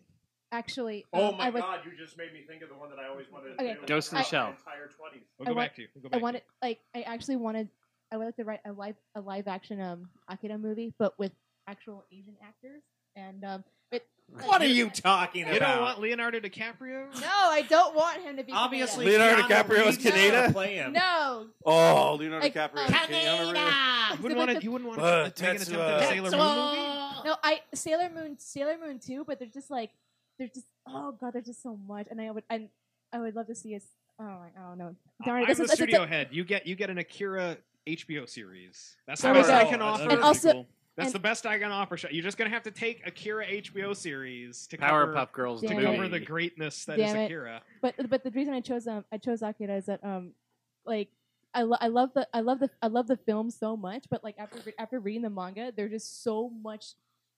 S7: actually,
S4: Oh
S7: um,
S4: my
S7: I was
S4: god, you just made me think of the one that I always wanted to
S7: Okay.
S4: do.
S3: Ghost in the Shell.
S4: throughout Entire 20s.
S6: We'll
S7: I
S6: go
S7: want-
S6: back to you. We'll go
S7: I
S6: back
S7: wanted like I actually wanted I would like to write a live a live action um Akira movie, but with actual Asian actors. And um, it,
S4: What are you talking
S6: to you. You don't
S4: about?
S6: want Leonardo DiCaprio?
S7: no, I don't want him to be
S4: Obviously,
S7: Pineda.
S5: Leonardo
S4: Keanu
S5: DiCaprio is
S4: Reeves is gonna
S5: Canada?
S4: Play him.
S7: No,
S5: oh, Leonardo
S7: Like,
S5: DiCaprio,
S7: um,
S5: Keanu Reeves.
S6: You wouldn't want to. You wouldn't want to
S5: Uh,
S6: make an attempt at a
S5: Tetsuo.
S6: Sailor Moon movie.
S7: no, I Sailor Moon, Sailor Moon too, but they're just like they're just oh god, there's just so much, and I would and I would love to see us. Oh, I I don't know. Darn it,
S6: I'm
S7: this
S6: the
S7: is- this is a-
S6: studio head. You get you get an Akira HBO series. That's the
S7: There we
S6: best I
S7: go.
S6: can
S4: Oh,
S6: offer.
S7: And also,
S6: That's
S7: and-
S6: the best I can offer. Sh- You're just gonna have to take Akira HBO series to cover,
S3: Powerpuff Girls.
S6: to
S7: Damn
S3: movie.
S6: cover the greatness that is
S7: Damn it.
S6: Akira.
S7: but but the reason I chose um I chose Akira is that um like I, lo- I love the I love the I love the film so much, but like after re- after reading the manga, there's just so much.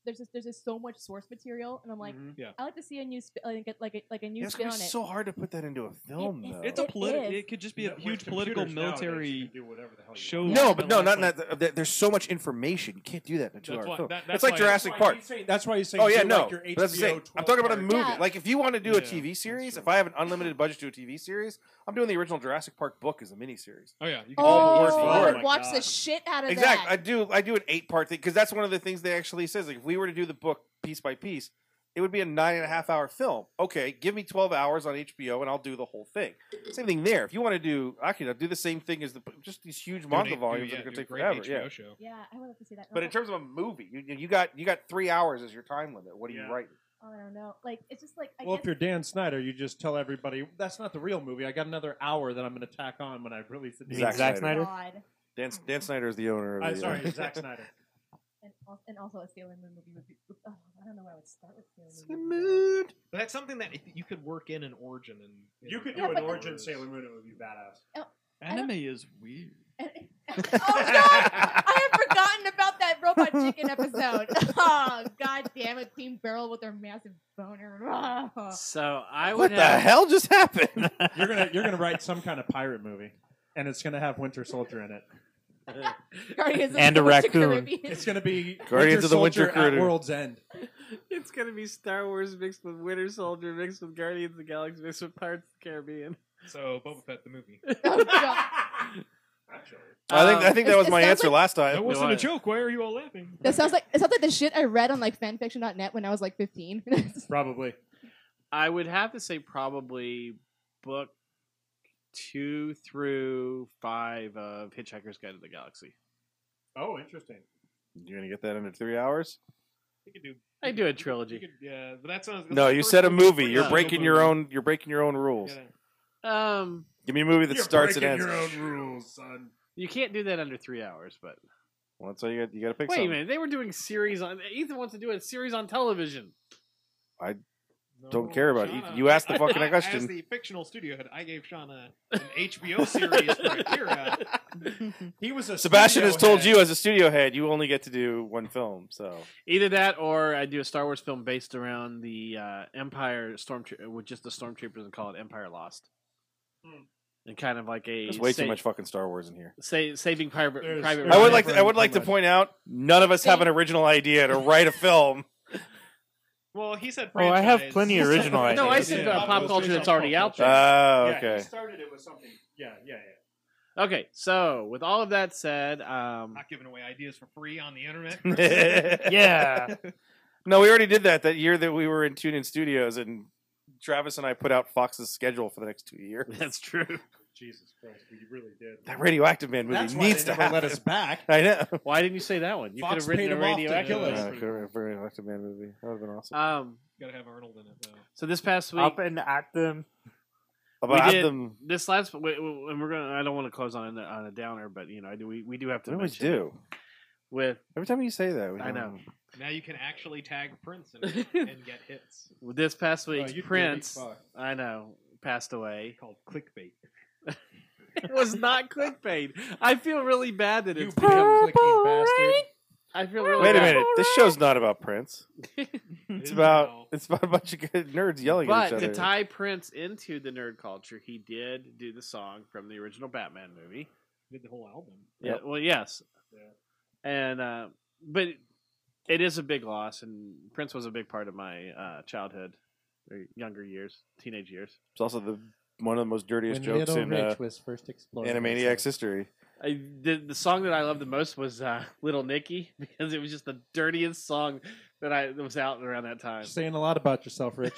S7: There's just, there's just so much source material, and I'm like,
S5: Mhm.
S7: I like to see a new spin, like, get like a, like a new
S5: It's
S7: spin
S5: gonna
S7: on
S5: be
S7: it.
S5: so hard to put that into a film,
S7: It-
S5: though.
S9: It's a
S7: It
S9: political.
S7: is.
S9: It could just be a
S4: With
S9: huge
S4: computers
S9: political
S4: nowadays, you
S9: military
S4: can do whatever the hell you
S9: show.
S4: want.
S5: no,
S7: Yeah.
S5: but no, not,
S9: Like,
S5: not that. There's so much information. You can't do that in a
S6: That's
S5: two-hour
S6: why-
S5: film.
S6: that- that's
S5: it's like
S6: why-
S5: Jurassic
S4: That's why
S5: Park.
S4: you say- That's why you say.
S5: Oh
S4: do
S5: yeah,
S4: like
S5: no.
S4: your
S5: but that's the
S4: HBO
S5: thing. I'm talking about a
S4: 12
S5: movie.
S4: part.
S7: Yeah.
S5: Like if you want to do
S6: Yeah,
S5: a TV series,
S6: true.
S5: if I have an unlimited budget to do a TV series, I'm doing the original Jurassic Park book as a miniseries.
S6: Oh yeah, you
S7: Oh,
S5: all the words
S7: I
S5: for
S7: would
S5: it.
S7: watch
S4: Oh my
S7: the
S4: God.
S7: shit out of
S5: Exactly. I
S7: that.
S5: do. I do an eight part thing because that's one of the things they actually says. Like if we were to do the book piece by piece, it would be a nine and a half hour film. Okay, give me twelve hours on HBO and I'll do the whole thing. Same thing there. If you want to do Akira, do the same thing as the just these huge manga volumes that are going to take forever. Yeah.
S6: Show.
S7: yeah, I would love to see that. Oh,
S5: But in terms of a movie, you, you got you got three hours as your time limit. What are
S4: Yeah.
S5: you writing?
S7: oh, I don't know. Like it's just like I
S4: Well,
S7: guess
S4: if you're Dan Snyder, you just tell everybody that's not the real movie. I got another hour that I'm going to tack on when I release it.
S2: You mean
S5: Zack
S2: Zack
S5: Snyder.
S2: Snyder.
S7: God.
S5: Dan, Dan Snyder is the owner of.
S4: Uh,
S5: the, uh,
S4: sorry, Zack Snyder.
S7: And, al- and also a Sailor Moon movie would be. Oh, I don't know where I would start with Sailor Moon.
S5: Mood.
S6: But that's something that if- you could work in an origin and
S4: You could do
S7: Yeah,
S4: an
S7: but-
S4: origin Sailor Moon; it would be badass.
S9: Anime is weird.
S7: oh no! I have forgotten about that robot chicken episode. Oh god damn it, Team Barrel with their massive boner. Oh.
S3: So I would
S5: What the
S3: have.
S5: hell just happened?
S4: You're gonna you're gonna write some kind of pirate movie, and it's gonna have Winter Soldier in it.
S7: Guardians of
S2: And
S7: the
S2: a
S7: Western
S2: raccoon.
S7: Caribbean.
S4: It's gonna be
S5: Guardians of the Winter
S4: Soldier at
S5: Critter.
S4: World's End.
S3: It's gonna be Star Wars mixed with Winter Soldier mixed with Guardians of the Galaxy mixed with Pirates of the Caribbean.
S6: So Boba Fett the movie.
S7: Oh, God.
S5: I think I
S3: Um,
S5: think
S7: It-
S5: that was
S7: it
S5: my
S7: sounds
S5: answer
S7: like-
S5: last time.
S6: That wasn't
S3: I-
S6: a joke. Why are you all laughing?
S7: That sounds like it sounds like the shit I read on like fanfiction.net when I was like 15.
S4: Probably.
S3: I would have to say probably book two through five of Hitchhiker's Guide to the Galaxy.
S4: Oh, interesting.
S5: You're gonna get that under three hours?
S6: You could do.
S3: I do a
S6: You
S3: trilogy.
S6: could, yeah, but that's not, that's
S5: No,
S6: the
S5: you
S6: first
S5: said a movie.
S6: where
S5: You're
S6: you-
S5: breaking your own. You're breaking your own rules.
S6: Yeah.
S3: Um,
S5: Give me a movie that
S4: You're
S5: starts and
S4: breaking
S5: ends.
S4: your own rules, son.
S3: you can't do that under three hours. But
S5: Well, that's all you got. You got to pick.
S3: wait
S5: something.
S3: a minute, they were doing series on. Ethan wants to do a series on television.
S5: Don't care about it. You-
S6: Shauna-
S5: you asked the fucking
S6: I-
S5: question.
S6: As the fictional studio head, I gave Shauna an HBO series for Akira.
S4: He was a
S5: Sebastian
S4: studio
S5: has told
S4: head.
S5: you, as a studio head, you only get to do one film. So
S3: Either that, or I do a Star Wars film based around the uh, Empire Stormtrooper with just the stormtroopers and call it Empire Lost,
S4: Hmm.
S3: and kind of like a
S5: there's way
S3: sa-
S5: too much fucking Star Wars in here.
S3: Sa- saving Pirate
S4: There's-
S3: Private.
S4: there's
S5: I would
S3: Ryan.
S5: like. To, I would like to point out, none of us have an original idea to write a film.
S6: Well, he said.
S2: Oh, I have
S6: franchise.
S2: plenty of original ideas.
S3: No, I said
S4: Yeah.
S3: uh, pop culture that's already out
S5: Oh,
S3: there.
S4: Yeah, he
S5: okay.
S4: started it with something. Yeah, yeah, yeah.
S3: Okay, so with all of that said, um,
S6: Not giving away ideas for free on the internet.
S2: Yeah.
S5: No, we already did that that year that we were in Tune In Studios, and Travis and I put out Fox's schedule for the next two years.
S3: that's true.
S4: Jesus Christ, we really did.
S5: That Radioactive Man movie
S10: That's why
S5: needs
S10: they
S5: to
S10: never
S5: happen.
S10: let us back.
S5: I know.
S3: Why didn't you say that one? You could
S10: Fox
S3: have written
S10: paid
S3: a
S10: 'em off to
S3: radioactive.
S10: kill us.
S5: Yeah,
S3: one.
S5: for- for Radioactive Man movie. That would have been awesome.
S3: Um,
S6: Gotta have Arnold in it though.
S3: so this past week,
S2: Up and at them.
S5: About
S3: we did-
S5: them.
S3: this last, we- we- and we're gonna. I don't want to close on a, on a downer, but you know, I do. We, we do have to.
S5: What do we
S3: mention it
S5: do?
S3: with
S5: Every time you say that, we
S3: I know.
S6: Now you can actually tag Prince in it and get hits.
S3: with this past
S4: Oh,
S3: week's
S4: you dirty
S3: Prince.
S4: fuck.
S3: I know passed away.
S6: Called clickbait.
S3: It was not clickbait. I feel really bad that
S10: You
S3: it's.
S10: become clicky bastard.
S3: I feel really
S5: Wait a
S3: bad.
S5: minute. This show's not about Prince. It's
S6: It's
S5: about it's about a bunch of good nerds yelling at each
S3: But
S5: other.
S3: to tie Prince into the nerd culture, he did do the song from the original Batman movie.
S6: did the whole album.
S5: Yep.
S3: Yeah, well, yes. And uh, but it is a big loss, and Prince was a big part of my uh, childhood, or younger years, teenage years.
S5: it's also the one of the most dirtiest
S10: When
S5: jokes
S10: Little
S5: in uh,
S10: Rich was first explored.
S5: Animaniacs history.
S3: I did, the song that I loved the most was uh, "Little Nicky" because it was just the dirtiest song that I that was out around that time.
S10: You're saying a lot about yourself, Rich.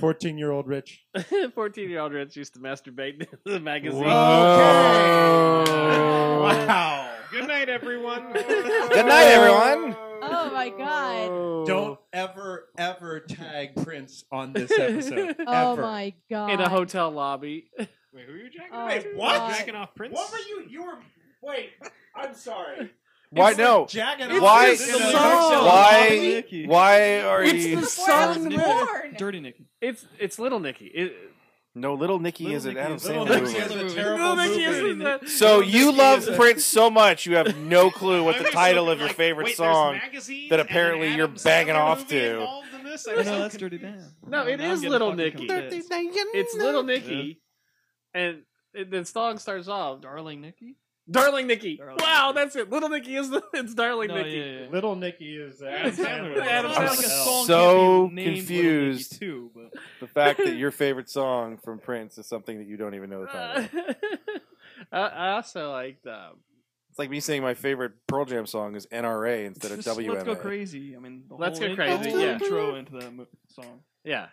S10: Fourteen-year-old Rich.
S3: Oh. Fourteen-year-old Rich used to masturbate in the magazine.
S6: Wow. Good night, everyone.
S5: Good night, everyone.
S7: Oh my god.
S10: Don't
S3: Oh.
S10: ever, ever tag Prince on this episode.
S7: Oh
S10: ever.
S7: my god.
S3: in a hotel lobby.
S6: Wait, who are you
S2: Uh,
S6: jacking
S7: Oh,
S6: off?
S7: Wait,
S10: what?
S6: You Jacking off Prince?
S4: What were you? You were. Wait, I'm sorry.
S5: Why no?
S10: Jacking
S5: It's
S10: off
S5: Why-
S10: Prince in a
S5: the
S10: hotel
S5: song.
S10: lobby?
S5: Why? Why are
S10: It's
S5: you?
S10: the
S7: Where's
S10: song. with-
S7: Warren?
S9: Dirty Nicky.
S3: It's it's Little Nicky. It,
S5: No, Little Nicky
S9: Little
S5: is an
S9: Nicky
S5: Adam
S9: is- Little
S5: Sandler
S9: Nicky
S5: movie.
S9: is-
S10: a
S9: Little
S10: terrible
S9: Nicky is
S10: movie.
S5: So you love
S3: Nicky is-
S5: Prince so much, you have no clue what
S6: I
S5: the
S6: was
S5: title
S6: looking
S5: of your
S6: like,
S5: favorite
S6: wait, there's
S5: song.
S6: magazines
S5: that
S6: and an
S5: apparently
S6: Adam
S5: you're
S6: Sandler
S5: banging off
S6: movie
S5: to.
S6: involved in this? I
S9: No,
S6: was so
S9: that's Dirty
S6: confused.
S9: Dan.
S3: No, it
S9: now I'm
S3: is
S9: getting
S3: Little
S9: fucking
S3: Nicky.
S9: confused.
S3: it's Little Nicky, and and the song starts off
S9: Darling Nicky.
S3: "Darling Nicky."
S9: Darling
S3: wow,
S9: Nicky.
S3: that's it. Little Nicky is the, it's "Darling
S9: No,
S3: Nicky."
S9: yeah, yeah, yeah.
S4: Little Nicky is Adam
S9: Adam
S4: Sandler.
S3: Adam
S9: Sounds
S5: Sandler.
S9: like a
S5: So
S9: song can't be named
S5: confused.
S9: Little Nicky too,
S5: The fact that your favorite song from Prince is something that you don't even know the title.
S3: Uh,
S5: of.
S3: I, I also liked um,
S5: It's like me saying my favorite Pearl Jam song is NRA instead
S9: but
S5: of
S9: Just let's go
S5: WMA.
S9: crazy. I mean, the
S3: Let's
S9: whole
S3: Go
S9: in-
S3: Crazy,
S9: the whole
S3: yeah.
S9: intro into that mo- song.
S3: yeah.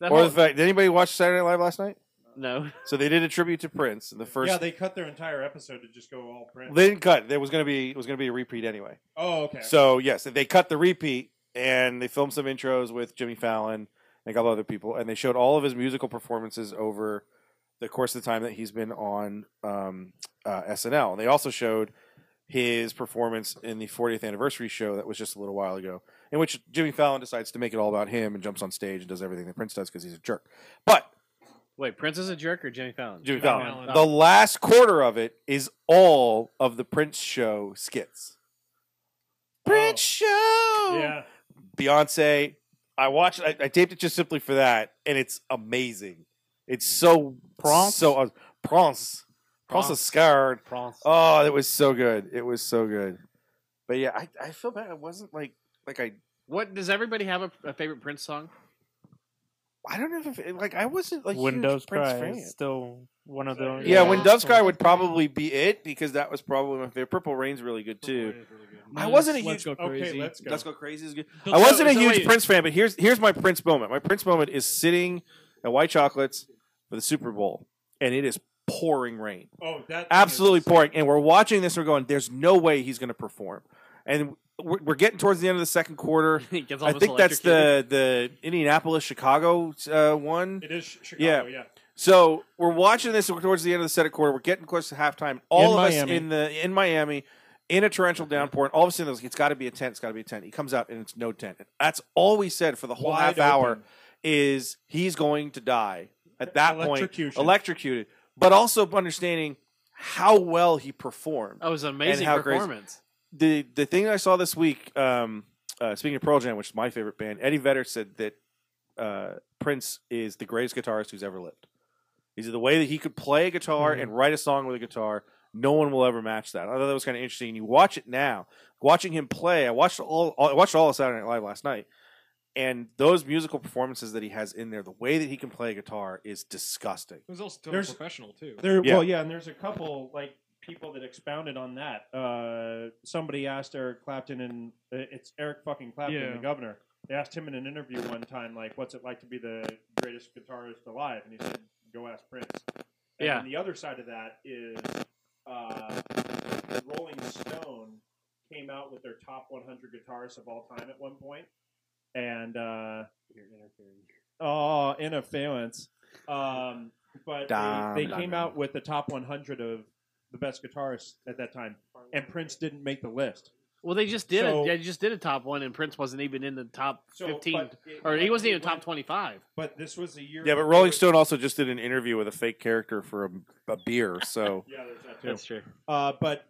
S3: That
S5: Or
S3: whole-
S5: the fact, did anybody watch Saturday Night Live last night?
S3: no,
S5: So they did a tribute to Prince. And the first
S4: Yeah, they cut their entire episode to just go all Prince.
S5: They didn't cut. There was gonna be it was gonna be a repeat anyway.
S4: oh, okay.
S5: So yes, they cut the repeat and they filmed some intros with Jimmy Fallon and a couple other people, and they showed all of his musical performances over the course of the time that he's been on um, uh, SNL. And they also showed his performance in the 40th anniversary show that was just a little while ago, in which Jimmy Fallon decides to make it all about him and jumps on stage and does everything that Prince does because he's a jerk. But
S3: wait. Prince is a jerk or Jimmy Fallon?
S5: Jimmy
S6: Fallon.
S5: Fallon.
S6: Fallon.
S5: The last quarter of it is all of the Prince show skits. Prince show.
S4: yeah,
S5: Beyonce. I watched. I, I taped it just simply for that, and it's amazing. It's so
S2: Prince?
S5: So uh, Prince. Prince is scared.
S2: Prince.
S5: Oh, it was so good. It was so good. But yeah, I, I feel bad. I wasn't like like I
S3: What does everybody have a, a favorite Prince song?
S5: I don't know if it, like I wasn't like huge
S2: Windows
S5: Prince
S2: Cry
S5: fan.
S2: is still one of the only.
S5: Yeah,
S7: Yeah.
S5: when Doves Cry would probably be it because that was probably my favorite. Purple Rain's really good too. I wasn't a
S9: Let's
S5: huge.
S9: go crazy.
S4: okay, let's go.
S5: Let's go crazy is good.
S9: Don't
S5: I
S9: you-
S5: wasn't a
S3: so
S5: huge
S3: wait.
S5: Prince fan, but here's here's my Prince moment. My Prince moment is sitting at White Chocolates for the Super Bowl, and it is pouring rain,
S4: Oh, that
S5: absolutely pouring. And we're watching this, and we're going, "There's no way he's going to perform." And we're, we're getting towards the end of the second quarter.
S3: He gets
S5: I
S3: almost
S5: think that's
S3: electrocuted.
S5: the the Indianapolis Chicago uh, one.
S4: It is Ch- Chicago. Yeah.
S5: So we're watching this towards the end of the second quarter. We're getting close to halftime. All
S10: In
S5: of us
S10: Miami.
S5: in the in Miami, in a torrential downpour, and all of a sudden it's, it's got to be a tent. It's got to be a tent. He comes out and it's no tent. That's all we said for the whole half
S4: Wide
S5: hour
S4: open.
S5: is he's going to die at that point,
S4: Electrocution.
S5: electrocuted. But also understanding how well he performed
S3: That was an amazing
S5: how crazy-
S3: performance.
S5: the the thing I saw this week, um, uh, speaking of Pearl Jam, which is my favorite band, Eddie Vedder said that uh, Prince is the greatest guitarist who's ever lived. Is the way that he could play a guitar and write a song with a guitar. No one will ever match that. I thought that was kind of interesting. And you watch it now, watching him play. I watched all, all I watched all of Saturday Night Live last night, And those musical performances that he has in there, the way that he can play guitar is disgusting.
S6: was also total
S4: There's-
S6: professional too.
S4: There,
S5: Yeah.
S4: well, yeah, and there's a couple like people that expounded on that. Uh, somebody asked Eric Clapton, and uh, it's Eric fucking Clapton,
S9: Yeah.
S4: the governor. They asked him in an interview one time, like, "What's it like to be the greatest guitarist alive?" And he said, "Go ask Prince." And
S3: Yeah.
S4: then the other side of that is uh, Rolling Stone came out with their top 100 guitarists of all time at one point, and uh, oh, interference. Um, but
S5: Dum,
S4: they, they
S5: dum,
S4: came
S5: dum.
S4: out with the top 100 of the best guitarists at that time, and Prince didn't make the list.
S3: Well, they just did.
S4: So-
S3: a, they just did a top one, and Prince wasn't even in the top
S4: So,
S3: fifteen,
S4: but it-
S3: or he wasn't
S4: it
S3: even top
S4: went-
S3: twenty-five.
S4: But this was the year.
S5: Yeah, but Rolling Stone also just did an interview with a fake character for a, a beer. So
S4: Yeah, there's that too.
S3: That's true.
S4: Uh, but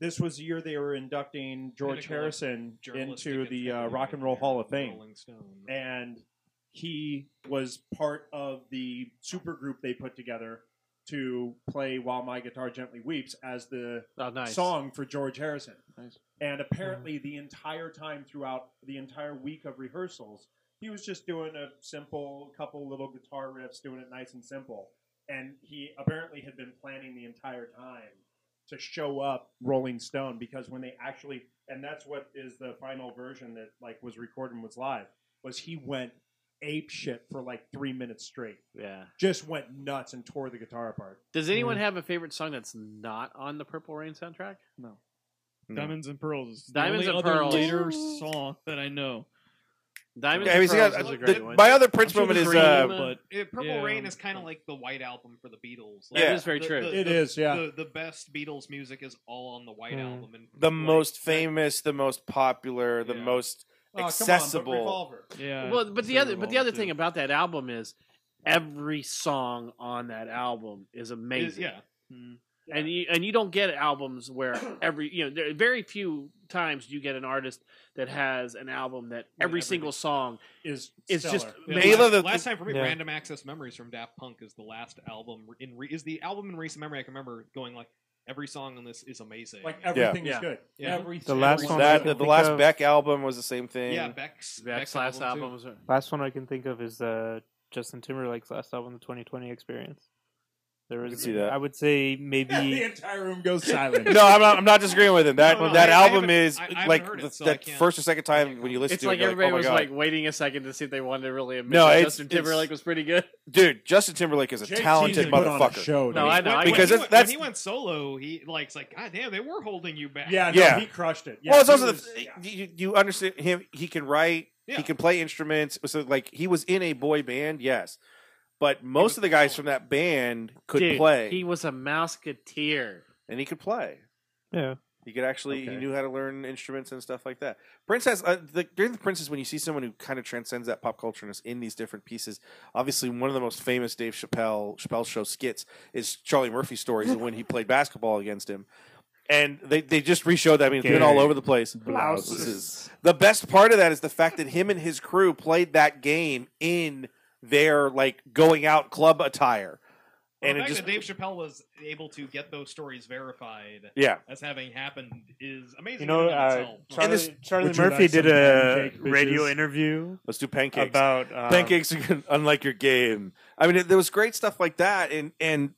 S4: this was the year they were inducting George
S6: Pinnacle of
S4: Harrison
S6: Journalistic
S4: into the uh,
S6: integrity
S4: Rock and Roll Hall of Fame.
S6: Rolling Stone.
S4: and he was part of the supergroup they put together to play "While My Guitar Gently Weeps" as the
S3: Oh, nice.
S4: song for George Harrison.
S9: Nice.
S4: And apparently, the entire time throughout the entire week of rehearsals, he was just doing a simple couple little guitar riffs, doing it nice and simple. And he apparently had been planning the entire time to show up Rolling Stone because when they actually, and that's what is the final version that like was recorded and was live, was he went ape shit for like three minutes straight,
S3: Yeah.
S4: just went nuts and tore the guitar apart.
S3: Does anyone have a favorite song that's not on the Purple Rain soundtrack?
S5: No.
S9: Diamonds and Pearls is
S3: Diamonds
S9: the
S3: and
S9: only other
S3: Pearls.
S9: later song that I know.
S3: Diamonds
S5: Yeah, I
S3: and
S5: mean, see,
S3: Pearls
S5: I-
S3: is a
S5: the-
S3: great one.
S5: my other Prince
S9: I'm sure
S5: moment is
S9: there's
S5: uh,
S9: Cream,
S3: but-
S6: Eh, Purple
S9: Yeah,
S6: Rain
S9: um,
S6: is kind of like the White Album for the Beatles.
S5: That Yeah.
S3: is very true.
S4: It is, yeah.
S6: The, the best Beatles music is all on the White
S2: Hmm.
S6: Album, and
S5: the
S6: like,
S5: most famous, the most popular, the
S6: Yeah.
S5: most
S4: Oh, come on, but
S5: accessible.
S4: Revolver.
S9: Yeah.
S3: Well, but the
S9: Sure
S3: other but the
S9: Revolver
S3: other
S9: too.
S3: thing about that album is every song on that album is
S6: is-
S3: amazing.
S6: yeah,
S9: Mm.
S3: and you and you don't get albums where every you know there are very few times you get an artist that has an album that every single song
S4: Is
S3: is just
S4: stellar.
S6: Yeah,
S5: May
S6: last,
S5: love the-
S6: last time for me,
S2: Yeah.
S6: Random Access Memories from Daft Punk is the last album re- in re- is the album in recent memory I can remember going like every song on this is amazing.
S4: like
S6: every,
S4: everything
S3: Yeah.
S4: is good.
S6: Yeah.
S4: Everything.
S2: The last
S4: is
S2: one
S4: good.
S5: that
S2: I
S5: the,
S2: can
S5: the
S2: think
S5: last
S2: of-
S5: Beck album was the same thing.
S6: yeah, Beck's
S3: Beck's
S6: Beck's
S3: last
S6: album, too.
S3: album was
S2: Last one I can think of is uh, Justin Timberlake's last album, the 2020 Experience. There
S5: I
S2: was,
S5: can see that.
S2: I would say
S4: the
S2: maybe
S4: entire room goes silent.
S5: no, I'm not. I'm not disagreeing with him. That
S6: No, no,
S5: that
S6: I- I
S5: album
S6: haven't-
S5: is
S6: I- I haven't
S5: like
S6: heard it,
S5: the-
S6: so I
S5: that
S6: can't-
S5: first or second time when you listen
S3: it's
S5: to
S3: like
S5: it, you're
S3: everybody
S5: like, oh my
S3: was
S5: god,
S3: like waiting a second to see if they wanted to really admit
S5: No,
S3: that
S5: it's-
S3: Justin
S5: it's-
S3: Timberlake was pretty good.
S5: dude, Justin Timberlake is a
S4: JT
S5: talented
S4: can put on a
S5: motherfucker.
S4: show,
S3: No,
S4: dude.
S3: I know. I
S6: When,
S5: Because
S6: he,
S5: it's-
S6: went-
S5: that's-
S6: when he went solo, he like it's like God damn, they were holding you back.
S4: Yeah, no,
S5: Yeah.
S4: he crushed it. Yeah,
S5: well, it's
S4: he
S5: also
S4: was-
S5: the,
S4: yeah.
S5: you, you understand him. He can write.
S6: Yeah.
S5: He can play instruments. So like he was in a boy band, yes, but most
S6: was
S5: of the guys
S6: talented.
S5: from that band could
S3: Dude,
S5: play,
S3: He was a mouseketeer.
S5: and he could play.
S2: yeah.
S5: He could actually he
S4: Okay.
S5: knew how to learn instruments and stuff like that. Prince has uh, the, during the Prince is when you see someone who kind of transcends that pop culture and is in these different pieces. Obviously, one of the most famous Dave Chappelle Chappelle show skits is Charlie Murphy stories and when he played basketball against him. And they, they just reshowed that. I mean, it's been all over the place. Blouses. The best part of that is the fact that him and his crew played that game in their like going out club attire,
S6: Well,
S5: and
S6: the
S5: it
S6: fact
S5: just
S6: that Dave Chappelle was able to get those stories verified
S5: yeah.
S6: as having happened is amazing.
S2: You
S6: in
S2: know,
S6: and of
S2: uh,
S6: itself.
S2: Charlie,
S5: this-
S2: Charlie
S4: Would you
S2: Murphy
S4: like
S2: did
S4: some
S2: a
S4: pancake,
S2: radio
S4: bitches?
S2: interview
S5: Let's do pancakes.
S2: about um,
S5: pancakes are good, unlike your game. I mean, it, there was great stuff like that, and and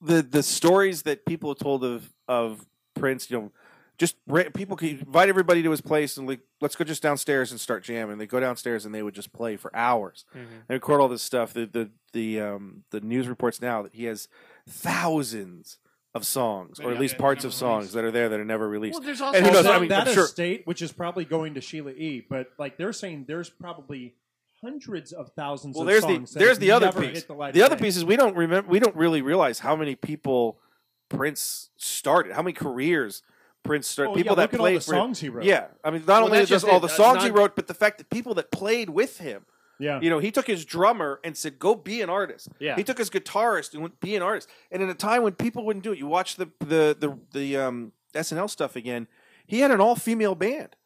S5: the the stories that people told of of Prince, you know, just ra- people could invite everybody to his place and like, let's go just downstairs and start jamming. They go downstairs and they would just play for hours.
S2: Mhm.
S5: They record all this stuff. The the the um the news reports now that he has thousands of songs, or
S6: Yeah,
S5: at least
S6: that
S5: parts of
S6: never
S5: songs
S6: released.
S5: that are there that are never released.
S3: Well, there's also
S5: who knows,
S4: Also,
S5: I mean,
S4: that
S5: I'm sure-
S4: estate, which is probably going to Sheila E., but like they're saying, there's probably hundreds of thousands.
S5: Well,
S4: of
S5: there's the-
S4: songs that
S5: there's
S4: have
S5: the other
S4: never
S5: piece.
S4: hit The, light
S5: the
S4: of
S5: other
S4: day.
S5: piece is we don't remember we don't really realize how many people prince started how many careers prince started
S4: Oh,
S5: people
S4: yeah,
S5: that
S4: look at all
S5: played
S4: the
S5: for him.
S4: songs he wrote.
S5: yeah i mean not
S3: Well,
S5: only
S3: that's
S5: just,
S3: just
S5: all
S3: it.
S5: the
S3: That's
S5: songs he
S3: not-
S5: wrote but the fact that people that played with him
S4: yeah.
S5: you know he took his drummer and said go be an artist
S3: Yeah.
S5: he took his guitarist and went be an artist and in a time when people wouldn't do it you watch the the the, the um snl stuff again he had an all-female band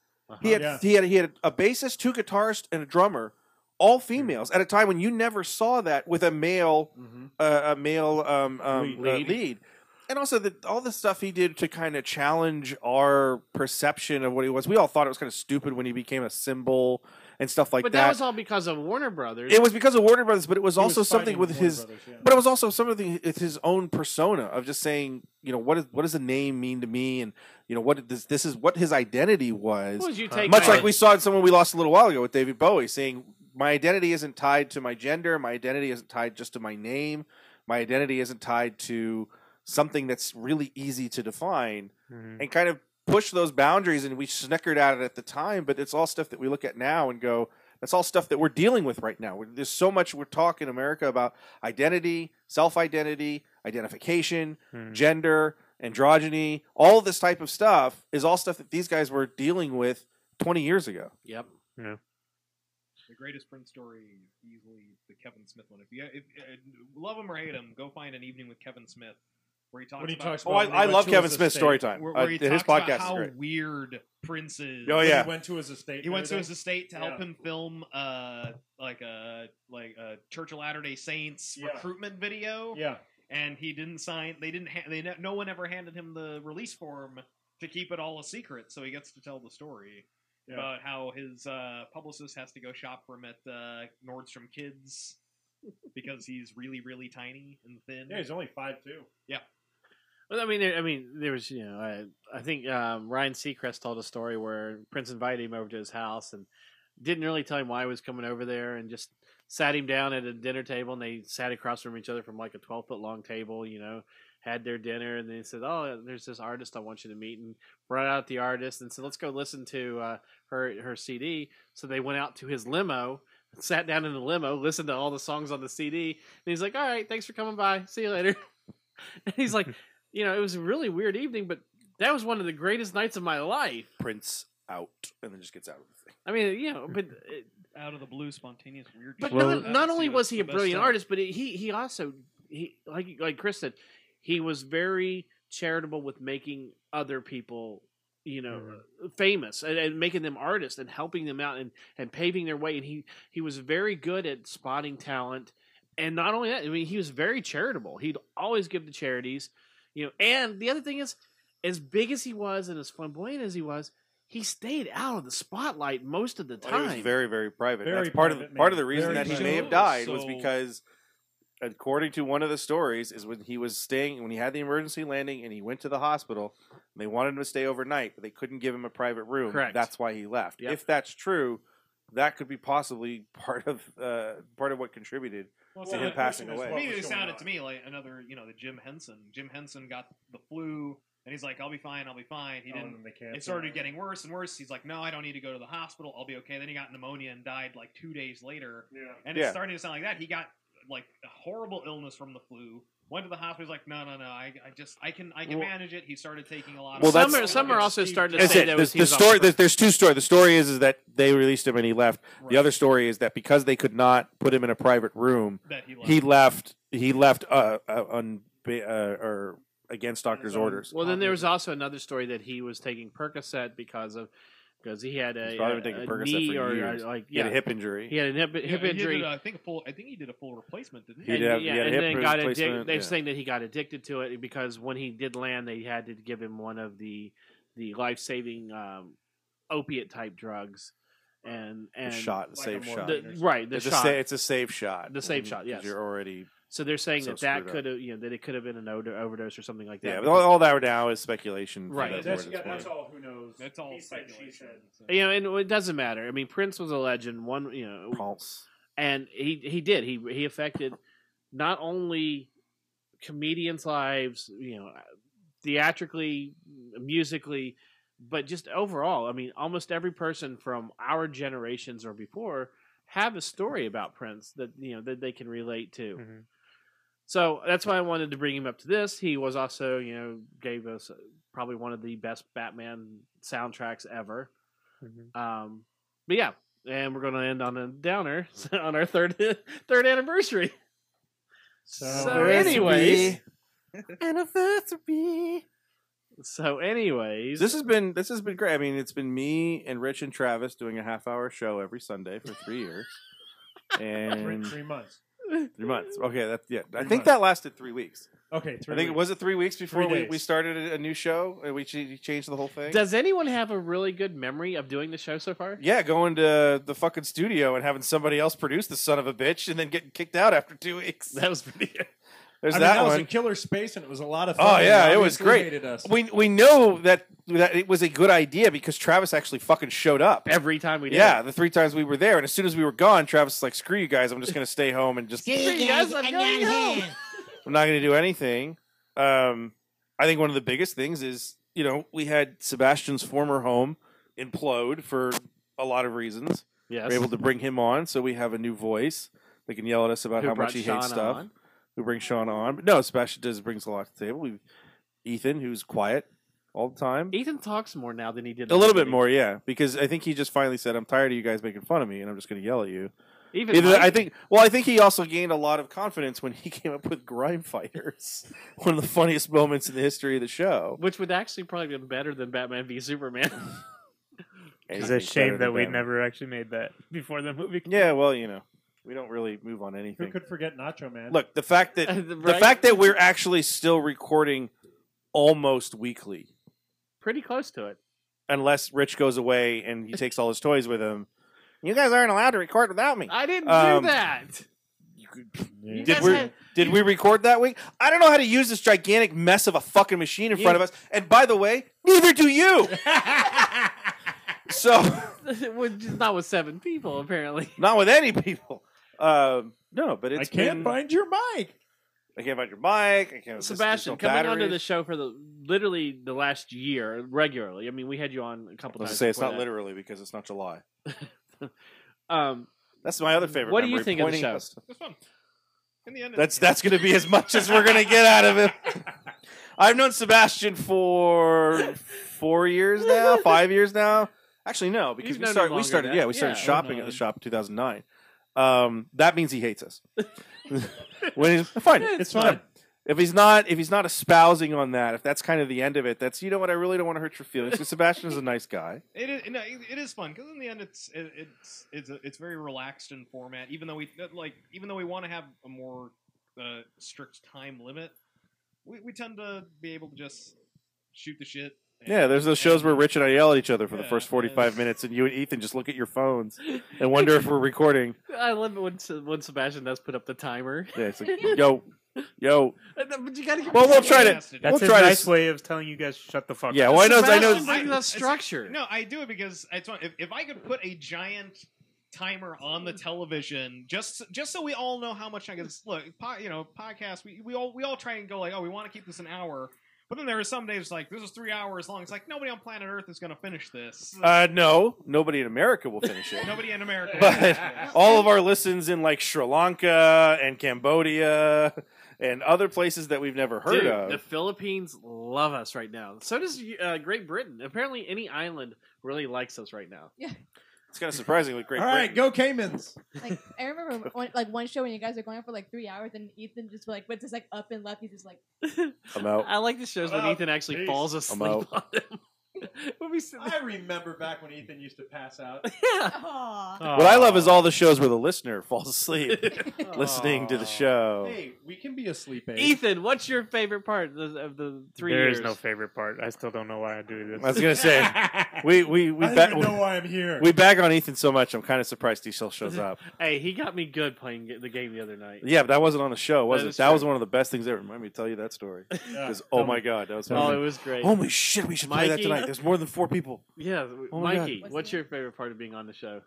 S5: he had
S4: Yeah.
S5: he had he had a bassist, two guitarists, and a drummer, all females at a time when you never saw that with a male
S4: Mhm.
S5: uh, a male um, um,
S4: Lead.
S5: uh,
S4: Lead.
S5: lead. And also the, all the stuff he did to kind of challenge our perception of what he was. We all thought it was kind of stupid when he became a symbol and stuff like
S3: but that,
S5: that.
S3: was all because of Warner Brothers.
S5: it was because of Warner Brothers, but it was
S4: He
S5: also
S4: was
S5: something
S4: fighting
S5: with
S4: Warner
S5: his
S4: Brothers, yeah.
S5: but it was also something with his own persona of just saying, you know, what is what does the name mean to me, and you know, what did this this is what his identity was.
S3: What would you take
S5: Much
S3: my-
S5: like we saw in someone we lost a little while ago with David Bowie, saying, "My identity isn't tied to my gender. My identity isn't tied just to my name. My identity isn't tied to something that's really easy to define."
S2: Mhm.
S5: And kind of push those boundaries, and we snickered at it at the time, but it's all stuff that we look at now and go, "That's all stuff that we're dealing with right now." There's so much we're talking in America about identity, self-identity, identification,
S6: Hmm.
S2: Mhm.
S5: gender, androgyny, all this type of stuff is all stuff that these guys were dealing with 20 years ago.
S3: Yep.
S6: The greatest Prince story, easily the Kevin Smith one. If you if, uh, love him or hate him, go find an evening with Kevin Smith where he talks
S4: When he
S6: about
S4: talks
S5: Oh,
S4: Well,
S5: I,
S4: when he
S5: I
S4: went
S5: love
S4: to
S5: Kevin
S4: his
S5: Smith
S4: estate,
S5: story time.
S6: where,
S5: Uh,
S6: where he
S5: his
S6: talks about
S5: podcast is
S6: how
S5: great.
S6: weird Prince is.
S5: Oh,
S4: When
S5: yeah.
S4: He went to his estate.
S6: He went to
S4: and
S6: his estate to
S4: Yeah.
S6: help him film uh like a like a Church of Latter Day Saints
S4: Yeah.
S6: recruitment video,
S4: everything. Yeah.
S6: and he didn't sign. They didn't. Ha- they ne- no one ever handed him the release form to keep it all a secret, so he gets to tell the story
S4: Yeah.
S6: about how his uh, publicist has to go shop for him at uh, Nordstrom Kids because he's really really tiny and thin.
S4: Yeah, he's only five two.
S3: Well, I mean, there, I mean, there was, you know, I, I think um, Ryan Seacrest told a story where Prince invited him over to his house and didn't really tell him why he was coming over there, and just sat him down at a dinner table, and they sat across from each other from like a twelve foot long table, you know, had their dinner, and then he said, "Oh, there's this artist I want you to meet," and brought out the artist and said, "Let's go listen to uh, her her CD." So they went out to his limo. Sat down in the limo, listened to all the songs on the CD, and he's like, "All right, thanks for coming by. See you later." and he's like, you know, it was a really weird evening, but that was one of the greatest nights of my life.
S5: Prince out and then just gets out of the thing.
S3: I mean, you know, but uh, it,
S9: Out of the blue, spontaneous weird.
S3: but
S2: Well-
S3: not, not only was he a
S9: the best
S3: brilliant
S9: stuff.
S3: artist, but he he also he like like Chris said, he was very charitable with making other people you know famous and, and making them artists and helping them out and and paving their way and he he was very good at spotting talent and not only that i mean he was very charitable he'd always give to charities you know and the other thing is as big as he was and as flamboyant as he was he stayed out of the spotlight most of the
S5: Well,
S3: time
S5: Oh, he was very, very private. and
S4: Very
S5: That's part of
S4: private
S5: part of
S4: man.
S5: the
S4: Very
S5: reason that he
S4: private.
S5: may have died was
S9: So-
S5: because, according to one of the stories, is when he was staying when he had the emergency landing and he went to the hospital. And they wanted him to stay overnight, but they couldn't give him a private room.
S3: Correct.
S5: That's why he left.
S3: Yep.
S5: If that's true, that could be possibly part of uh, part of what contributed.
S4: Well,
S5: To him
S4: that
S5: passing
S4: person is
S5: away.
S4: what
S6: I mean,
S4: was
S6: it
S4: going
S6: sounded
S4: on.
S6: to me like another, you know, the Jim Henson. Jim Henson got the flu, and he's like, "I'll be fine, I'll be fine." He
S4: Oh,
S6: didn't.
S4: and they canceled
S6: It started getting worse and worse. He's like, "No, I don't need to go to the hospital. I'll be okay." Then he got pneumonia and died like two days later.
S4: Yeah.
S6: And it's
S5: Yeah.
S6: starting to sound like that. He got like a horrible illness from the flu. Went to the hospital. He's like, "No, no, no. I, I just, I can, I can
S3: Well-
S6: manage it." He started taking a lot.
S5: Well,
S6: of
S5: that's-
S3: some are, some are also starting to
S5: That's
S3: say
S5: it.
S3: that
S5: The,
S3: was, he
S5: the
S3: was off
S5: story.
S3: the-
S5: There's, there's two stories. The story is, is that they released him and he left. The other story is that because they could not put him in a private room,
S6: that he left.
S5: he left. He left uh, uh, on uh, or against doctor's
S4: own-
S5: orders.
S3: Um, Well, then there was also another story that he was taking Percocet because of because he had a,
S5: He's probably been
S3: a-
S5: taking
S3: a
S5: Percocet
S3: knee
S5: for
S3: or, or
S5: years.
S3: like
S5: He had
S3: yeah,
S5: a hip injury.
S3: he had a hip,
S6: Yeah,
S3: hip
S6: he did uh,
S3: injury.
S6: a- I think a full. I think he did a full replacement, didn't
S5: He
S6: he?
S3: and,
S5: did have- he
S3: yeah,
S5: had a
S3: and
S5: hip
S3: then got addicted.
S5: replacement,
S3: They're
S5: yeah.
S3: saying that he got addicted to it because when he did land, they had to give him one of the the life saving um, opiate type drugs, and
S5: The
S3: and
S5: shot, the
S4: like
S5: safe
S4: a more-
S5: shot.
S3: the- right the
S5: it's,
S3: shot.
S5: A sa- it's a safe shot.
S3: The safe
S5: Mhm,
S3: shot,
S5: 'cause
S3: yes.
S5: You're already.
S3: so they're saying
S5: so
S3: that that
S5: screwed up.
S3: could have you know that it could have been an over- overdose or something like that.
S5: Yeah, but
S3: because-
S5: all, all that now is speculation. for
S3: Right.
S5: that
S4: That's,
S5: word
S4: yeah,
S5: as
S4: that's
S5: well.
S4: all. Who knows?
S6: That's all
S4: He said, she
S6: speculation.
S4: said.
S6: So-
S3: you know, and it doesn't matter. I mean, Prince was a legend. One, you know,
S5: Pulse.
S3: and he he did he he affected not only comedians lives you know theatrically musically but just overall i mean almost every person from our generations or before have a story about prince that you know that they can relate to
S2: Mhm.
S3: so that's why i wanted to bring him up to this he was also you know gave us uh, probably one of the best batman soundtracks ever
S2: Mhm.
S5: Mm-hmm.
S3: um, but yeah, and we're going to end on a downer on our third third anniversary. So, anyways,
S5: anniversary.
S3: so anyways,
S5: This has been this has been great. I mean, it's been me and Rich and Travis doing a half hour show every Sunday for three years,
S4: Three,
S5: and
S4: three months.
S5: Three months. Okay, that's yeah. I think
S4: months.
S5: that lasted three weeks.
S4: Okay, three
S5: I think it was it three weeks before
S4: Three
S5: we, we
S4: days.
S5: started a, a new show and we ch- changed the whole thing.
S3: Does anyone have a really good memory of doing the show so far?
S5: yeah, going to the fucking studio and having somebody else produce the son of a bitch, and then getting kicked out after two weeks.
S3: That was pretty good.
S5: There's
S4: I mean,
S5: that,
S4: was
S5: one.
S4: a killer space, and it was a lot of
S5: Oh,
S4: fun. and
S5: yeah, it was
S4: obviously
S5: great.
S4: hated us.
S5: we we know that that it was a good idea because Travis actually fucking showed up.
S3: Every time we did
S5: yeah,
S3: it.
S5: the three times we were there, and as soon as we were gone, Travis was like, "Screw you guys, I'm just gonna stay home and just
S3: Screw you guys, I'm going home.
S5: I'm not gonna do anything." Um, I think one of the biggest things is you know we had Sebastian's former home implode for a lot of reasons.
S3: Yes.
S5: We're able to bring him on, so we have a new voice. They can yell at us about
S3: Who
S5: how much
S3: brought
S5: he hates
S3: Shauna
S5: stuff.
S3: on.
S5: Who brings Sean on? But no, Sebastian does brings a lot to the table. We, Ethan, who's quiet all the time,
S3: Ethan talks more now than he did. in
S5: a
S3: the
S5: little bit
S3: beginning.
S5: more, yeah, because I think he just finally said, "I'm tired of you guys making fun of me, and I'm just going to yell at you."
S3: Even
S5: Either,
S3: Mike-
S5: I think. Well, I think he also gained a lot of confidence when he came up with Grime Fighters, one of the funniest moments in the history of the show.
S3: which would actually probably been better than Batman v Superman.
S2: It's a
S5: Anything's better
S2: shame
S5: than
S2: that we
S5: Batman.
S2: never actually made that before the movie. came
S5: Yeah, well, you know, we don't really move on
S4: Who
S5: anything.
S4: could forget Nacho Man?
S5: Look, the fact that the fact that we're actually still recording almost weekly,
S3: pretty close to it.
S5: unless Rich goes away and he takes all his toys with him. You guys aren't allowed to record without me.
S3: I didn't
S5: Um,
S3: do that.
S5: You
S4: Yeah.
S3: You
S5: Did
S3: guys
S5: we-
S3: had-
S5: Did we record that week? I don't know how to use this gigantic mess of a fucking machine in
S3: You-
S5: front of us. And by the way, neither do you. so
S3: which is not with seven people apparently.
S5: not with any people. Um, no, but
S4: I
S5: it's
S4: can't
S5: been-
S4: find your mic.
S5: I can't find your mic. I can't.
S3: Sebastian
S5: there's no
S3: coming onto the
S5: batteries.
S3: show for the literally the last year regularly. I mean, we had you on a
S5: I
S3: couple
S5: was
S3: times.
S5: gonna say it's
S3: before
S5: not
S3: that.
S5: literally because it's not July.
S3: Um,
S5: That's my other favorite.
S3: What do you
S5: memory,
S3: think of the
S5: pointing
S3: show?
S5: us-
S6: This one. In the end,
S5: That's that's going to be as much as we're going to get out of him. I've known Sebastian for four years now, five years now. Actually, no, because
S3: You've
S5: we
S3: known him
S5: started. We
S3: longer
S5: started.
S3: than-
S5: Yeah, we started
S3: yeah,
S5: shopping at the shop in 2009. Um, that means he hates us. when he's fine,
S3: It's
S5: it's fine. If he's not, if he's not espousing on that, if that's kind of the end of it, that's you know what I really don't want to hurt your feelings. Because Sebastian is a nice guy.
S6: It is no, it, it is fun because in the end it's it, it's it's a, it's very relaxed in format. Even though we that, like, even though we want to have a more uh, strict time limit, we, we tend to be able to just shoot the shit. and-
S5: Yeah, there's those shows
S6: and-
S5: where Rich and I yell at each other for the
S6: Yeah,
S5: first
S6: and-
S5: 45 minutes, and you and Ethan just look at your phones and wonder if we're recording.
S3: I love it when Se- when Sebastian does put up the timer.
S5: Yeah, it's like, yo, yo.
S3: but you gotta.
S5: Well, we'll try to.
S6: Yes, it
S2: That's
S5: we'll
S6: is.
S2: his
S5: try to
S2: nice
S5: s-
S2: way of telling you guys to shut the fuck
S5: Yeah,
S2: up.
S5: well, I know. I know.
S3: Sebastian brings
S6: I-
S3: the structure.
S6: No, I do it because I don't- if, if I could put a giant timer on the television just just so we all know how much I can look. Po, you know, podcast we, we all we all try and go like, oh, we want to keep this an hour. But then there are some days like this is three hours long. It's like nobody on planet Earth is going to finish this.
S5: Uh, no, nobody in America will finish it.
S6: nobody in America. will
S5: But
S6: finish this.
S5: all of our listens in like Sri Lanka and Cambodia and other places that we've never heard
S3: Dude,
S5: of.
S3: The Philippines love us right now. So does uh, Great Britain. Apparently, any island really likes us right now.
S5: it's kind of surprisingly great.
S10: All right,
S5: Britain.
S10: go Caymans.
S7: Like I remember when, like one show when you guys were going on for like three hours and Ethan just like but just like up and left. He's just like
S5: I'm out.
S3: I like the shows when
S4: Well,
S3: Ethan actually
S4: geez.
S3: falls asleep on them. when we sit
S10: I remember back when Ethan used to pass out.
S3: there.
S7: oh.
S5: What I love is all the shows where the listener falls asleep listening to the show.
S10: Hey, we can be asleep. Abe.
S3: Ethan, what's your favorite part of the, of the three
S2: There
S3: years?
S2: is no favorite part. I still don't know why I do
S5: I was
S2: this.
S5: gonna say we we we
S4: I
S5: ba-
S4: don't even know why I'm here.
S5: we bag on Ethan so much. I'm kind of surprised he still shows up.
S3: Hey, he got me good playing g- the game the other night.
S5: Yeah, but that wasn't on the show, was
S3: That
S5: it?
S3: is
S5: That was
S3: true.
S5: one of the best things ever. Remind me to tell you that story.
S4: Yeah.
S5: Because oh my god, that was
S3: Oh, it
S5: amazing.
S3: was great.
S5: Holy shit, we should play that
S3: Mikey-
S5: tonight. There's more than four people.
S3: yeah,
S5: Oh my
S3: Mikey,
S7: God.
S3: what's your favorite part of being on the show?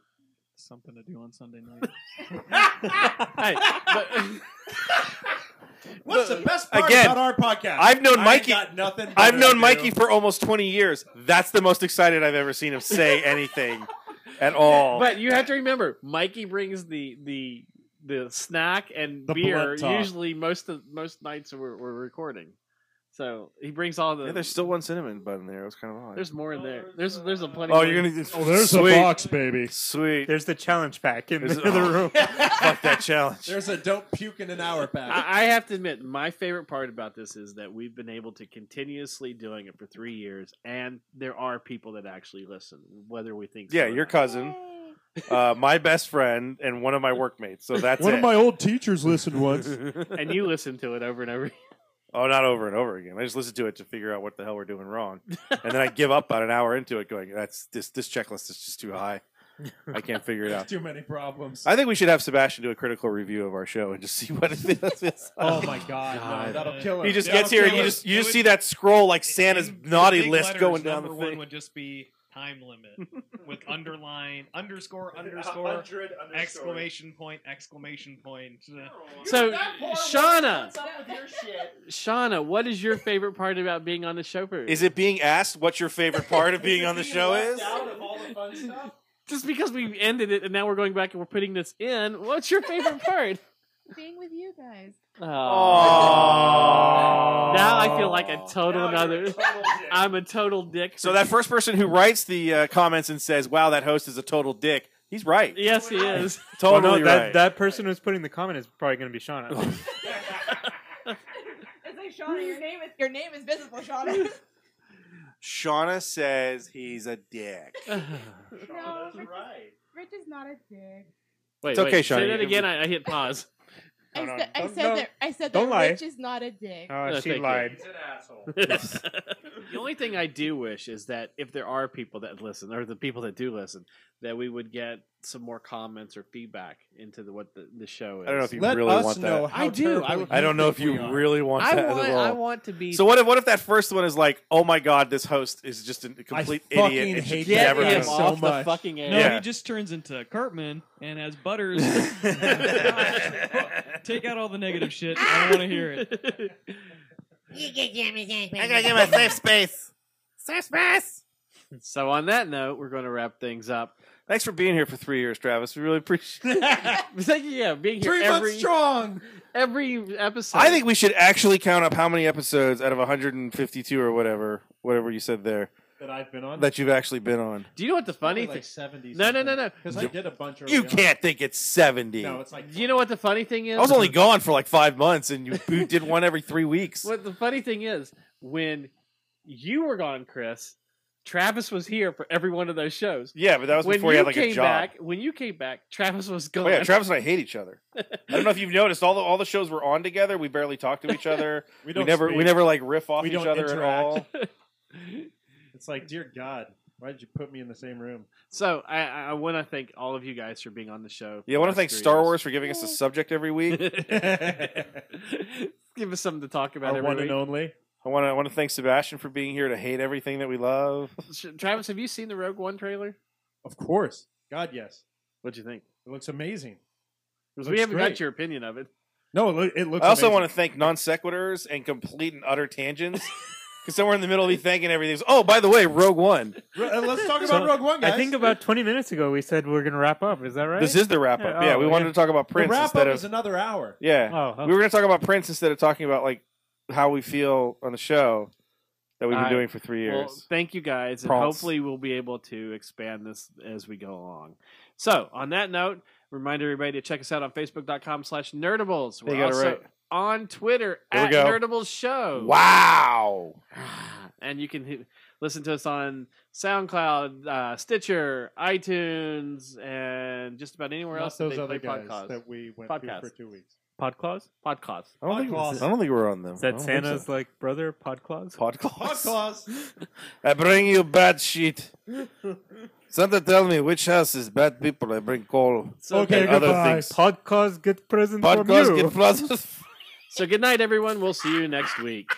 S9: Something to do on Sunday night.
S3: hey, but,
S10: What's the best part
S5: Again,
S10: about our podcast?
S5: I've known
S10: I ain't
S5: Mikey-
S10: got nothing.
S5: I've
S10: better to
S5: known
S10: do.
S5: Mikey for almost 20 years. That's the most excited I've ever seen him say anything at all.
S3: but you have to remember, Mikey brings the the the snack and
S4: The
S3: beer.
S4: blunt talk.
S3: Usually, most of most nights we're, we're recording, so he brings all the.
S5: yeah, there's still one cinnamon bun in there. It was kind of odd.
S3: there's more in there. There's there's a plenty.
S5: oh,
S3: more.
S5: you're gonna.
S4: Oh, there's
S5: sweet,
S4: a box, baby.
S5: Sweet.
S2: There's the challenge pack in
S5: There's- Oh,
S2: the other room.
S5: Fuck that challenge.
S10: There's a don't puke in an hour pack.
S3: I, I have to admit, my favorite part about this is that we've been able to continuously doing it for three years, and there are people that actually listen, whether we think. so
S5: Yeah,
S3: or
S5: your
S3: not.
S5: cousin. uh, my best friend, and one of my workmates. So that's
S10: One
S5: it.
S10: of my old teachers listened once.
S3: and you listen to it over and over.
S5: oh, not over and over again. I just listen to it to figure out what the hell we're doing wrong, and then I give up about an hour into it, going, "That's this this checklist is just too high. I can't figure it out."
S10: Too many problems.
S5: I think we should have Sebastian do a critical review of our show and just see what it is.
S4: Oh my god,
S5: God.
S4: No, that'll kill him.
S5: He just
S4: That'll
S5: gets here and
S4: kill
S5: you
S4: him.
S5: just you
S6: It
S5: just
S6: would-
S5: see that scroll like Santa's
S6: In- in
S5: naughty
S6: big
S5: list
S6: letters,
S5: going down the
S6: number one
S5: thing.
S6: would just be time limit with underline, underscore,
S4: A
S6: underscore,
S4: hundred underscore.
S6: exclamation point, exclamation point. Uh,
S3: So, Shauna,
S10: Shauna.
S3: Shauna, what is your favorite part about being on the show? Bruce?
S5: Is it being asked what your favorite part of being on the show is?
S3: just because we ended it and now we're going back and we're putting this in? What's your favorite part?
S7: Being with you guys.
S5: Aww.
S3: Now I feel like a total another. I'm a total dick.
S5: So that first person who writes the uh, comments and says, "Wow, that host is a total dick," he's right.
S3: yes, he is.
S2: Oh
S5: Totally
S2: no, that,
S5: right.
S2: that person who's putting the comment is probably going to be Shauna. Oh,
S7: It's like Shauna, your name is your name is visible, Shauna.
S5: Shauna says he's a dick.
S7: no, Rich, Rich is not a dick.
S3: Wait,
S5: It's okay,
S3: wait, Say
S5: Shauna,
S3: that
S5: you-
S3: again. I, I hit pause.
S7: I,
S2: no,
S7: said, I
S2: don't-
S7: said
S2: no.
S7: that I said
S2: Don't
S7: that
S2: lie.
S7: Rich is not a dick.
S2: Oh,
S3: No, thank
S2: she
S3: you.
S2: lied.
S3: the only thing I do wish is that if there are people that listen, or the people that do listen, that we would get some more comments or feedback into the, what the, the show is.
S5: I don't know if you
S10: Let
S5: really
S10: us
S5: want
S10: know
S5: that.
S10: how
S3: I do.
S10: terrible
S3: I would-
S5: I don't know if
S10: think we
S5: you
S10: are.
S5: really want
S3: I
S5: that
S3: want.
S5: at all.
S3: I want to be.
S5: So what if what if that first one is like, "Oh my god, this host is just a complete
S10: fucking
S5: idiot." and should
S10: hate
S3: get
S10: that
S5: never
S10: guy
S3: him
S5: have-
S10: so
S3: off the
S10: much.
S3: fucking air?
S9: No,
S5: Yeah.
S9: he just turns into Cartman and has Butters take out all the negative shit. I don't want to hear it.
S5: space. Safe space.
S3: So on that note, we're going to wrap things up.
S5: Thanks for being here for three years, Travis. We really appreciate it.
S3: Thank you, yeah, being here
S10: Three months
S3: every
S10: strong.
S3: every episode.
S5: I think we should actually count up how many episodes out of 152 or whatever, whatever you said there,
S4: that I've been on.
S5: that you've actually been on.
S3: Do you know what the funny
S4: like
S3: thing?
S4: seventy.
S3: No, no, no, no.
S4: Because I did a bunch of.
S5: You can't think it's 70.
S4: No, it's like
S3: Do you know what the funny thing is?
S5: I was only gone for like five months, and you you did one every three weeks.
S3: What the funny thing is, when you were gone, Chris, Travis was here for every one of those shows.
S5: Yeah, but that was
S3: when
S5: before you had like
S3: came
S5: a job.
S3: back, when you came back, Travis was gone.
S5: Oh yeah, Travis and I hate each other. I don't know if you've noticed all the all the shows we're on together. We barely talk to each other.
S4: we
S5: we,
S4: don't
S5: never we
S4: speak.
S5: never like riff off
S4: We
S5: each
S4: don't
S5: other at
S4: interact.
S5: all.
S4: It's like, dear God, why did you put me in the same room?
S3: so I, I want to thank all of you guys for being on the show. for
S5: Yeah,
S3: the
S5: I want to
S3: last
S5: thank
S3: three
S5: Star
S3: years.
S5: Wars for giving us a subject every week.
S3: Give us something to talk about
S4: Our
S3: every
S4: one
S3: week.
S4: and only.
S5: I want to I want to thank Sebastian for being here to hate everything that we love.
S3: Sh- Travis, have you seen the Rogue One trailer?
S4: Of course, God, yes,
S3: What'd you think?
S4: it looks amazing.
S3: Because we
S4: Looks
S3: haven't got
S4: great.
S3: your opinion of it.
S4: No, it, loo- it looks.
S5: I also
S4: amazing.
S5: want to thank non sequiturs and complete and utter tangents. Because somewhere in the middle of me thanking everything, it's, oh, by the way, Rogue One.
S4: Ro- uh, Let's talk
S2: So,
S4: about Rogue One, guys.
S2: I think about 20 minutes ago we said we're going to wrap up. Is that right?
S5: This is the wrap up.
S2: Yeah,
S5: Yeah,
S2: oh,
S5: we wanted
S2: yeah.
S5: to talk about
S4: the
S5: Prince
S4: wrap
S5: instead
S4: up
S5: of
S4: is another hour.
S5: yeah.
S2: Oh, oh.
S5: We were going to talk about Prince instead of talking about like how we feel on the show that we've been
S3: All right.
S5: doing for three years.
S3: Well, thank you guys, and
S5: Props.
S3: hopefully we'll be able to expand this as we go along. So, on that note, remind everybody to check us out on Facebook.com slash Nerdables.
S5: They
S3: We're
S5: got it
S3: also
S5: right.
S3: on Twitter
S5: There we
S3: at
S5: go.
S3: Nerdables Show.
S5: wow.
S3: And you can he- listen to us on SoundCloud, uh, Stitcher, iTunes, and just about anywhere
S4: Not
S3: else that
S4: those
S3: they
S4: other
S3: play
S4: guys
S3: podcasts.
S4: that we went
S3: Podcast.
S4: through for two weeks.
S2: Podclaws?
S3: podcasts.
S5: I don't, think,
S4: Podclaws.
S5: I don't think we're on them.
S2: Is
S5: I
S2: that
S5: don't think
S2: Santa's
S5: so.
S2: like brother, Podclaws?
S5: Podclaws.
S4: Podcast.
S5: I bring you bad sheet. Santa tell me which house is bad people. I bring coal.
S3: So,
S5: and other things.
S2: Podclaws get present from
S5: Podcast
S2: you.
S5: get brothers.
S3: so good night, everyone. We'll see you next week.